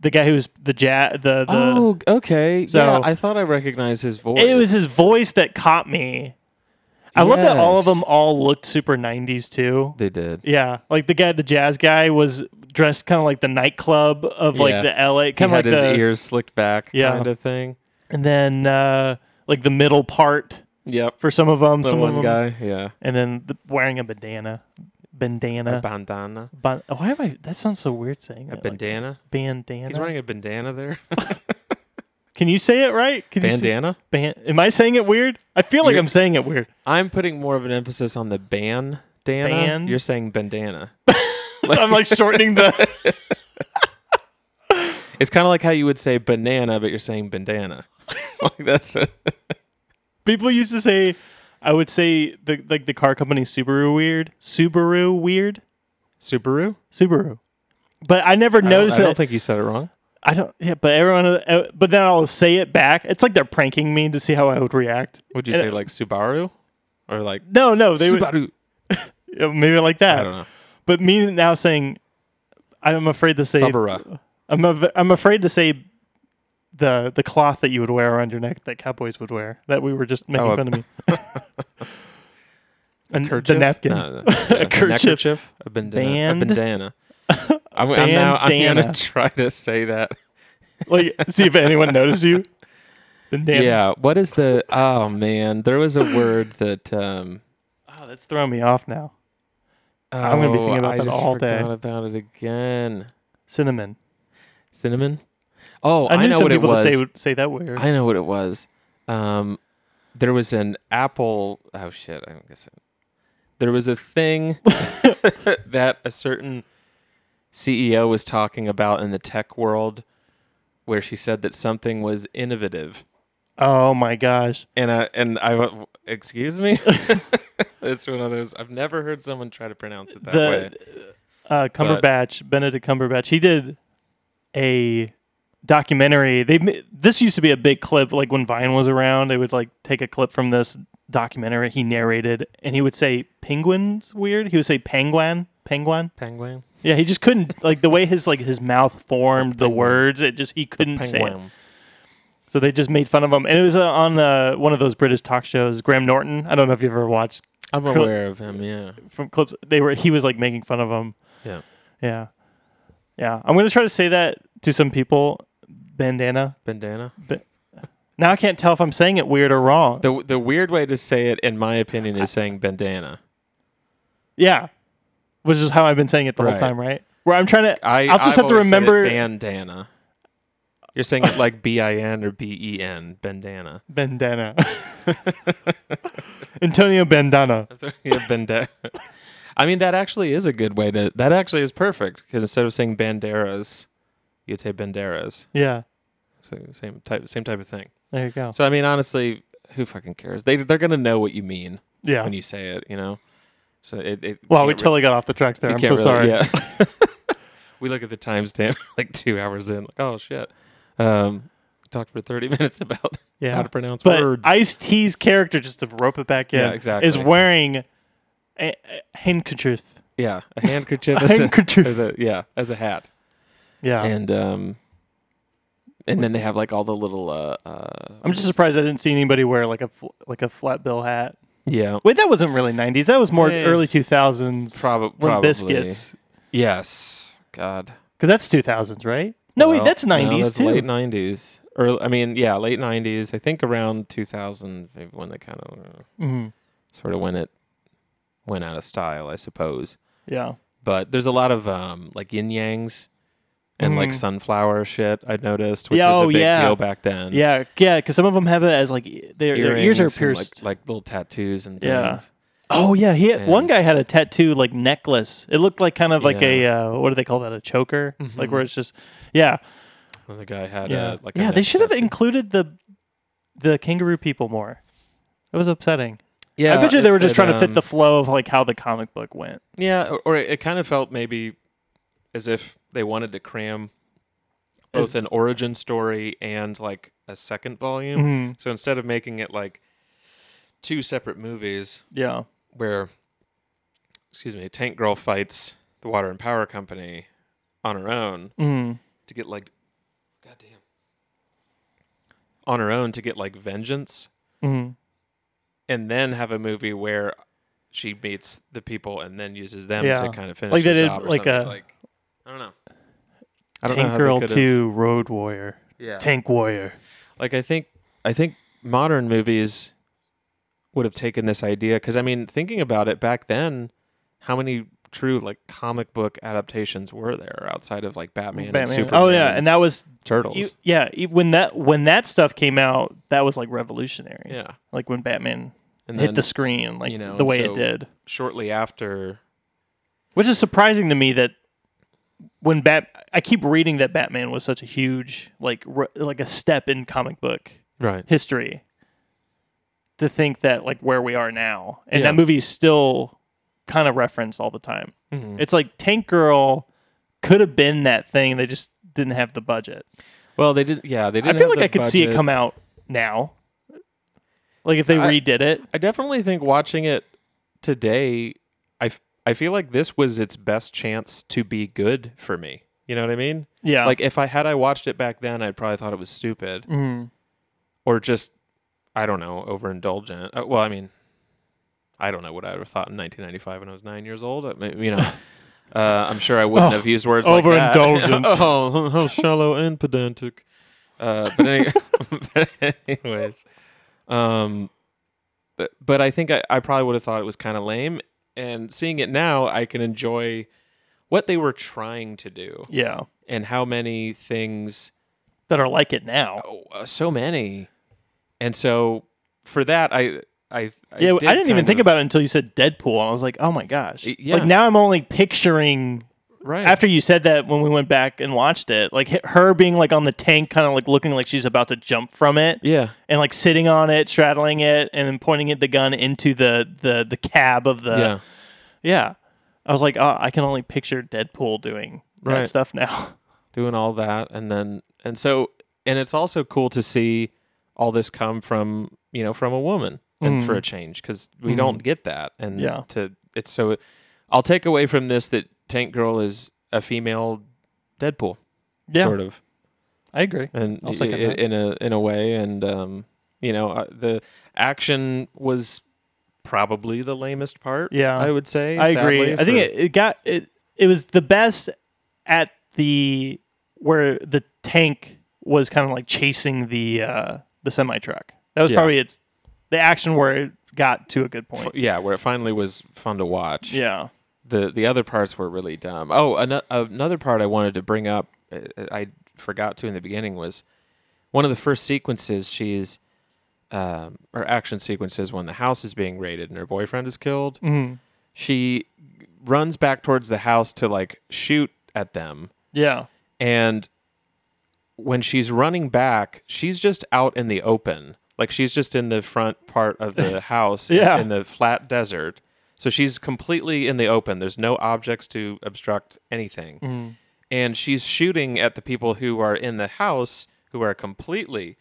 Speaker 3: the guy who's the ja the the.
Speaker 2: oh okay.
Speaker 3: So-
Speaker 2: yeah, I thought I recognized his voice.
Speaker 3: It was his voice that caught me. I love that all of
Speaker 2: Yes.
Speaker 3: them all looked super '90s too.
Speaker 2: they did.
Speaker 3: Yeah, like the guy, the jazz guy, was dressed kind of like the nightclub of like
Speaker 2: Yeah.
Speaker 3: the LA,
Speaker 2: He
Speaker 3: kind of like
Speaker 2: had his
Speaker 3: the,
Speaker 2: ears slicked back
Speaker 3: Yeah.
Speaker 2: kind of thing.
Speaker 3: and then uh, like the middle part
Speaker 2: Yep.
Speaker 3: for some of them,
Speaker 2: The
Speaker 3: some of
Speaker 2: one
Speaker 3: 'em.
Speaker 2: guy. Yeah.
Speaker 3: and then the, wearing a bandana, bandana.
Speaker 2: A bandana.
Speaker 3: ban- why am I? That sounds so weird saying
Speaker 2: A
Speaker 3: it like that.
Speaker 2: bandana.
Speaker 3: bandana.
Speaker 2: He's wearing a bandana there.
Speaker 3: Can you say it right? Can You say,
Speaker 2: bandana?
Speaker 3: ban- am I saying it weird? I feel like
Speaker 2: You're-
Speaker 3: I'm saying it weird.
Speaker 2: I'm putting more of an emphasis on the ban dana.
Speaker 3: Ban?
Speaker 2: You're saying bandana.
Speaker 3: So I'm like shortening the.
Speaker 2: It's kind of like how you would say banana, but you're saying bandana. like that's a,
Speaker 3: People used to say, I would say the like the car company Subaru weird, Subaru weird,
Speaker 2: Subaru.
Speaker 3: Subaru. But I never
Speaker 2: I don't,
Speaker 3: noticed
Speaker 2: I don't
Speaker 3: that.
Speaker 2: think you said it wrong.
Speaker 3: I don't. Yeah, but everyone. uh, But then I'll say it back. It's like they're pranking me to see how I would react.
Speaker 2: Would you
Speaker 3: And-
Speaker 2: say like Subaru or like
Speaker 3: No, no. They would,
Speaker 2: Subaru?
Speaker 3: uh, maybe like that.
Speaker 2: I don't know.
Speaker 3: But me now saying, I'm afraid to say.
Speaker 2: Subaru.
Speaker 3: I'm av- I'm afraid to say the the cloth that you would wear around your neck that cowboys would wear that we were just making
Speaker 2: Oh, a-
Speaker 3: fun of me. and the
Speaker 2: Kerchief?
Speaker 3: napkin.
Speaker 2: No, no, yeah, a
Speaker 3: kerchief.
Speaker 2: neckerchief, A bandana.
Speaker 3: Band-
Speaker 2: a bandana. I'm, I'm now. I'm
Speaker 3: Bandana.
Speaker 2: gonna try to say that.
Speaker 3: Like see if anyone noticed you. The nap-
Speaker 2: Yeah. What is the? Oh man, there was a word that. um
Speaker 3: Oh, that's throwing me off now. I'm gonna be thinking
Speaker 2: Oh,
Speaker 3: about
Speaker 2: I
Speaker 3: that
Speaker 2: just
Speaker 3: all day.
Speaker 2: forgot about it again.
Speaker 3: Cinnamon.
Speaker 2: Cinnamon. Oh,
Speaker 3: I
Speaker 2: I,
Speaker 3: knew
Speaker 2: know
Speaker 3: some
Speaker 2: what it
Speaker 3: people
Speaker 2: was.
Speaker 3: that say would say that weird.
Speaker 2: I know what it was. Um, there was an apple. Oh shit! I don't guess it. There was a thing that a certain CEO was talking about in the tech world, where she said that something was innovative,
Speaker 3: oh my gosh.
Speaker 2: and I and I went, excuse me. it's one of those. I've never heard someone try to pronounce it that way.
Speaker 3: The uh, Cumberbatch, Benedict Cumberbatch, he did a documentary. They ma- this used to be a big clip, like when Vine was around, they would like take a clip from this documentary he narrated, and he would say penguins weird. He would say penguin, penguin.
Speaker 2: Penguin.
Speaker 3: Yeah, he just couldn't like the way his like his mouth formed the words. It just he couldn't say. It.
Speaker 2: Penguin.
Speaker 3: So they just made fun of him, and it was uh, on uh, one of those British talk shows. Graham Norton. I don't know if you've ever watched
Speaker 2: I'm aware of him. Yeah.
Speaker 3: from clips. They were he was like making fun of him.
Speaker 2: Yeah.
Speaker 3: Yeah. Yeah. I'm going to try to say that to some people. Bandana.
Speaker 2: Bandana.
Speaker 3: Now I can't tell if I'm saying it weird or wrong.
Speaker 2: The the weird way to say it, in my opinion, is saying bandana.
Speaker 3: yeah. Which is how I've been saying it the
Speaker 2: Right.
Speaker 3: whole time, right? Where I'm trying to.
Speaker 2: I
Speaker 3: I, will
Speaker 2: I've
Speaker 3: just have to
Speaker 2: always said it
Speaker 3: remember.
Speaker 2: bandana. You're saying it like B I N or B E N, bandana.
Speaker 3: Bandana. Antonio Bandana.
Speaker 2: I'm sorry, yeah, bandana. I mean, that actually is a good way to. That actually is perfect because instead of saying banderas, you'd say banderas.
Speaker 3: Yeah.
Speaker 2: So same type, same type of thing.
Speaker 3: There you go.
Speaker 2: So I mean, honestly, who fucking cares? They they're gonna know what you mean
Speaker 3: Yeah.
Speaker 2: when you say it, you know. So it. it
Speaker 3: Wow, we
Speaker 2: can't
Speaker 3: totally got off the tracks there.
Speaker 2: re-
Speaker 3: I'm so
Speaker 2: can't
Speaker 3: sorry.
Speaker 2: really- yeah. we look at the timestamp like two hours in. Like, oh shit. Um, talked for thirty minutes about
Speaker 3: Yeah.
Speaker 2: how to pronounce
Speaker 3: But
Speaker 2: words.
Speaker 3: Ice T's character, just to rope it back in,
Speaker 2: Yeah, exactly.
Speaker 3: is wearing a, a handkerchief.
Speaker 2: yeah, a handkerchief.
Speaker 3: A
Speaker 2: as a-
Speaker 3: handkerchief.
Speaker 2: as a- yeah, as a hat.
Speaker 3: Yeah.
Speaker 2: and um and then they have like all the little uh, uh
Speaker 3: I'm just surprised I didn't see anybody wear like a fl- like a flat bill hat.
Speaker 2: yeah
Speaker 3: Wait, that wasn't really 90s. That was more
Speaker 2: Eh,
Speaker 3: early 2000s.
Speaker 2: prob-
Speaker 3: Limp
Speaker 2: probably.
Speaker 3: Biscuits.
Speaker 2: yes god
Speaker 3: Because that's 2000s, right? No, wait,
Speaker 2: Well,
Speaker 3: that's
Speaker 2: no,
Speaker 3: 90s
Speaker 2: that's
Speaker 3: too.
Speaker 2: late 90s or i mean yeah late 90s i think around 2000 maybe when they kind of
Speaker 3: Mhm.
Speaker 2: sort of when it went out of style i suppose
Speaker 3: Yeah.
Speaker 2: but there's a lot of um like yin yangs and like
Speaker 3: Mhm.
Speaker 2: sunflower shit i noticed which
Speaker 3: Yeah,
Speaker 2: was a
Speaker 3: oh,
Speaker 2: big
Speaker 3: yeah.
Speaker 2: deal back then
Speaker 3: Yeah, yeah, because some of them have it as like e- their, their ears are
Speaker 2: Earrings and,
Speaker 3: pierced.
Speaker 2: like, like little tattoos and things.
Speaker 3: Yeah. oh yeah, he had, one guy had a tattoo like necklace. It looked like kind of like a uh, what do they call that? A choker, like where it's just yeah,
Speaker 2: And the guy had
Speaker 3: yeah,
Speaker 2: a like a
Speaker 3: yeah. They
Speaker 2: neck
Speaker 3: should have
Speaker 2: tattoo.
Speaker 3: included the the kangaroo people more. That was upsetting.
Speaker 2: yeah
Speaker 3: I bet you they
Speaker 2: it-
Speaker 3: were just
Speaker 2: it,
Speaker 3: trying to fit
Speaker 2: um,
Speaker 3: the flow of like how the comic book went.
Speaker 2: Yeah, or, or it, it kind of felt maybe as if they wanted to cram both an origin story and like a second volume.
Speaker 3: Mhm.
Speaker 2: So instead of making it like two separate movies
Speaker 3: Yeah,
Speaker 2: where, excuse me, Tank Girl fights the Water and Power Company on her own
Speaker 3: mm.
Speaker 2: to get like, goddamn, on her own to get like vengeance,
Speaker 3: Mm.
Speaker 2: and then have a movie where she meets the people and then uses them
Speaker 3: Yeah.
Speaker 2: to kind of finish
Speaker 3: Like
Speaker 2: the
Speaker 3: they did,
Speaker 2: job or
Speaker 3: like,
Speaker 2: something.
Speaker 3: a-
Speaker 2: like I don't know. I don't know
Speaker 3: Tank
Speaker 2: how they
Speaker 3: Girl
Speaker 2: could've-
Speaker 3: Two, Road Warrior,
Speaker 2: Yeah.
Speaker 3: Tank Warrior.
Speaker 2: Like I think I think modern movies would have taken this idea cuz I mean thinking about it back then how many true like comic book adaptations were there outside of like Batman, and
Speaker 3: Batman.
Speaker 2: Superman
Speaker 3: Oh yeah, and that was
Speaker 2: Turtles.
Speaker 3: You- yeah, e- when that when that stuff came out, that was like revolutionary.
Speaker 2: yeah.
Speaker 3: like when Batman
Speaker 2: And
Speaker 3: hit
Speaker 2: then
Speaker 3: the screen, like
Speaker 2: you know,
Speaker 3: the
Speaker 2: and
Speaker 3: way
Speaker 2: so-
Speaker 3: it did,
Speaker 2: shortly after
Speaker 3: which is surprising to me that when Bat, I keep reading that Batman was such a huge like re- like a step in comic book
Speaker 2: Right.
Speaker 3: history. To think that like where we are now, and
Speaker 2: Yeah.
Speaker 3: that movie is still kind of referenced all the time.
Speaker 2: Mm-hmm.
Speaker 3: It's like Tank Girl could have been that thing. They just didn't have the budget.
Speaker 2: Well, they did yeah, they
Speaker 3: I
Speaker 2: didn't
Speaker 3: feel
Speaker 2: have
Speaker 3: like I
Speaker 2: the
Speaker 3: could see it
Speaker 2: budget.
Speaker 3: come out now. Like if they
Speaker 2: I-
Speaker 3: redid it.
Speaker 2: I definitely think watching it today, I, f- I feel like this was its best chance to be good for me. You know what I mean?
Speaker 3: Yeah.
Speaker 2: Like if I had I watched it back then, I'd probably thought it was stupid
Speaker 3: Mhm.
Speaker 2: or just I don't know overindulgent. Uh, well, I mean, I don't know what I would have thought in 1995 when I was nine years old. I mean, you know. Uh, I'm sure I wouldn't have used words like
Speaker 3: Oh, overindulgent.
Speaker 2: that. oh, how shallow and pedantic. Uh, but, any- but anyways, um, but but I think I, I probably would have thought it was kind of lame. And seeing it now, I can enjoy what they were trying to do
Speaker 3: yeah.
Speaker 2: and how many things
Speaker 3: That are like it now.
Speaker 2: oh, uh, so many and so for that i i, I
Speaker 3: yeah, I didn't even
Speaker 2: kind
Speaker 3: think
Speaker 2: of-
Speaker 3: about it until you said Deadpool. I was like, oh my gosh.
Speaker 2: Y- yeah.
Speaker 3: Like now I'm only picturing
Speaker 2: right
Speaker 3: after you said that when we went back and watched it, like h- her being like on the tank, kind of like looking like she's about to jump from it,
Speaker 2: yeah
Speaker 3: and like sitting on it, straddling it, and then pointing it the gun into the the the cab of the
Speaker 2: yeah
Speaker 3: Yeah. I was like, oh, I can only picture Deadpool doing that
Speaker 2: Right.
Speaker 3: stuff now.
Speaker 2: doing all that and then and so and it's also cool to see all this come from you know from a woman and for a change because we don't get that and
Speaker 3: Mm. Yeah.
Speaker 2: to it's so i'll take away from this that tank girl is a female deadpool
Speaker 3: Yeah,
Speaker 2: sort of
Speaker 3: I agree.
Speaker 2: and
Speaker 3: I'll
Speaker 2: i-
Speaker 3: second
Speaker 2: i-
Speaker 3: that.
Speaker 2: in a in a way and um you know uh, the action was probably the lamest part
Speaker 3: Yeah.
Speaker 2: i would say
Speaker 3: I agree.
Speaker 2: sadly,
Speaker 3: I think
Speaker 2: for-
Speaker 3: it, it got it. It was the best at the where the tank was kind of like chasing the uh, the semi truck. That was
Speaker 2: Yeah.
Speaker 3: probably its the action where it got to a good point.
Speaker 2: f- yeah where it finally was fun to watch
Speaker 3: yeah.
Speaker 2: the the other parts were really dumb oh ano- another part i wanted to bring up uh, i forgot to in the beginning was one of the first sequences she's um, or action sequences when the house is being raided and her boyfriend is killed
Speaker 3: Mhm.
Speaker 2: she runs back towards the house to like shoot at them
Speaker 3: Yeah.
Speaker 2: and when she's running back she's just out in the open like she's just in the front part of the house
Speaker 3: Yeah.
Speaker 2: in the flat desert so she's completely in the open there's no objects to obstruct anything
Speaker 3: Mm.
Speaker 2: and she's shooting at the people who are in the house who are completely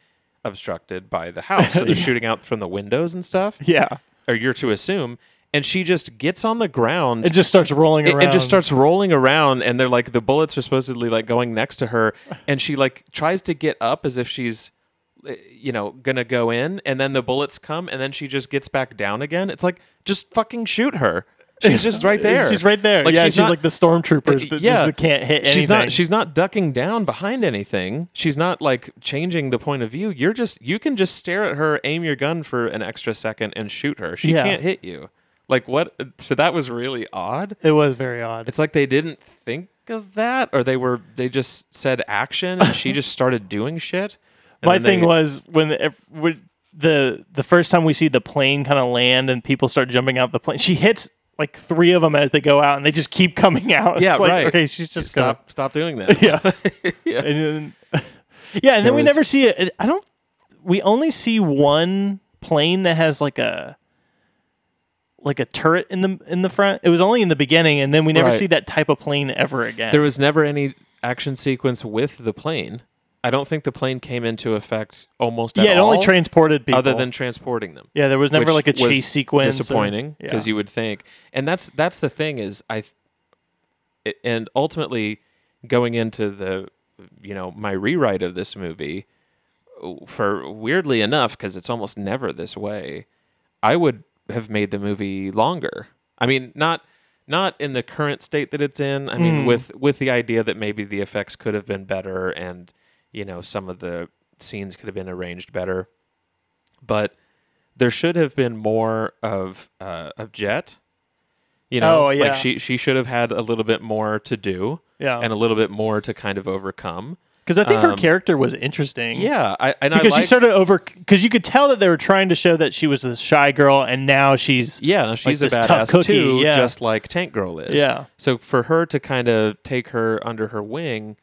Speaker 2: obstructed by the house so they're shooting out from the windows and stuff
Speaker 3: Yeah.
Speaker 2: or you're to assume and she just gets on the ground
Speaker 3: It just starts rolling
Speaker 2: it,
Speaker 3: around.
Speaker 2: it just starts rolling around and they're like the bullets are supposedly like going next to her and she like tries to get up as if she's eh, you know gonna go in and then the bullets come and then she just gets back down again it's like just fucking shoot her she's just right there
Speaker 3: She's right there. yeah, she's,
Speaker 2: not-
Speaker 3: like the stormtroopers that
Speaker 2: yeah.
Speaker 3: just can't hit anything.
Speaker 2: She's not. She's not ducking down behind anything. She's not like changing the point of view. You're just. You can just stare at her, aim your gun for an extra second, and shoot her. She
Speaker 3: Yeah.
Speaker 2: can't hit you. Like what? So that was really odd.
Speaker 3: it was very odd.
Speaker 2: It's like they didn't think of that, or they were. They just said action, and she just started doing shit. And
Speaker 3: My
Speaker 2: then
Speaker 3: thing
Speaker 2: they-
Speaker 3: was when the, ev- when the the first time we see the plane kind of land and people start jumping out the plane, she hits like three of them as they go out, and they just keep coming out.
Speaker 2: Yeah,
Speaker 3: It's like,
Speaker 2: right.
Speaker 3: Okay, she's just
Speaker 2: stop.
Speaker 3: Gonna,
Speaker 2: Stop doing that.
Speaker 3: yeah,
Speaker 2: Yeah.
Speaker 3: and then, yeah, and then we
Speaker 2: was-
Speaker 3: never see it. I don't. We only see one plane that has like a like a turret in the in the front. It was only in the beginning, and then we never
Speaker 2: Right.
Speaker 3: see that type of plane ever again.
Speaker 2: There was never any action sequence with the plane. I don't think the plane came into effect almost.
Speaker 3: yeah,
Speaker 2: at
Speaker 3: it only
Speaker 2: all,
Speaker 3: transported people.
Speaker 2: other than transporting them.
Speaker 3: yeah, there was never
Speaker 2: which
Speaker 3: like a
Speaker 2: was
Speaker 3: chase sequence. or-
Speaker 2: Disappointing
Speaker 3: Yeah.
Speaker 2: because you would think, and that's that's the thing is I, th- it- and ultimately going into the you know my rewrite of this movie, for weirdly enough because it's almost never this way, I would have made the movie longer. I mean, not not in the current state that it's in. I
Speaker 3: Hmm.
Speaker 2: mean, with with the idea that maybe the effects could have been better and you know some of the scenes could have been arranged better, but there should have been more of uh, of Jet. You know,
Speaker 3: Oh, yeah.
Speaker 2: like she she should have had a little bit more to do
Speaker 3: Yeah.
Speaker 2: and a little bit more to kind of overcome.
Speaker 3: Because I think her
Speaker 2: Um,
Speaker 3: character was interesting.
Speaker 2: Yeah, I and
Speaker 3: Because
Speaker 2: I like,
Speaker 3: she sort of over. Because you could tell that they were trying to show that she was this shy girl, and now she's.
Speaker 2: Yeah, no, she's a
Speaker 3: this tough
Speaker 2: badass
Speaker 3: cookie,
Speaker 2: too,
Speaker 3: yeah.
Speaker 2: just like Tank Girl is.
Speaker 3: Yeah.
Speaker 2: So for her to kind of take her under her wing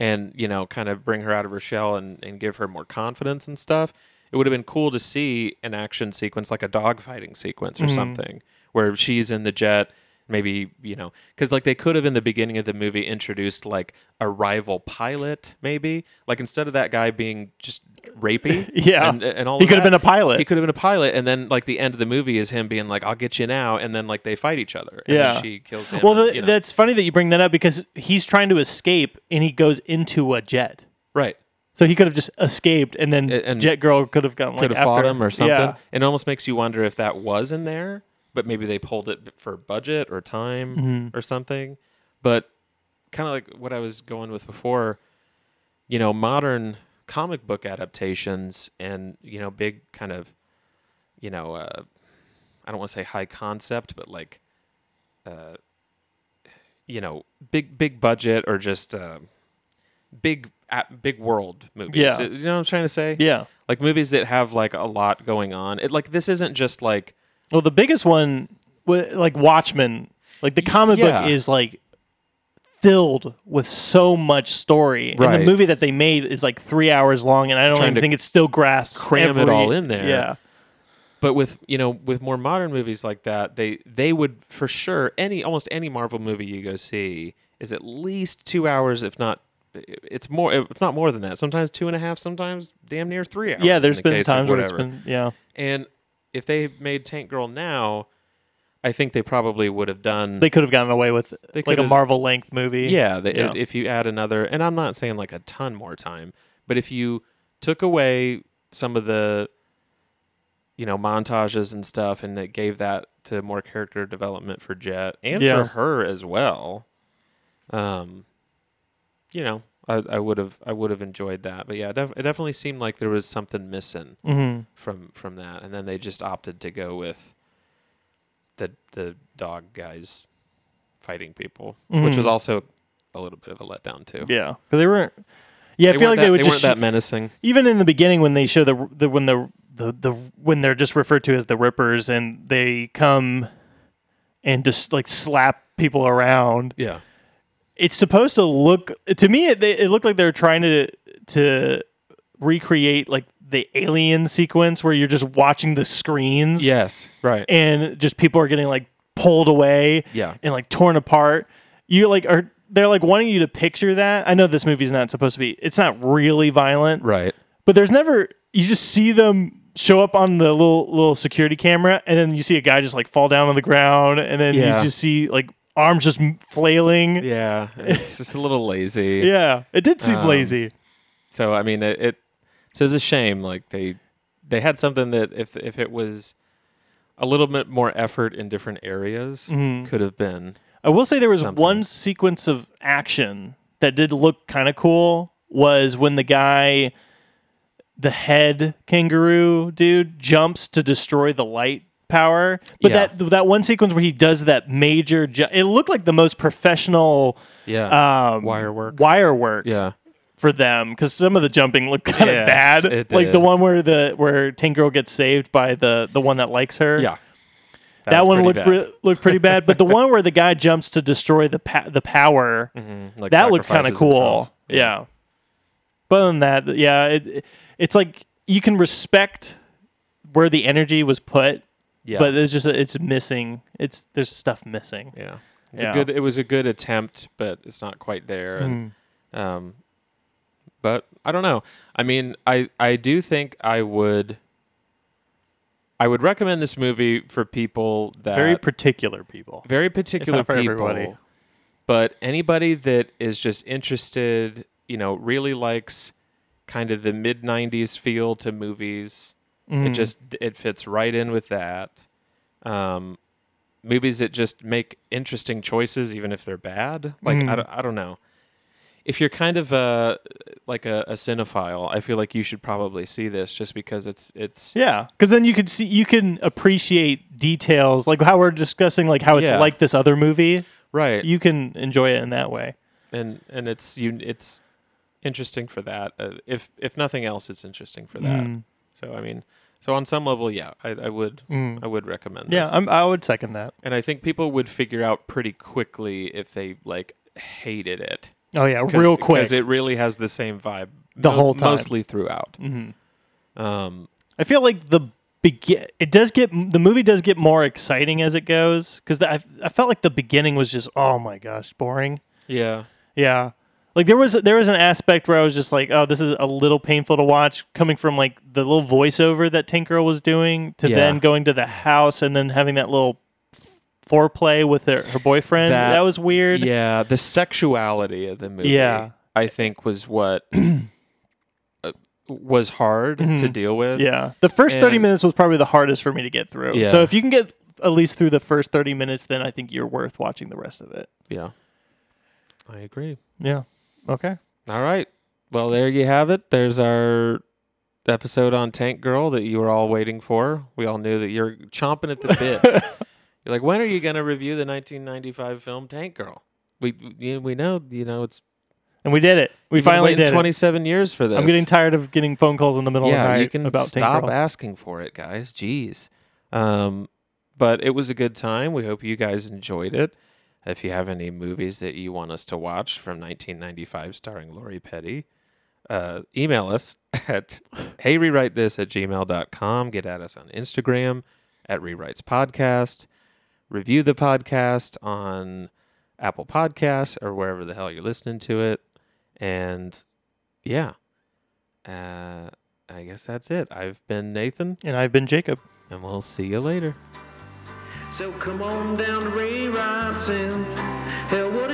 Speaker 2: and, you know, kind of bring her out of her shell and, and give her more confidence and stuff, it would have been cool to see an action sequence like a dogfighting sequence or
Speaker 3: Mm-hmm.
Speaker 2: something where she's in the jet. Maybe, you know, because like they could have in the beginning of the movie introduced like a rival pilot, maybe. Like instead of that guy being just rapey.
Speaker 3: Yeah.
Speaker 2: And, uh, and all
Speaker 3: He
Speaker 2: of
Speaker 3: could have
Speaker 2: that,
Speaker 3: been a pilot.
Speaker 2: He could have been a pilot, and then like the end of the movie is him being like, "I'll get you now," and then like they fight each other. And
Speaker 3: Yeah.
Speaker 2: then she kills him.
Speaker 3: Well,
Speaker 2: and,
Speaker 3: the,
Speaker 2: you know.
Speaker 3: that's funny that you bring that up because he's trying to escape and he goes into a jet.
Speaker 2: right.
Speaker 3: So he could have just escaped and then
Speaker 2: And- and
Speaker 3: Jet Girl could have gone.
Speaker 2: Could
Speaker 3: like,
Speaker 2: have fought
Speaker 3: after-
Speaker 2: him or something.
Speaker 3: Yeah.
Speaker 2: It almost makes you wonder if that was in there, but maybe they pulled it for budget or time
Speaker 3: Mm-hmm.
Speaker 2: or something. But kind of like what I was going with before, you know, modern comic book adaptations and you know, big kind of, you know, uh, I don't want to say high concept, but like uh, you know, big big budget or just uh, big at big world movies.
Speaker 3: Yeah.
Speaker 2: You know what I'm trying to say?
Speaker 3: Yeah.
Speaker 2: Like movies that have like a lot going on. It like this isn't just like
Speaker 3: Well, the biggest one, wa- like Watchmen, like the comic
Speaker 2: yeah.
Speaker 3: book is like filled with so much story, and
Speaker 2: Right.
Speaker 3: the movie that they made is like three hours long, and I don't
Speaker 2: Trying
Speaker 3: even
Speaker 2: to
Speaker 3: think it still grasps
Speaker 2: cram it
Speaker 3: every-
Speaker 2: all in there.
Speaker 3: Yeah,
Speaker 2: but with you know with more modern movies like that they they would for sure any almost any marvel movie you go see is at least two hours if not it's more if not more than that sometimes two and a half sometimes damn near three hours
Speaker 3: yeah.
Speaker 2: in
Speaker 3: There's
Speaker 2: the
Speaker 3: been
Speaker 2: case of
Speaker 3: times where it's
Speaker 2: whatever.
Speaker 3: been yeah.
Speaker 2: and if they made tank girl now i think they probably would have done
Speaker 3: They could have gotten away with
Speaker 2: They
Speaker 3: like a
Speaker 2: could've-
Speaker 3: Marvel length movie.
Speaker 2: Yeah, the,
Speaker 3: Yeah.
Speaker 2: if you add another, and I'm not saying like a ton more time, but if you took away some of the, you know, montages and stuff, and it gave that to more character development for Jet and
Speaker 3: Yeah.
Speaker 2: for her as well, um, you know, I, I would have I would have enjoyed that, but yeah, def- it definitely seemed like there was something missing
Speaker 3: hmm
Speaker 2: from from that, and then they just opted to go with the the dog guys
Speaker 3: Mm.
Speaker 2: fighting people, which was also a little bit of a letdown too.
Speaker 3: Yeah, because they weren't. Yeah, I
Speaker 2: They
Speaker 3: feel
Speaker 2: weren't
Speaker 3: like
Speaker 2: that,
Speaker 3: they would
Speaker 2: they
Speaker 3: just
Speaker 2: weren't that menacing.
Speaker 3: even in the beginning when they show the the when the the, the when they're just referred to as the rippers and they come and just like slap people around
Speaker 2: Yeah.
Speaker 3: it's supposed to look to me it, it looked like they're trying to to recreate like the alien sequence where you're just watching the screens
Speaker 2: Yes. Right.
Speaker 3: and just people are getting like pulled away
Speaker 2: Yeah.
Speaker 3: and like torn apart you like are they're like wanting you to picture that i know this movie's not supposed to be it's not really violent
Speaker 2: right.
Speaker 3: but there's never you just see them show up on the little little security camera and then you see a guy just like fall down on the ground and then
Speaker 2: Yeah.
Speaker 3: you just see like arms just m- flailing yeah,
Speaker 2: Yeah. It's just a little lazy.
Speaker 3: it did seem
Speaker 2: Um,
Speaker 3: lazy
Speaker 2: So I mean, it, it so it's a shame. Like they they had something that if if it was a little bit more effort in different areas
Speaker 3: Mm-hmm.
Speaker 2: could have been.
Speaker 3: i will say there was
Speaker 2: something.
Speaker 3: one sequence of action that did look kind of cool was when the guy the head kangaroo dude jumps to destroy the light power but
Speaker 2: Yeah.
Speaker 3: that that one sequence where he does that major ju- it looked like the most professional
Speaker 2: Yeah.
Speaker 3: um,
Speaker 2: Wire work.
Speaker 3: wire work
Speaker 2: yeah.
Speaker 3: for them because some of the jumping looked kind of
Speaker 2: Yes,
Speaker 3: bad,
Speaker 2: it
Speaker 3: like the
Speaker 2: did.
Speaker 3: one where the where Tank Girl gets saved by the the one that likes her.
Speaker 2: Yeah.
Speaker 3: that, one looked re- looked pretty bad, but the one where the guy jumps to destroy the pa- the power
Speaker 2: Mm-hmm.
Speaker 3: that looked kind of cool. Yeah, but other than that, yeah, it, it's like you can respect where the energy was put,
Speaker 2: Yeah.
Speaker 3: but it's just it's missing. It's there's stuff missing.
Speaker 2: yeah. It's
Speaker 3: Yeah.
Speaker 2: a good. It was a good attempt, but it's not quite there. And, um, but I don't know. I mean, I I do think I would. I would recommend this movie for people that
Speaker 3: Very particular people.
Speaker 2: very particular
Speaker 3: for
Speaker 2: people,
Speaker 3: everybody.
Speaker 2: but anybody that is just interested, you know, really likes kind of the mid '90s feel to movies.
Speaker 3: Mm.
Speaker 2: It just it fits right in with that. Um, movies that just make interesting choices, even if they're bad. Like
Speaker 3: Mm.
Speaker 2: I, don't, I don't know. If you're kind of a like a, a cinephile, I feel like you should probably see this just because it's it's
Speaker 3: Yeah, because then you could see you can appreciate details like how we're discussing like how it's
Speaker 2: Yeah.
Speaker 3: like this other movie.
Speaker 2: right.
Speaker 3: You can enjoy it in that way.
Speaker 2: and and it's you it's interesting for that uh, if if nothing else it's interesting for that
Speaker 3: Mm.
Speaker 2: so i mean so on some level yeah i, I would i would recommend
Speaker 3: Mm. Yeah,
Speaker 2: this.
Speaker 3: I'm, I would second that.
Speaker 2: and i think people would figure out pretty quickly if they like hated it
Speaker 3: Oh yeah,
Speaker 2: 'Cause-
Speaker 3: real quick.
Speaker 2: it really has the same vibe
Speaker 3: The whole time. Mm-hmm.
Speaker 2: mostly throughout um
Speaker 3: I feel like the begin it does get the movie does get more exciting as it goes because I I felt like the beginning was just oh my gosh boring.
Speaker 2: yeah
Speaker 3: Yeah. Like there was there was an aspect where I was just like, oh, this is a little painful to watch, coming from like the little voiceover that Tank Girl was doing to
Speaker 2: Yeah.
Speaker 3: then going to the house and then having that little foreplay with her, her boyfriend. That,
Speaker 2: That-
Speaker 3: was weird.
Speaker 2: Yeah, the sexuality of the movie.
Speaker 3: Yeah.
Speaker 2: I think was what uh, was hard to deal with.
Speaker 3: Mm-hmm. Yeah. The first thirty
Speaker 2: And-
Speaker 3: minutes was probably the hardest for me to get through.
Speaker 2: Yeah.
Speaker 3: So if you can get at least through the first thirty minutes, then I think you're worth watching the rest of it.
Speaker 2: yeah, I agree.
Speaker 3: Yeah. Okay.
Speaker 2: All right, well there you have it. There's our episode on Tank Girl that you were all waiting for. We all knew that you're chomping at the bit. you're like, when are you gonna review the 1995 film Tank Girl? We we- we know you know it's
Speaker 3: And we did it. We
Speaker 2: you've been
Speaker 3: finally
Speaker 2: waiting
Speaker 3: did
Speaker 2: 27 years for this.
Speaker 3: it. I'm getting tired of getting phone calls in the middle of the
Speaker 2: yeah,
Speaker 3: night
Speaker 2: you can
Speaker 3: about Tank
Speaker 2: stop
Speaker 3: Girl.
Speaker 2: asking for it, guys. Jeez. Um, but it was a good time. We hope you guys enjoyed it. If you have any movies that you want us to watch from 1995 starring Lori Petty, uh, email us at hey rewrite this at gmail.com. Get at us on Instagram at rewrites podcast. Review the podcast on Apple Podcasts or wherever the hell you're listening to it. And yeah. Uh, I guess that's it. I've been Nathan,
Speaker 3: And I've been Jacob.
Speaker 2: and we'll see you later.
Speaker 1: So come on down to rewrites and hell, we'll